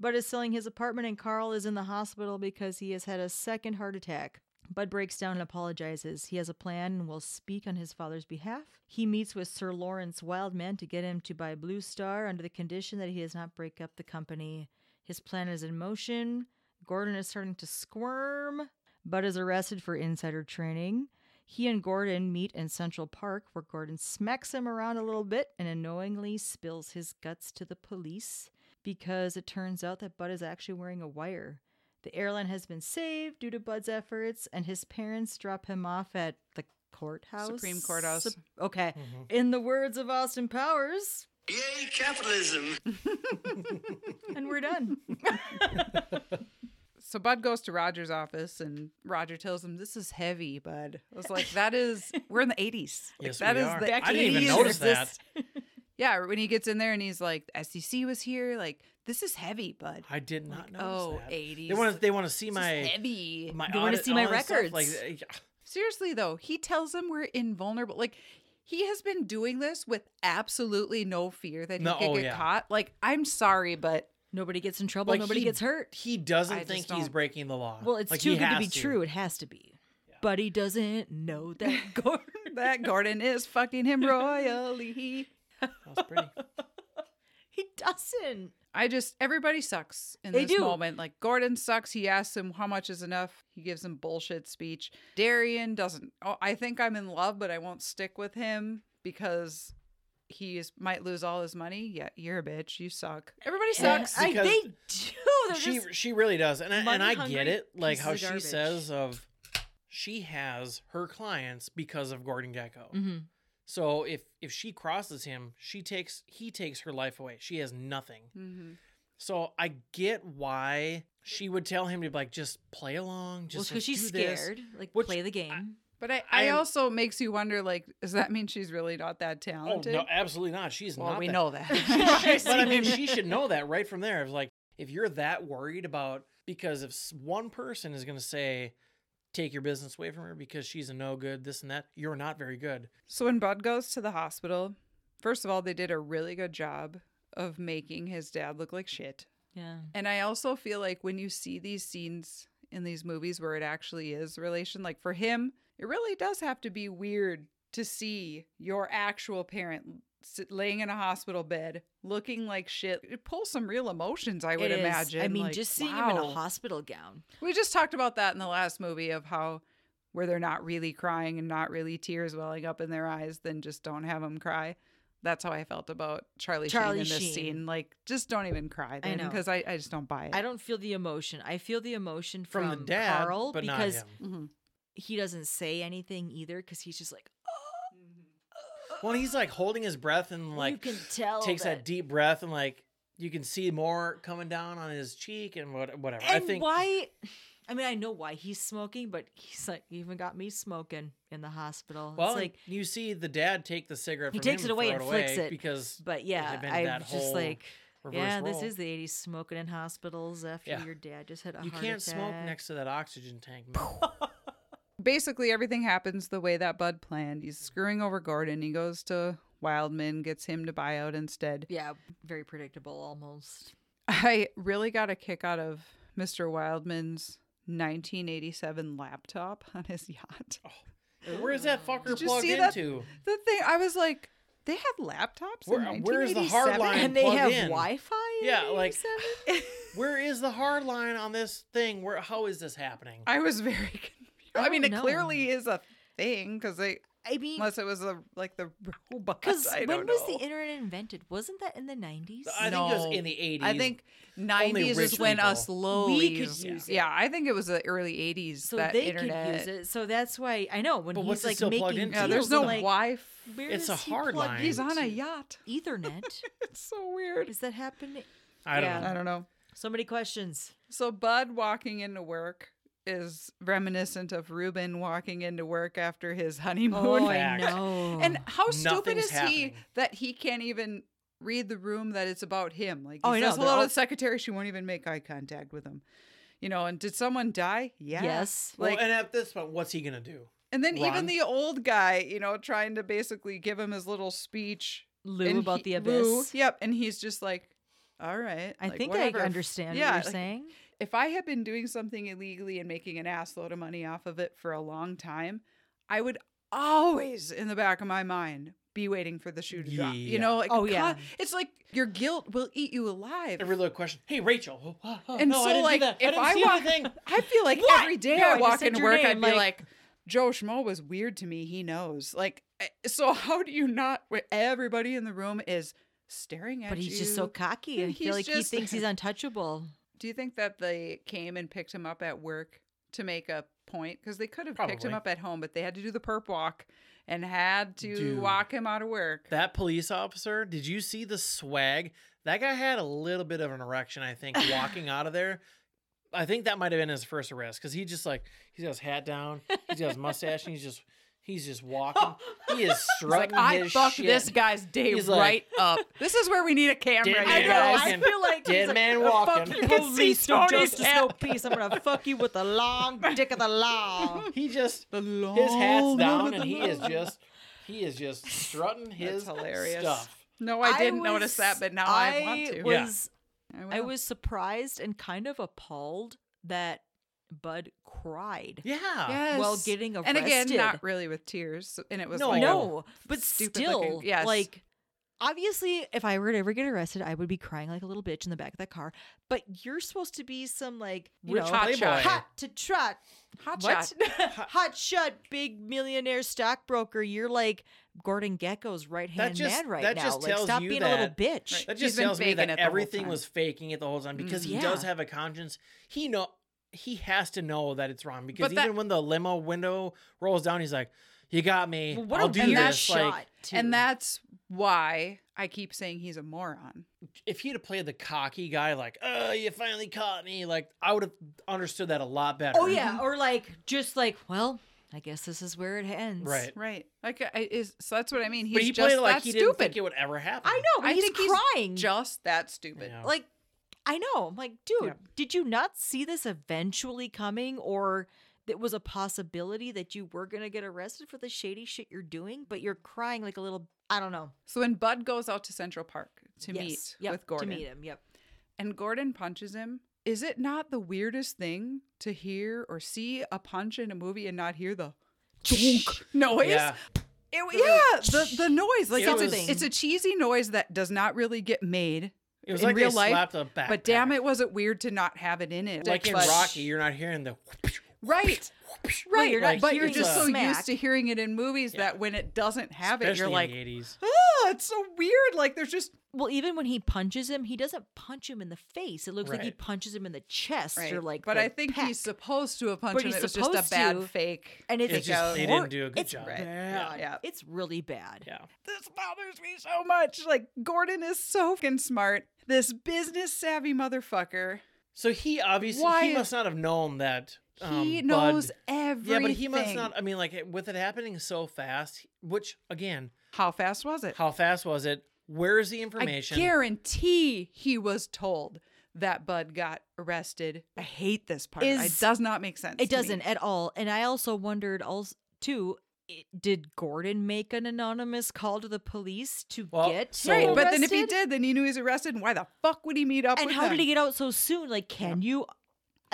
Speaker 3: Bud is selling his apartment, and Carl is in the hospital because he has had a second heart attack. Bud breaks down and apologizes. He has a plan and will speak on his father's behalf. He meets with Sir Lawrence Wildman to get him to buy Blue Star under the condition that he does not break up the company. His plan is in motion. Gordon is starting to squirm. Bud is arrested for insider training. He and Gordon meet in Central Park, where Gordon smacks him around a little bit and unknowingly spills his guts to the police because it turns out that Bud is actually wearing a wire. The airline has been saved due to Bud's efforts, and his parents drop him off at the courthouse.
Speaker 5: Supreme Courthouse.
Speaker 3: Sup- okay. In the words of Austin Powers,
Speaker 6: Yay, capitalism!
Speaker 3: and we're done.
Speaker 5: So Bud goes to Roger's office and Roger tells him, This is heavy, Bud. I was like, That is, we're in the 80s. Like,
Speaker 4: Yes,
Speaker 5: that
Speaker 4: we
Speaker 5: is
Speaker 4: are.
Speaker 5: the
Speaker 4: I didn't even
Speaker 5: 80s.
Speaker 4: notice
Speaker 5: Is this-
Speaker 4: that.
Speaker 5: Yeah, when he gets in there and he's like, The SEC was here. Like, this is heavy, Bud.
Speaker 4: I did not notice
Speaker 5: oh,
Speaker 4: that.
Speaker 5: 80s.
Speaker 4: They want to. They want to see
Speaker 5: This is
Speaker 4: my
Speaker 5: heavy.
Speaker 4: my.
Speaker 3: They wanna
Speaker 4: audit-
Speaker 3: see my
Speaker 4: all that stuff,
Speaker 3: records.
Speaker 4: Like, uh, yeah.
Speaker 5: Seriously, though, he tells him we're invulnerable. Like, he has been doing this with absolutely no fear that he
Speaker 4: No,
Speaker 5: could
Speaker 4: oh,
Speaker 5: get
Speaker 4: yeah.
Speaker 5: caught. Like, I'm sorry, but
Speaker 3: Nobody gets in trouble.
Speaker 4: Like,
Speaker 3: nobody
Speaker 4: he-
Speaker 3: gets hurt.
Speaker 4: he doesn't
Speaker 5: I just
Speaker 4: think he's
Speaker 5: don't-
Speaker 4: breaking the law.
Speaker 3: Well, it's
Speaker 4: Like,
Speaker 3: too
Speaker 4: he
Speaker 3: good to
Speaker 4: has
Speaker 3: be true. It has to be. But he doesn't know that Gordon.
Speaker 5: that Gordon is fucking him royally.
Speaker 4: That's pretty.
Speaker 3: he doesn't.
Speaker 5: I just everybody sucks in
Speaker 3: They
Speaker 5: this
Speaker 3: do.
Speaker 5: moment. Like Gordon sucks. He asks him how much is enough. He gives him bullshit speech. Darian doesn't. Oh, I think I'm in love, but I won't stick with him because he is, might lose all his money. Yeah, you're a bitch. You suck. Everybody sucks.
Speaker 3: I,
Speaker 4: because
Speaker 3: they do. They're
Speaker 4: she
Speaker 3: just
Speaker 4: she really does, and I, and
Speaker 3: money
Speaker 4: I get
Speaker 3: hungry
Speaker 4: it. Like how
Speaker 3: pieces of
Speaker 4: she
Speaker 3: garbage.
Speaker 4: says of, she has her clients because of Gordon Gecko.
Speaker 3: Mhm.
Speaker 4: So if if she crosses him, she takes he takes her life away. She has nothing.
Speaker 5: hmm
Speaker 4: So I get why she would tell him to be like just play along,
Speaker 3: well,
Speaker 4: just
Speaker 3: because
Speaker 4: like,
Speaker 3: she's
Speaker 4: do this.
Speaker 3: scared. Like
Speaker 4: Which
Speaker 3: play the game.
Speaker 5: But I, I
Speaker 4: I'm-
Speaker 5: also makes you wonder. Like, does that mean she's really not that
Speaker 4: Oh
Speaker 5: talented?
Speaker 4: no, absolutely not. She's
Speaker 5: well,
Speaker 4: not.
Speaker 5: we
Speaker 4: that.
Speaker 5: know that.
Speaker 4: but I mean, she should know that right from there. It's like if you're that worried about because if s- one person is going to say take your business away from her because she's a no good, this and that, you're not very good.
Speaker 5: So when Bud goes to the hospital, first of all, they did a really good job of making his dad look like shit.
Speaker 3: Yeah.
Speaker 5: And I also feel like when you see these scenes in these movies where it actually is relation, like for him, it really does have to be weird to see your actual parent sit, laying in a hospital bed looking like shit. It pulls some real emotions, I would
Speaker 3: It is.
Speaker 5: imagine.
Speaker 3: I mean,
Speaker 5: Like,
Speaker 3: just seeing him in a
Speaker 5: wow.
Speaker 3: hospital gown.
Speaker 5: We just talked about that in the last movie of how where they're not really crying and not really tears welling up in their eyes, then just don't have them cry. That's how I felt about Charlie,
Speaker 3: Charlie
Speaker 5: Sheen in this
Speaker 3: Sheen.
Speaker 5: scene. Like, just don't even cry then
Speaker 3: know.
Speaker 5: because I, I just don't buy it.
Speaker 3: I don't feel the emotion. I feel the emotion
Speaker 4: From,
Speaker 3: from,
Speaker 4: the dad,
Speaker 3: Carl
Speaker 4: but
Speaker 3: because
Speaker 4: not him.
Speaker 5: Mhm.
Speaker 3: he doesn't say anything either because he's just like,
Speaker 4: Well, he's like holding his breath
Speaker 3: like
Speaker 4: and like
Speaker 3: you can tell
Speaker 4: takes that,
Speaker 3: that
Speaker 4: deep breath and like you can see more coming down on his cheek and what whatever. I
Speaker 3: And
Speaker 4: think
Speaker 3: why? I mean, I know why he's smoking, but he's like "You even got me smoking in the hospital.
Speaker 4: well,
Speaker 3: it's like,
Speaker 4: you see the dad take the cigarette.
Speaker 3: He
Speaker 4: from
Speaker 3: takes
Speaker 4: him
Speaker 3: it away
Speaker 4: throw
Speaker 3: and flicks it,
Speaker 4: because
Speaker 3: but
Speaker 4: had
Speaker 3: yeah,
Speaker 4: been
Speaker 3: I
Speaker 4: that
Speaker 3: was just
Speaker 4: whole
Speaker 3: like,
Speaker 4: reverse
Speaker 3: yeah, this
Speaker 4: role.
Speaker 3: is the '80s smoking in hospitals after
Speaker 4: Yeah.
Speaker 3: your dad just had a
Speaker 4: you
Speaker 3: heart
Speaker 4: can't smoke
Speaker 3: attack.
Speaker 4: next to that oxygen tank. man.
Speaker 5: Basically, everything happens the way that Bud planned. He's screwing over Gordon. He goes to Wildman, gets him to buy out instead.
Speaker 3: Yeah, very predictable almost.
Speaker 5: I really got a kick out of Mr. Wildman's 1987 laptop on his yacht.
Speaker 4: Oh. Where is that fucker
Speaker 5: Did you
Speaker 4: plugged
Speaker 5: see that?
Speaker 4: into?
Speaker 5: The thing I was like, they had laptops.
Speaker 4: Where-
Speaker 5: in
Speaker 4: where's the hard
Speaker 5: 1987?
Speaker 4: line?
Speaker 3: And they
Speaker 4: plug
Speaker 3: have
Speaker 4: in.
Speaker 3: Wi-Fi. in
Speaker 4: Yeah, like-
Speaker 3: 87?
Speaker 4: Where is the hard line on this thing? Where how is this happening?
Speaker 5: I was very confused. I,
Speaker 3: I
Speaker 5: mean, it
Speaker 3: don't know.
Speaker 5: clearly is a thing because they,
Speaker 3: I mean,
Speaker 5: unless it was a like the robot.
Speaker 3: because
Speaker 5: I
Speaker 3: when
Speaker 5: don't
Speaker 3: was
Speaker 5: know.
Speaker 3: the internet invented? Wasn't that in the '90s?
Speaker 4: I think it
Speaker 5: No.
Speaker 4: was in the eighties.
Speaker 5: I think 90s is
Speaker 4: rich
Speaker 5: when
Speaker 4: people.
Speaker 5: us lowlies.
Speaker 3: we could use it.
Speaker 5: Yeah, I think it was the early 80s
Speaker 3: so
Speaker 5: that
Speaker 3: they
Speaker 5: internet.
Speaker 3: could use it. So that's why I know when
Speaker 4: But what's
Speaker 3: he's
Speaker 4: it
Speaker 3: like
Speaker 4: still plugged
Speaker 3: making
Speaker 4: into?
Speaker 5: Yeah, there's
Speaker 3: deals,
Speaker 5: no
Speaker 3: I'm like,
Speaker 5: Wi-Fi.
Speaker 3: Where
Speaker 4: It's
Speaker 3: does
Speaker 4: a
Speaker 3: he
Speaker 4: hard
Speaker 3: plug
Speaker 4: line.
Speaker 5: He's on a
Speaker 3: into
Speaker 5: yacht.
Speaker 3: Ethernet.
Speaker 5: It's so weird.
Speaker 3: Does that happen?
Speaker 4: I don't
Speaker 3: yeah.
Speaker 4: know.
Speaker 5: I don't know.
Speaker 3: So many questions.
Speaker 5: So Bud walking into work is reminiscent of Ruben walking into work after his honeymoon.
Speaker 3: Oh, I
Speaker 4: fact.
Speaker 3: know.
Speaker 5: And how stupid
Speaker 4: Nothing's
Speaker 5: is he
Speaker 4: happening.
Speaker 5: that he can't even read the room that it's about him? Like, he
Speaker 3: Oh, I know,
Speaker 5: says
Speaker 3: they're
Speaker 5: hello
Speaker 3: all-
Speaker 5: to the secretary. She won't even make eye contact with him. You know, and did someone die? Yeah.
Speaker 3: Yes.
Speaker 5: Like,
Speaker 4: well,
Speaker 5: and,
Speaker 4: and at this point, what's he gonna do?
Speaker 5: then even
Speaker 4: Ron.
Speaker 5: the old guy, you know, trying to basically give him his little speech
Speaker 3: Lou
Speaker 5: and
Speaker 3: about
Speaker 5: he-
Speaker 3: the abyss.
Speaker 5: Lou, yep. And he's just like, all right.
Speaker 3: I
Speaker 5: like,
Speaker 3: think
Speaker 5: whatever.
Speaker 3: I
Speaker 5: If-
Speaker 3: understand
Speaker 5: yeah,
Speaker 3: what you're
Speaker 5: like,
Speaker 3: saying.
Speaker 5: If I had been doing something illegally and making an assload of money off of it for a long time, I would always, in the back of my mind, be waiting for the shoe to drop. You
Speaker 4: Yeah.
Speaker 5: know, like,
Speaker 3: Oh,
Speaker 5: co-
Speaker 3: yeah.
Speaker 5: it's like your guilt will eat you alive.
Speaker 4: Every little question. Hey Rachel. oh, oh, oh,
Speaker 5: And
Speaker 4: no,
Speaker 5: so,
Speaker 4: I didn't
Speaker 5: like,
Speaker 4: do that.
Speaker 5: if
Speaker 4: I didn't
Speaker 5: I
Speaker 4: see
Speaker 5: wa-
Speaker 4: anything.
Speaker 5: I feel like
Speaker 3: What?
Speaker 5: every day
Speaker 3: No, I
Speaker 5: I
Speaker 3: just
Speaker 5: walk
Speaker 3: said
Speaker 5: into
Speaker 3: your
Speaker 5: work, I'd
Speaker 3: name,
Speaker 5: be like,
Speaker 3: like-
Speaker 5: Joe Schmo was weird to me. He knows. Like, I- so how do you not? Where everybody in the room is staring at
Speaker 3: But
Speaker 5: you.
Speaker 3: he's just so cocky.
Speaker 5: And
Speaker 3: I
Speaker 5: he's
Speaker 3: feel like
Speaker 5: just-
Speaker 3: he thinks he's untouchable.
Speaker 5: Do you think that they came and picked him up at work to make a point? Because they could have picked him
Speaker 4: Probably.
Speaker 5: up at home, but they had to do the perp walk and had to
Speaker 4: Dude.
Speaker 5: walk him out of work.
Speaker 4: That police officer, did you see the swag? That guy had a little bit of an erection, I think, walking out of there. I think that might have been his first arrest because he just like he's got his hat down, he's got his mustache, and he's just he's just walking. He is strutting
Speaker 5: I
Speaker 4: his
Speaker 5: fucked
Speaker 4: shit.
Speaker 5: this guy's day
Speaker 4: He's like-
Speaker 5: right up. This is where we need a camera,
Speaker 4: Did
Speaker 5: you
Speaker 4: you
Speaker 5: guys.
Speaker 4: guys-
Speaker 3: I feel like he's
Speaker 4: Dead
Speaker 3: like,
Speaker 4: man
Speaker 3: fuck
Speaker 4: walking.
Speaker 3: you, police of justice, no peace. I'm gonna fuck you with the long dick of the law.
Speaker 4: He just
Speaker 5: The
Speaker 4: his hat's
Speaker 5: long
Speaker 4: down
Speaker 5: arm of
Speaker 4: and
Speaker 5: the
Speaker 4: he is
Speaker 5: law.
Speaker 4: just he is just strutting his
Speaker 5: hilarious.
Speaker 4: stuff.
Speaker 3: Oh,
Speaker 5: No, I didn't
Speaker 3: was-
Speaker 5: notice that, but now I, want to.
Speaker 4: Yeah.
Speaker 3: Was,
Speaker 5: will.
Speaker 3: I was surprised and kind of appalled that Bud cried.
Speaker 4: Yeah.
Speaker 5: yes.
Speaker 3: while getting
Speaker 5: and again, not
Speaker 3: arrested.
Speaker 5: really with tears, and it was
Speaker 4: No.
Speaker 5: like a-
Speaker 3: No, but
Speaker 5: stupid
Speaker 3: still,
Speaker 5: looking- yes.
Speaker 3: like obviously, if I were to ever get arrested, I would be crying like a little bitch in the back of that car. But you're supposed to be some like you
Speaker 4: Rich
Speaker 3: know,
Speaker 4: hot shot.
Speaker 3: hot to trot, What?
Speaker 5: hot shot.
Speaker 3: hot shot, big millionaire stockbroker. You're like Gordon Gecko's right hand
Speaker 4: just-
Speaker 3: man right
Speaker 4: that
Speaker 3: now.
Speaker 4: just
Speaker 3: like,
Speaker 4: tells
Speaker 3: stop
Speaker 4: you
Speaker 3: being a little
Speaker 4: that-
Speaker 3: bitch.
Speaker 5: Right.
Speaker 4: That
Speaker 5: He's
Speaker 4: just
Speaker 5: been
Speaker 4: tells me
Speaker 5: faking
Speaker 4: that
Speaker 5: it the whole
Speaker 4: everything
Speaker 5: time. Mm,
Speaker 4: was faking it the whole time because he does
Speaker 3: Yeah.
Speaker 4: have a conscience. He know he has to know that it's wrong because
Speaker 5: But that-
Speaker 4: even when the limo window rolls down, he's like, "You got me.
Speaker 3: Well, what
Speaker 4: I'll
Speaker 3: a
Speaker 4: do
Speaker 3: weird
Speaker 4: this."
Speaker 3: shot.
Speaker 4: Like
Speaker 3: too.
Speaker 5: And that's why I keep saying he's a moron.
Speaker 4: if he'd have played the cocky guy, like, "Oh, you finally caught me," like I would have understood that a lot better.
Speaker 3: Oh yeah, or like just like well, I guess this is where it ends.
Speaker 4: right.
Speaker 5: Right. Like I is so that's what I mean. He's
Speaker 4: But he
Speaker 5: just
Speaker 4: played it like
Speaker 5: that
Speaker 4: he didn't
Speaker 5: stupid.
Speaker 4: think it would ever happen.
Speaker 3: I know, but
Speaker 5: I
Speaker 3: he's
Speaker 5: think
Speaker 3: crying.
Speaker 5: he's just that stupid.
Speaker 4: Yeah.
Speaker 3: like i know i'm like dude
Speaker 5: Yeah.
Speaker 3: did you not see this eventually coming or it was a possibility that you were going to get arrested for the shady shit you're doing but you're crying like a little i don't know
Speaker 5: So when Bud goes out to Central Park to
Speaker 3: Yes.
Speaker 5: meet
Speaker 3: Yep,
Speaker 5: with Gordon
Speaker 3: to meet him yep
Speaker 5: and Gordon punches him, is it not the weirdest thing to hear or see a punch in a movie and not hear the donk noise?
Speaker 4: Yeah.
Speaker 5: It, yeah, the, the noise. Like
Speaker 4: It
Speaker 5: it's,
Speaker 4: was-
Speaker 5: a, it's a cheesy noise that does not really get made
Speaker 4: It was
Speaker 5: in
Speaker 4: like
Speaker 5: real
Speaker 4: they
Speaker 5: life.
Speaker 4: slapped a backpack.
Speaker 5: but damn it, was it weird to not have it in it?
Speaker 4: Like in
Speaker 5: But-
Speaker 4: Rocky, you're not hearing the.
Speaker 5: Right. Right.
Speaker 3: Well, you're not
Speaker 5: but you're
Speaker 3: hearing
Speaker 5: just
Speaker 4: the
Speaker 5: so used
Speaker 3: smack.
Speaker 5: to hearing it in movies that when it doesn't have it, you're
Speaker 4: especially
Speaker 5: like,
Speaker 4: in the 80s.
Speaker 5: oh, it's so weird. Like there's just
Speaker 3: well even when he punches him he doesn't punch him in the face it looks like he
Speaker 4: Right.
Speaker 3: punches him in the chest or like
Speaker 5: But
Speaker 3: the
Speaker 5: I think he's
Speaker 3: pec.
Speaker 5: supposed to have punched
Speaker 3: But
Speaker 5: him.
Speaker 3: he's
Speaker 5: It was just a
Speaker 3: supposed
Speaker 5: bad
Speaker 3: to.
Speaker 5: fake.
Speaker 3: and it's,
Speaker 4: It's
Speaker 3: like
Speaker 4: just- they didn't do a good
Speaker 3: it's
Speaker 4: job.
Speaker 5: Right.
Speaker 3: bad.
Speaker 5: Yeah.
Speaker 3: it's really bad
Speaker 4: Yeah.
Speaker 5: This bothers me so much. Like Gordon is so fucking smart. This business savvy motherfucker.
Speaker 4: So he obviously
Speaker 5: Why-
Speaker 4: he must not have known that um,
Speaker 5: he
Speaker 4: Bud-
Speaker 5: knows everything.
Speaker 4: Yeah, but he must not. I mean, like it- with it happening so fast, which again,
Speaker 5: How fast was it?
Speaker 4: how fast was it? Where's the
Speaker 5: I
Speaker 4: information?
Speaker 5: guarantee he was told that Bud got arrested. I hate this part.
Speaker 3: Is-
Speaker 5: it does not make sense.
Speaker 3: It
Speaker 5: to me.
Speaker 3: doesn't at all. And I also wondered also too. i did Gordon make an anonymous call to the police to
Speaker 4: Well,
Speaker 3: get
Speaker 4: so-
Speaker 5: Right,
Speaker 3: him
Speaker 5: but then if he
Speaker 3: arrested?
Speaker 5: did, then he knew he was arrested. And why the fuck would he meet up?
Speaker 3: and
Speaker 5: with
Speaker 3: how did
Speaker 5: them?
Speaker 3: he get out so soon? Like, can you? uh,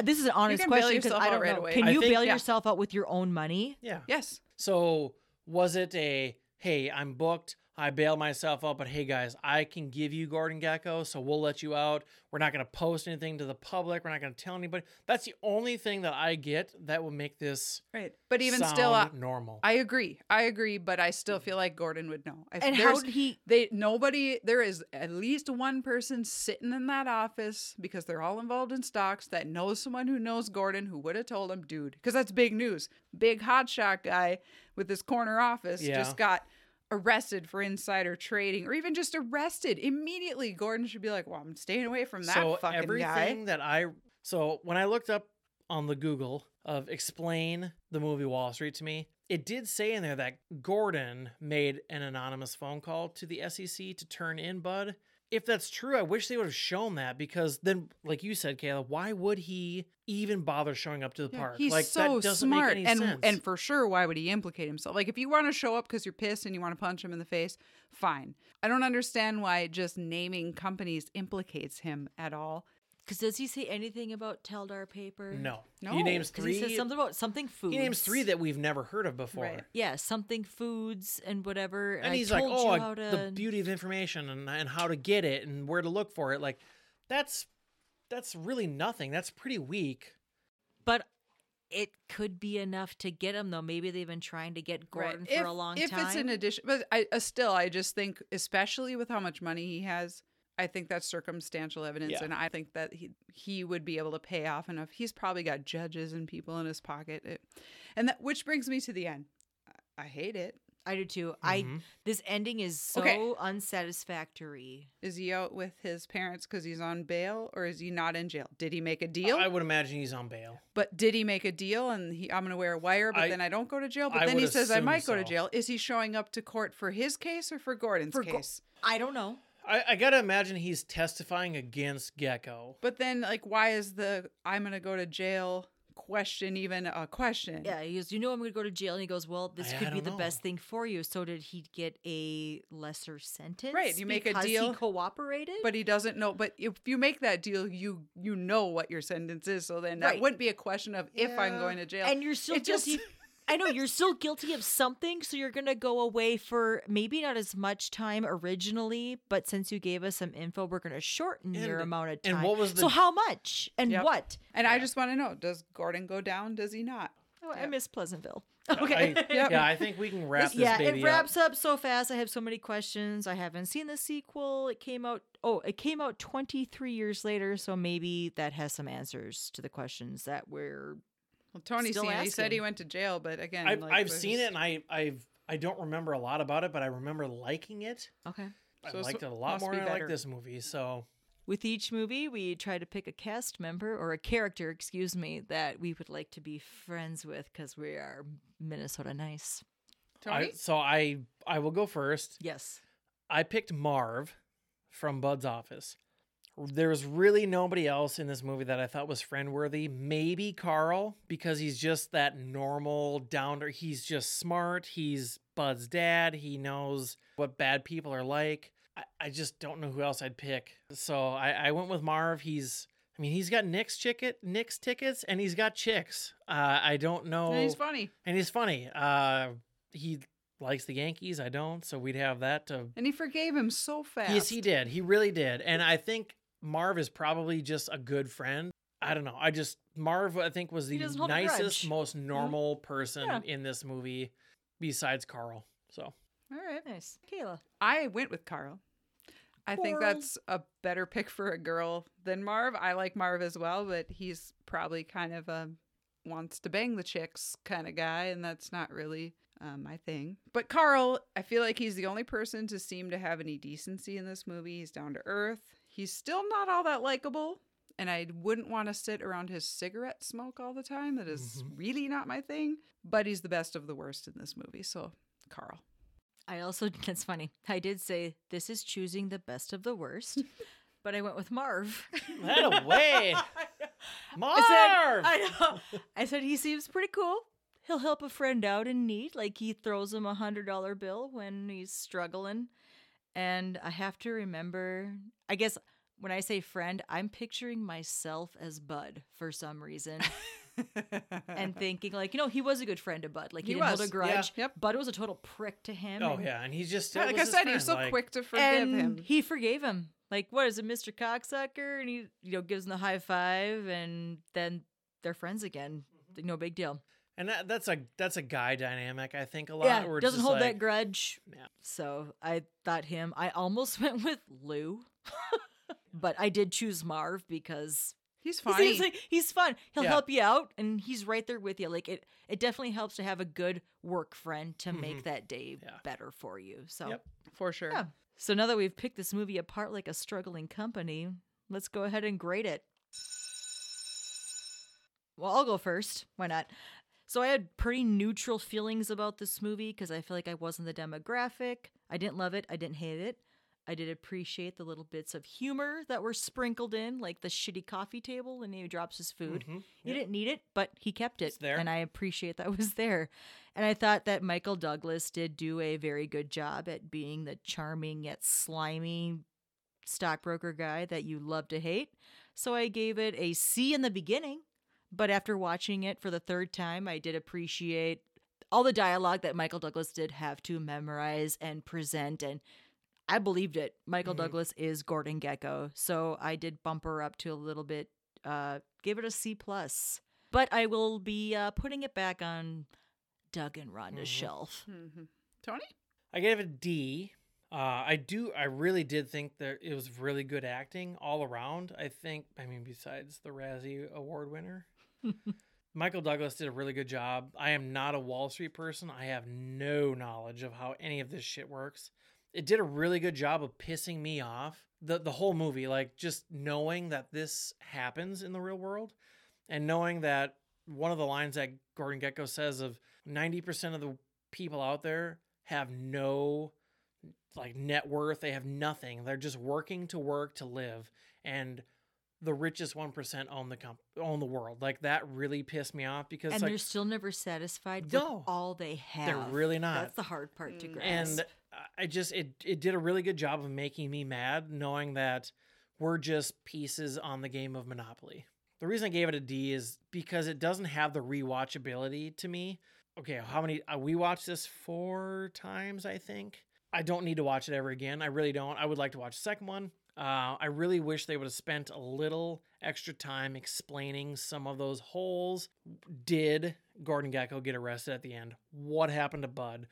Speaker 3: This is an honest
Speaker 5: can bail
Speaker 3: question because
Speaker 5: yourself
Speaker 3: I
Speaker 5: out
Speaker 3: don't
Speaker 5: right
Speaker 3: know.
Speaker 5: away.
Speaker 3: Can
Speaker 4: I
Speaker 3: you
Speaker 4: think-
Speaker 3: bail
Speaker 5: yeah.
Speaker 3: yourself out with your own money?
Speaker 4: yeah.
Speaker 5: Yes.
Speaker 4: So was it a hey, I'm booked. I bail myself out, but hey guys, I can give you Gordon Gecko, so we'll let you out. We're not going to post anything to the public. We're not going to tell anybody. That's the only thing that I get that will make this
Speaker 5: Right. But even still, uh, I,
Speaker 4: sound normal.
Speaker 5: I agree. I agree, but I still feel like Gordon would know. I,
Speaker 3: And how
Speaker 5: there's-
Speaker 3: did he?
Speaker 5: They nobody. There is at least one person sitting in that office because they're all involved in stocks that knows someone who knows Gordon who would have told him, dude, because that's big news. Big hotshot guy with this corner office
Speaker 4: Yeah.
Speaker 5: just got arrested for insider trading, or even just arrested immediately. Gordon should be like, "Well, I'm staying away from that
Speaker 4: so
Speaker 5: fucking guy."
Speaker 4: everything that I so when I looked up on the Google of explain the movie Wall Street to me, it did say in there that Gordon made an anonymous phone call to the SEC to turn in Bud. If that's true, I wish they would have shown that because then, like you said, Kayla, why would he even bother showing up to the
Speaker 5: Yeah,
Speaker 4: park?
Speaker 5: He's
Speaker 4: like
Speaker 5: so
Speaker 4: that doesn't
Speaker 5: smart,
Speaker 4: make any
Speaker 5: and
Speaker 4: sense.
Speaker 5: and for sure, why would he implicate himself? Like, if you want to show up because you're pissed and you want to punch him in the face, fine. I don't understand why just naming companies implicates him at all.
Speaker 3: Because does he say anything about Teldar paper?
Speaker 4: no,
Speaker 5: No,
Speaker 4: he names
Speaker 3: Because
Speaker 4: three.
Speaker 3: he says something about something food.
Speaker 4: he names three that we've never heard of before.
Speaker 5: Right.
Speaker 3: Yeah, something foods and whatever.
Speaker 4: and
Speaker 3: I
Speaker 4: he's like,
Speaker 3: told
Speaker 4: "Oh,
Speaker 3: you
Speaker 4: I-
Speaker 3: how to...
Speaker 4: the beauty of information and and how to get it and where to look for it." Like, that's that's really nothing. That's pretty weak.
Speaker 3: But it could be enough to get him, though. Maybe they've been trying to get Gordon for
Speaker 5: if,
Speaker 3: a long
Speaker 5: if
Speaker 3: time.
Speaker 5: it's an addition, but I uh, still, I just think, especially with how much money he has, I think that's circumstantial evidence,
Speaker 7: Yeah.
Speaker 5: and I think that he he would be able to pay off enough. He's probably got judges and people in his pocket, it, and that which brings me to the end. I- I hate it.
Speaker 3: I do too. I
Speaker 4: Mhm.
Speaker 3: this ending is so
Speaker 5: Okay.
Speaker 3: unsatisfactory.
Speaker 5: Is he out with his parents because he's on bail, or is he not in jail? Did he make a deal?
Speaker 4: I would imagine he's on bail.
Speaker 5: but did he make a deal? And he, I'm going to wear a wire, but
Speaker 4: I-
Speaker 5: then I don't go to jail. But
Speaker 4: I
Speaker 5: then he
Speaker 4: would
Speaker 5: says I
Speaker 4: assume
Speaker 5: might go to
Speaker 4: so.
Speaker 5: jail. Is he showing up to court for his case or for Gordon's
Speaker 3: For Go-
Speaker 5: case?
Speaker 3: I don't know.
Speaker 4: I, I gotta imagine he's testifying against Gecko.
Speaker 5: But then, like, why is the I'm gonna go to jail question even a question?
Speaker 3: Yeah, he goes, You know, I'm going to go to jail. And he goes, Well, this
Speaker 4: I-
Speaker 3: could
Speaker 4: I
Speaker 3: be
Speaker 4: don't
Speaker 3: the
Speaker 4: know.
Speaker 3: best thing for you. So, did he get a lesser sentence?
Speaker 5: you make a
Speaker 3: because
Speaker 5: deal,
Speaker 3: He cooperated?
Speaker 5: But he doesn't know. But if you make that deal, you you know what your sentence is. So then that
Speaker 3: Right.
Speaker 5: wouldn't be a question of if I'm going to jail.
Speaker 3: and you're still
Speaker 5: It just-
Speaker 3: guilty. I know you're still guilty of something, so you're gonna go away for maybe not as much time originally, but since you gave us some info, we're gonna shorten your
Speaker 4: And-
Speaker 3: amount of time.
Speaker 4: and what was
Speaker 3: so
Speaker 4: the-
Speaker 3: how much and
Speaker 5: Yep.
Speaker 3: what?
Speaker 5: and I just want to know: Does Gordon go down? Does he not?
Speaker 3: Oh, I
Speaker 5: Yep.
Speaker 3: miss Pleasantville. Okay.
Speaker 4: I, yeah, I think we can wrap this
Speaker 3: yeah,
Speaker 4: baby
Speaker 3: it wraps up. so fast. I have so many questions. I haven't seen the sequel. It came out. Oh, it came out 23 years later, so maybe that has some answers to the questions that were.
Speaker 5: Well, Tony's
Speaker 3: Still
Speaker 5: seen it. He said he
Speaker 3: asking.
Speaker 5: went to jail, but again,
Speaker 4: up. I've,
Speaker 5: like,
Speaker 4: I've
Speaker 5: there's
Speaker 4: seen it,
Speaker 5: just-
Speaker 4: and I I've I don't remember a lot about it, but I remember liking it.
Speaker 3: Okay.
Speaker 5: So
Speaker 4: I
Speaker 5: it's-
Speaker 4: liked it a lot
Speaker 5: must
Speaker 4: more
Speaker 5: be
Speaker 4: than I like
Speaker 5: better.
Speaker 4: this movie. So
Speaker 3: With each movie, we try to pick a cast member or a character, excuse me, that we would like to be friends with because we are Minnesota nice.
Speaker 4: I,
Speaker 5: Tony.
Speaker 4: so I I will go first.
Speaker 3: Yes.
Speaker 4: I picked Marv from Bud's office. There was really nobody else in this movie that I thought was friend worthy. Maybe Carl, because he's just that normal downer. He's just smart. He's Bud's dad. He knows what bad people are like. I, I just don't know who else I'd pick. So I, I went with Marv. He's I mean, he's got Nick's ticket, Nick's tickets, and he's got chicks. Uh, I don't know
Speaker 5: And he's funny,
Speaker 4: and he's funny. Uh, he likes the Yankees. I don't, so we'd have that to.
Speaker 5: and he forgave him so fast.
Speaker 4: Yes, he did. He really did. And I think Marv is probably just a good friend. I don't know. I just Marv, I think, was the
Speaker 3: He doesn't hold a
Speaker 4: nicest,
Speaker 3: grudge. Mm-hmm.
Speaker 4: most normal person
Speaker 3: Yeah.
Speaker 4: in this movie, besides Carl. So
Speaker 5: All right.
Speaker 3: Nice. Kayla.
Speaker 5: I went with Carl. I think
Speaker 3: Carl.
Speaker 5: that's a better pick for a girl than Marv. I like Marv as well, but he's probably kind of a wants to bang the chicks kind of guy, and that's not really uh, my thing. But Carl, I feel like he's the only person to seem to have any decency in this movie. He's down to earth. He's still not all that likable, and I wouldn't want to sit around his cigarette smoke all the time. That is really not my thing. But he's the best of the worst in this movie. So Carl.
Speaker 3: I also, that's funny. I did say this is choosing the best of the worst, but I went with Marv.
Speaker 4: that away, Marv.
Speaker 3: I said, I, know. I said he seems pretty cool. He'll help a friend out in need, like he throws him a hundred dollar bill when he's struggling. And I have to remember, I guess when I say friend, I'm picturing myself as Bud for some reason, and thinking like, you know, he was a good friend to Bud. Like he,
Speaker 5: He
Speaker 3: didn't hold
Speaker 5: was, yeah,
Speaker 3: a grudge.
Speaker 5: yep.
Speaker 3: Bud was a total prick to him.
Speaker 4: oh
Speaker 3: and-
Speaker 4: yeah, and he's just still
Speaker 5: Yeah, like I
Speaker 4: was his
Speaker 5: said, he
Speaker 4: friend,
Speaker 5: was so
Speaker 4: like-
Speaker 5: quick to forgive
Speaker 3: and
Speaker 5: him.
Speaker 3: he forgave him. Like, what is it, Mr. Cocksucker? And he, you know, gives him the high five, and then they're friends again.
Speaker 5: Mm-hmm.
Speaker 3: No big deal.
Speaker 4: And that, that's a that's a guy dynamic. I think a lot.
Speaker 3: Yeah,
Speaker 4: where it's
Speaker 3: doesn't
Speaker 4: just
Speaker 3: hold
Speaker 4: like-
Speaker 3: that grudge.
Speaker 4: Yeah.
Speaker 3: So I thought him. I almost went with Lou, but I did choose Marv because
Speaker 5: He's
Speaker 3: he
Speaker 5: funny.
Speaker 3: seems like he's fun. He'll
Speaker 4: Yeah.
Speaker 3: help you out, and he's right there with you. Like it, it definitely helps to have a good work friend to make that day
Speaker 4: Mm-hmm. Yeah.
Speaker 3: better for you. So.
Speaker 4: Yep.
Speaker 5: for sure.
Speaker 3: Yeah. So now that we've picked this movie apart like a struggling company, let's go ahead and grade it. Well, I'll go first. Why not? So I had pretty neutral feelings about this movie because I feel like I wasn't the demographic. I didn't love it. I didn't hate it. I did appreciate the little bits of humor that were sprinkled in, like the shitty coffee table when he drops his food.
Speaker 4: mm-hmm.
Speaker 3: He didn't need it, but he kept it.
Speaker 4: there.
Speaker 3: And I appreciate that was there. And I thought that Michael Douglas did do a very good job at being the charming yet slimy stockbroker guy that you love to hate. So I gave it a C in the beginning, but after watching it for the third time, I did appreciate all the dialogue that Michael Douglas did have to memorize and present and I believed it. Michael Douglas is Gordon Gecko. So I did bump her up to a little bit uh gave it a C plus. But I will be uh putting it back
Speaker 4: Mm-hmm.
Speaker 3: on Doug and Rhonda's shelf.
Speaker 5: Mhm. Tony?
Speaker 4: I gave it a D. Uh, I do. I really did think that it was really good acting all around. I think. I mean, besides the Razzie Award winner, Michael Douglas did a really good job. I am not a Wall Street person. I have no knowledge of how any of this shit works. It did a really good job of pissing me off the the whole movie. Like just knowing that this happens in the real world, and knowing that one of the lines that Gordon Gecko says of ninety percent of the people out there have no like net worth. They have nothing. They're just working to work to live, and the richest one percent own the comp- own the world. Like that really pissed me off because
Speaker 3: and
Speaker 4: like,
Speaker 3: they're still never satisfied
Speaker 4: No.
Speaker 3: with all they have.
Speaker 4: really not.
Speaker 3: That's the hard part to grasp.
Speaker 4: and I- I just it it did a really good job of making me mad, knowing that we're just pieces on the game of Monopoly. The reason I gave it a D is because it doesn't have the rewatchability to me. Okay, how many uh, we watched this four times? I think I don't need to watch it ever again. I really don't. I would like to watch the second one. Uh, I really wish they would have spent a little extra time explaining some of those holes. Did Gordon Gecko get arrested at the end? What happened to Bud?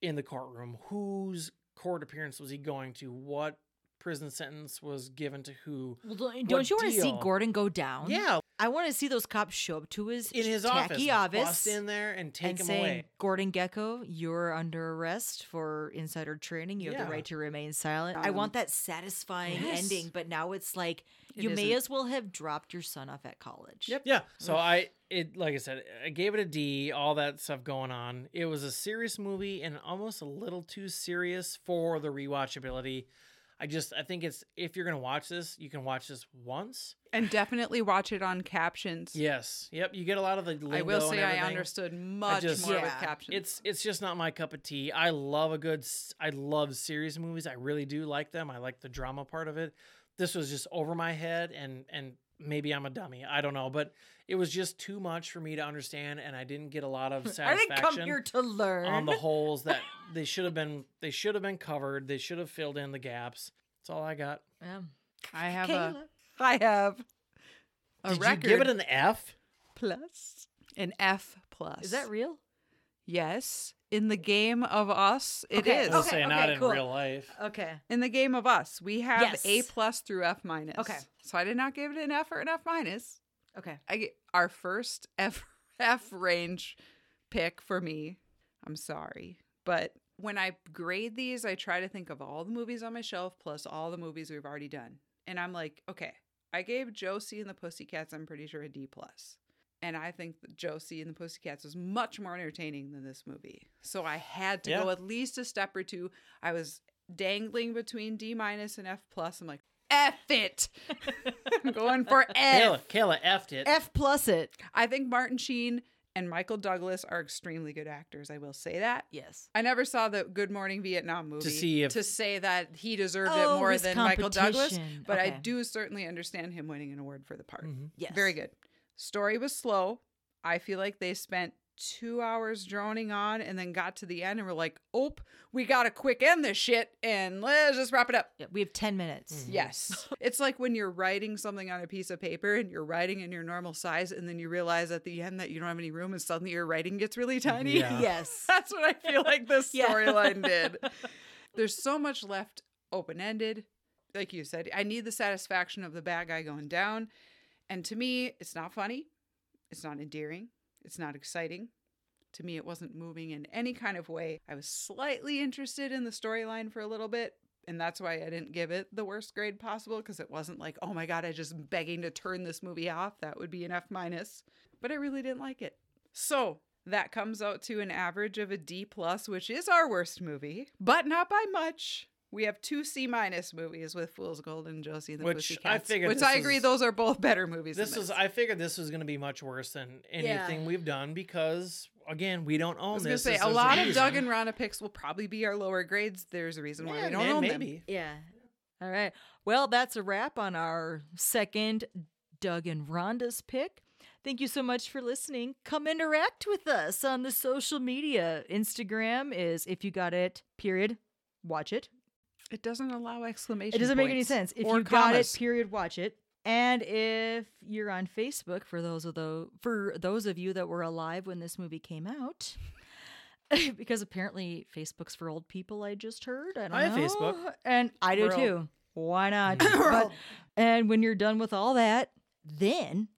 Speaker 4: in the courtroom. Whose court appearance was he going to? What prison sentence was given to who?
Speaker 3: Well, don't
Speaker 4: what
Speaker 3: don't you want to see
Speaker 4: deal?
Speaker 3: Gordon go down?
Speaker 4: Yeah,
Speaker 3: I want to see those cops show up to his
Speaker 4: in his office,
Speaker 3: tacky
Speaker 4: bust in there and take
Speaker 3: and
Speaker 4: him
Speaker 3: saying,
Speaker 4: away.
Speaker 3: Gordon Gecko, you're under arrest for insider trading. You have
Speaker 4: Yeah.
Speaker 3: the right to remain silent. I want that satisfying
Speaker 4: Yes.
Speaker 3: ending, but now it's like
Speaker 5: It
Speaker 3: you may
Speaker 5: isn't.
Speaker 3: as well have dropped your son off at college.
Speaker 4: Yeah. So I it like I said, I gave it a D, all that stuff going on. It was a serious movie and almost a little too serious for the rewatchability. I just I think it's if you're gonna watch this, you can watch this once.
Speaker 5: And definitely watch it on captions.
Speaker 4: Yes. Yep. You get a lot of the lingo
Speaker 5: I will
Speaker 4: and
Speaker 5: say I
Speaker 4: everything.
Speaker 5: understood much
Speaker 4: just-
Speaker 5: more with
Speaker 3: Yeah.
Speaker 5: captions.
Speaker 4: It's it's just not my cup of tea. I love a good. s- I love serious movies. I really do like them. I like the drama part of it. This was just over my head, and and maybe I'm a dummy. I don't know, but it was just too much for me to understand, and I didn't get a lot of
Speaker 3: I
Speaker 4: satisfaction
Speaker 3: didn't come here to learn.
Speaker 4: on the holes that they should have been. They should have been covered. They should have filled in the gaps. That's all I got.
Speaker 3: yeah.
Speaker 5: I have
Speaker 3: Kayla.
Speaker 5: a I have a
Speaker 4: Did
Speaker 5: record
Speaker 4: you give it an F?
Speaker 5: plus an F plus.
Speaker 3: Is that real?
Speaker 5: Yes, in the game of us, it
Speaker 3: Okay,
Speaker 5: is.
Speaker 4: I was
Speaker 3: okay.
Speaker 4: saying not in
Speaker 3: cool.
Speaker 4: real life.
Speaker 3: Okay.
Speaker 5: In the game of us, we have
Speaker 3: Yes.
Speaker 5: A plus through F minus.
Speaker 3: Okay.
Speaker 5: so I did not give it an F or an F minus.
Speaker 3: Okay.
Speaker 5: I get our first F F range pick for me. I'm sorry, but when I grade these, I try to think of all the movies on my shelf plus all the movies we've already done, and I'm like, okay, I gave Josie and the Pussycats, I'm pretty sure a D plus, and I think that Josie and the Pussycats was much more entertaining than this movie, so I had to
Speaker 4: Yeah.
Speaker 5: go at least a step or two. I was dangling between D minus and F plus. I'm like, F it. I'm going for F.
Speaker 4: Kayla, Kayla effed it.
Speaker 3: F plus it.
Speaker 5: I think Martin Sheen and Michael Douglas are extremely good actors. I will say that.
Speaker 3: Yes.
Speaker 5: I never saw the Good Morning Vietnam movie
Speaker 4: see if-
Speaker 5: to say that he deserved
Speaker 3: Oh,
Speaker 5: it more
Speaker 3: his
Speaker 5: than Michael Douglas,
Speaker 3: competition.
Speaker 5: but I
Speaker 3: Okay.
Speaker 5: do certainly understand him winning an award for the part.
Speaker 4: Mhm.
Speaker 3: Yes.
Speaker 5: Very good. Story was slow. I feel like they spent two hours droning on and then got to the end and were like, "Ope, we got to quick end this shit and let's just wrap it up."
Speaker 3: Yeah, we have 10 minutes.
Speaker 5: Mm-hmm. Yes. it's like when you're writing something on a piece of paper and you're writing in your normal size, and then you realize at the end that you don't have any room, and suddenly your writing gets really tiny.
Speaker 4: Yeah.
Speaker 3: Yes.
Speaker 5: That's what I feel like this
Speaker 3: Yeah.
Speaker 5: storyline did. There's so much left open ended. Like you said, I need the satisfaction of the bad guy going down. And to me, it's not funny. It's not endearing. It's not exciting. To me, it wasn't moving in any kind of way. I was slightly interested in the storyline for a little bit. And that's why I didn't give it the worst grade possible because it wasn't like, oh my God, I just am begging to turn this movie off. That would be an F minus. But I really didn't like it. So that comes out to an average of a D plus, which is our worst movie, but not by much. We have two C minus movies with Fool's Gold and Josie and the
Speaker 4: Which I
Speaker 5: Pussycats,
Speaker 4: figured
Speaker 5: which
Speaker 4: this
Speaker 5: I agree,
Speaker 4: is-
Speaker 5: those are both better movies. than
Speaker 4: This was I figured this was going to be much worse than
Speaker 3: Yeah.
Speaker 4: anything we've done because again we don't own
Speaker 5: I was gonna
Speaker 4: this.
Speaker 5: say
Speaker 4: This
Speaker 5: a
Speaker 4: is
Speaker 5: lot of
Speaker 4: amazing.
Speaker 5: Doug and Rana picks will probably be our lower grades. There's a reason why
Speaker 4: Yeah,
Speaker 5: we don't
Speaker 4: man,
Speaker 5: own them.
Speaker 4: maybe.
Speaker 3: Yeah. All right. Well, that's a wrap on our second Doug and Rhonda's pick. Thank you so much for listening. Come interact with us on the social media. Instagram is if you got it, period, watch it.
Speaker 5: It doesn't allow exclamation.
Speaker 3: It doesn't make any
Speaker 5: points
Speaker 3: sense. If
Speaker 5: or
Speaker 3: you got it,
Speaker 5: commas.
Speaker 3: period, watch it. And if you're on Facebook, for those of the for those of you that were alive when this movie came out, because apparently Facebook's for old people. I just heard. I don't
Speaker 8: I have
Speaker 3: know.
Speaker 8: Facebook.
Speaker 3: and I do
Speaker 5: For old-
Speaker 3: too. Why not?
Speaker 5: Mm.
Speaker 3: But- and when you're done with all that, then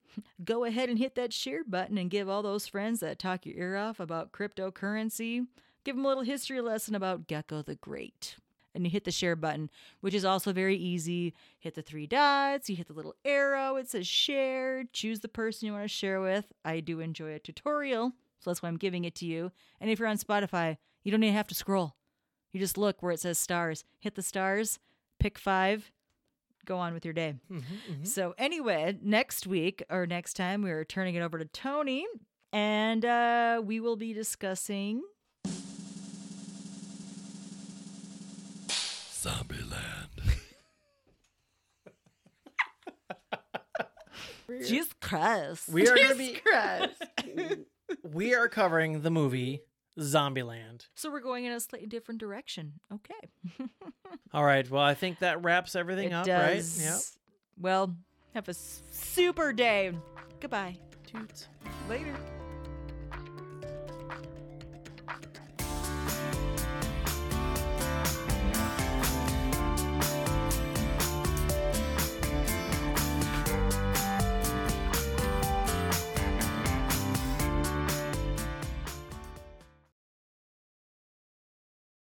Speaker 3: go ahead and hit that share button and give all those friends that talk your ear off about cryptocurrency. Give them a little history lesson about Gecko the Great. And you hit the share button, which is also very easy. Hit the three dots, you hit the little arrow, it says share, choose the person you want to share with. I do enjoy a tutorial, so that's why I'm giving it to you. And if you're on Spotify, you don't even have to scroll. You just look where it says stars, hit the stars, pick five, go on with your day. So, anyway, next week or next time, we are turning it over to Tony and uh, we will be discussing. Zombieland. Jesus Christ.
Speaker 8: We are going to be
Speaker 5: Jesus Christ.
Speaker 8: we are covering the movie Zombieland.
Speaker 3: so, we're going in a slightly different direction. Okay.
Speaker 8: All right. Well, I think that wraps everything up, right? Yep.
Speaker 3: Well, have a s- super day. Goodbye.
Speaker 4: Toots.
Speaker 5: Later.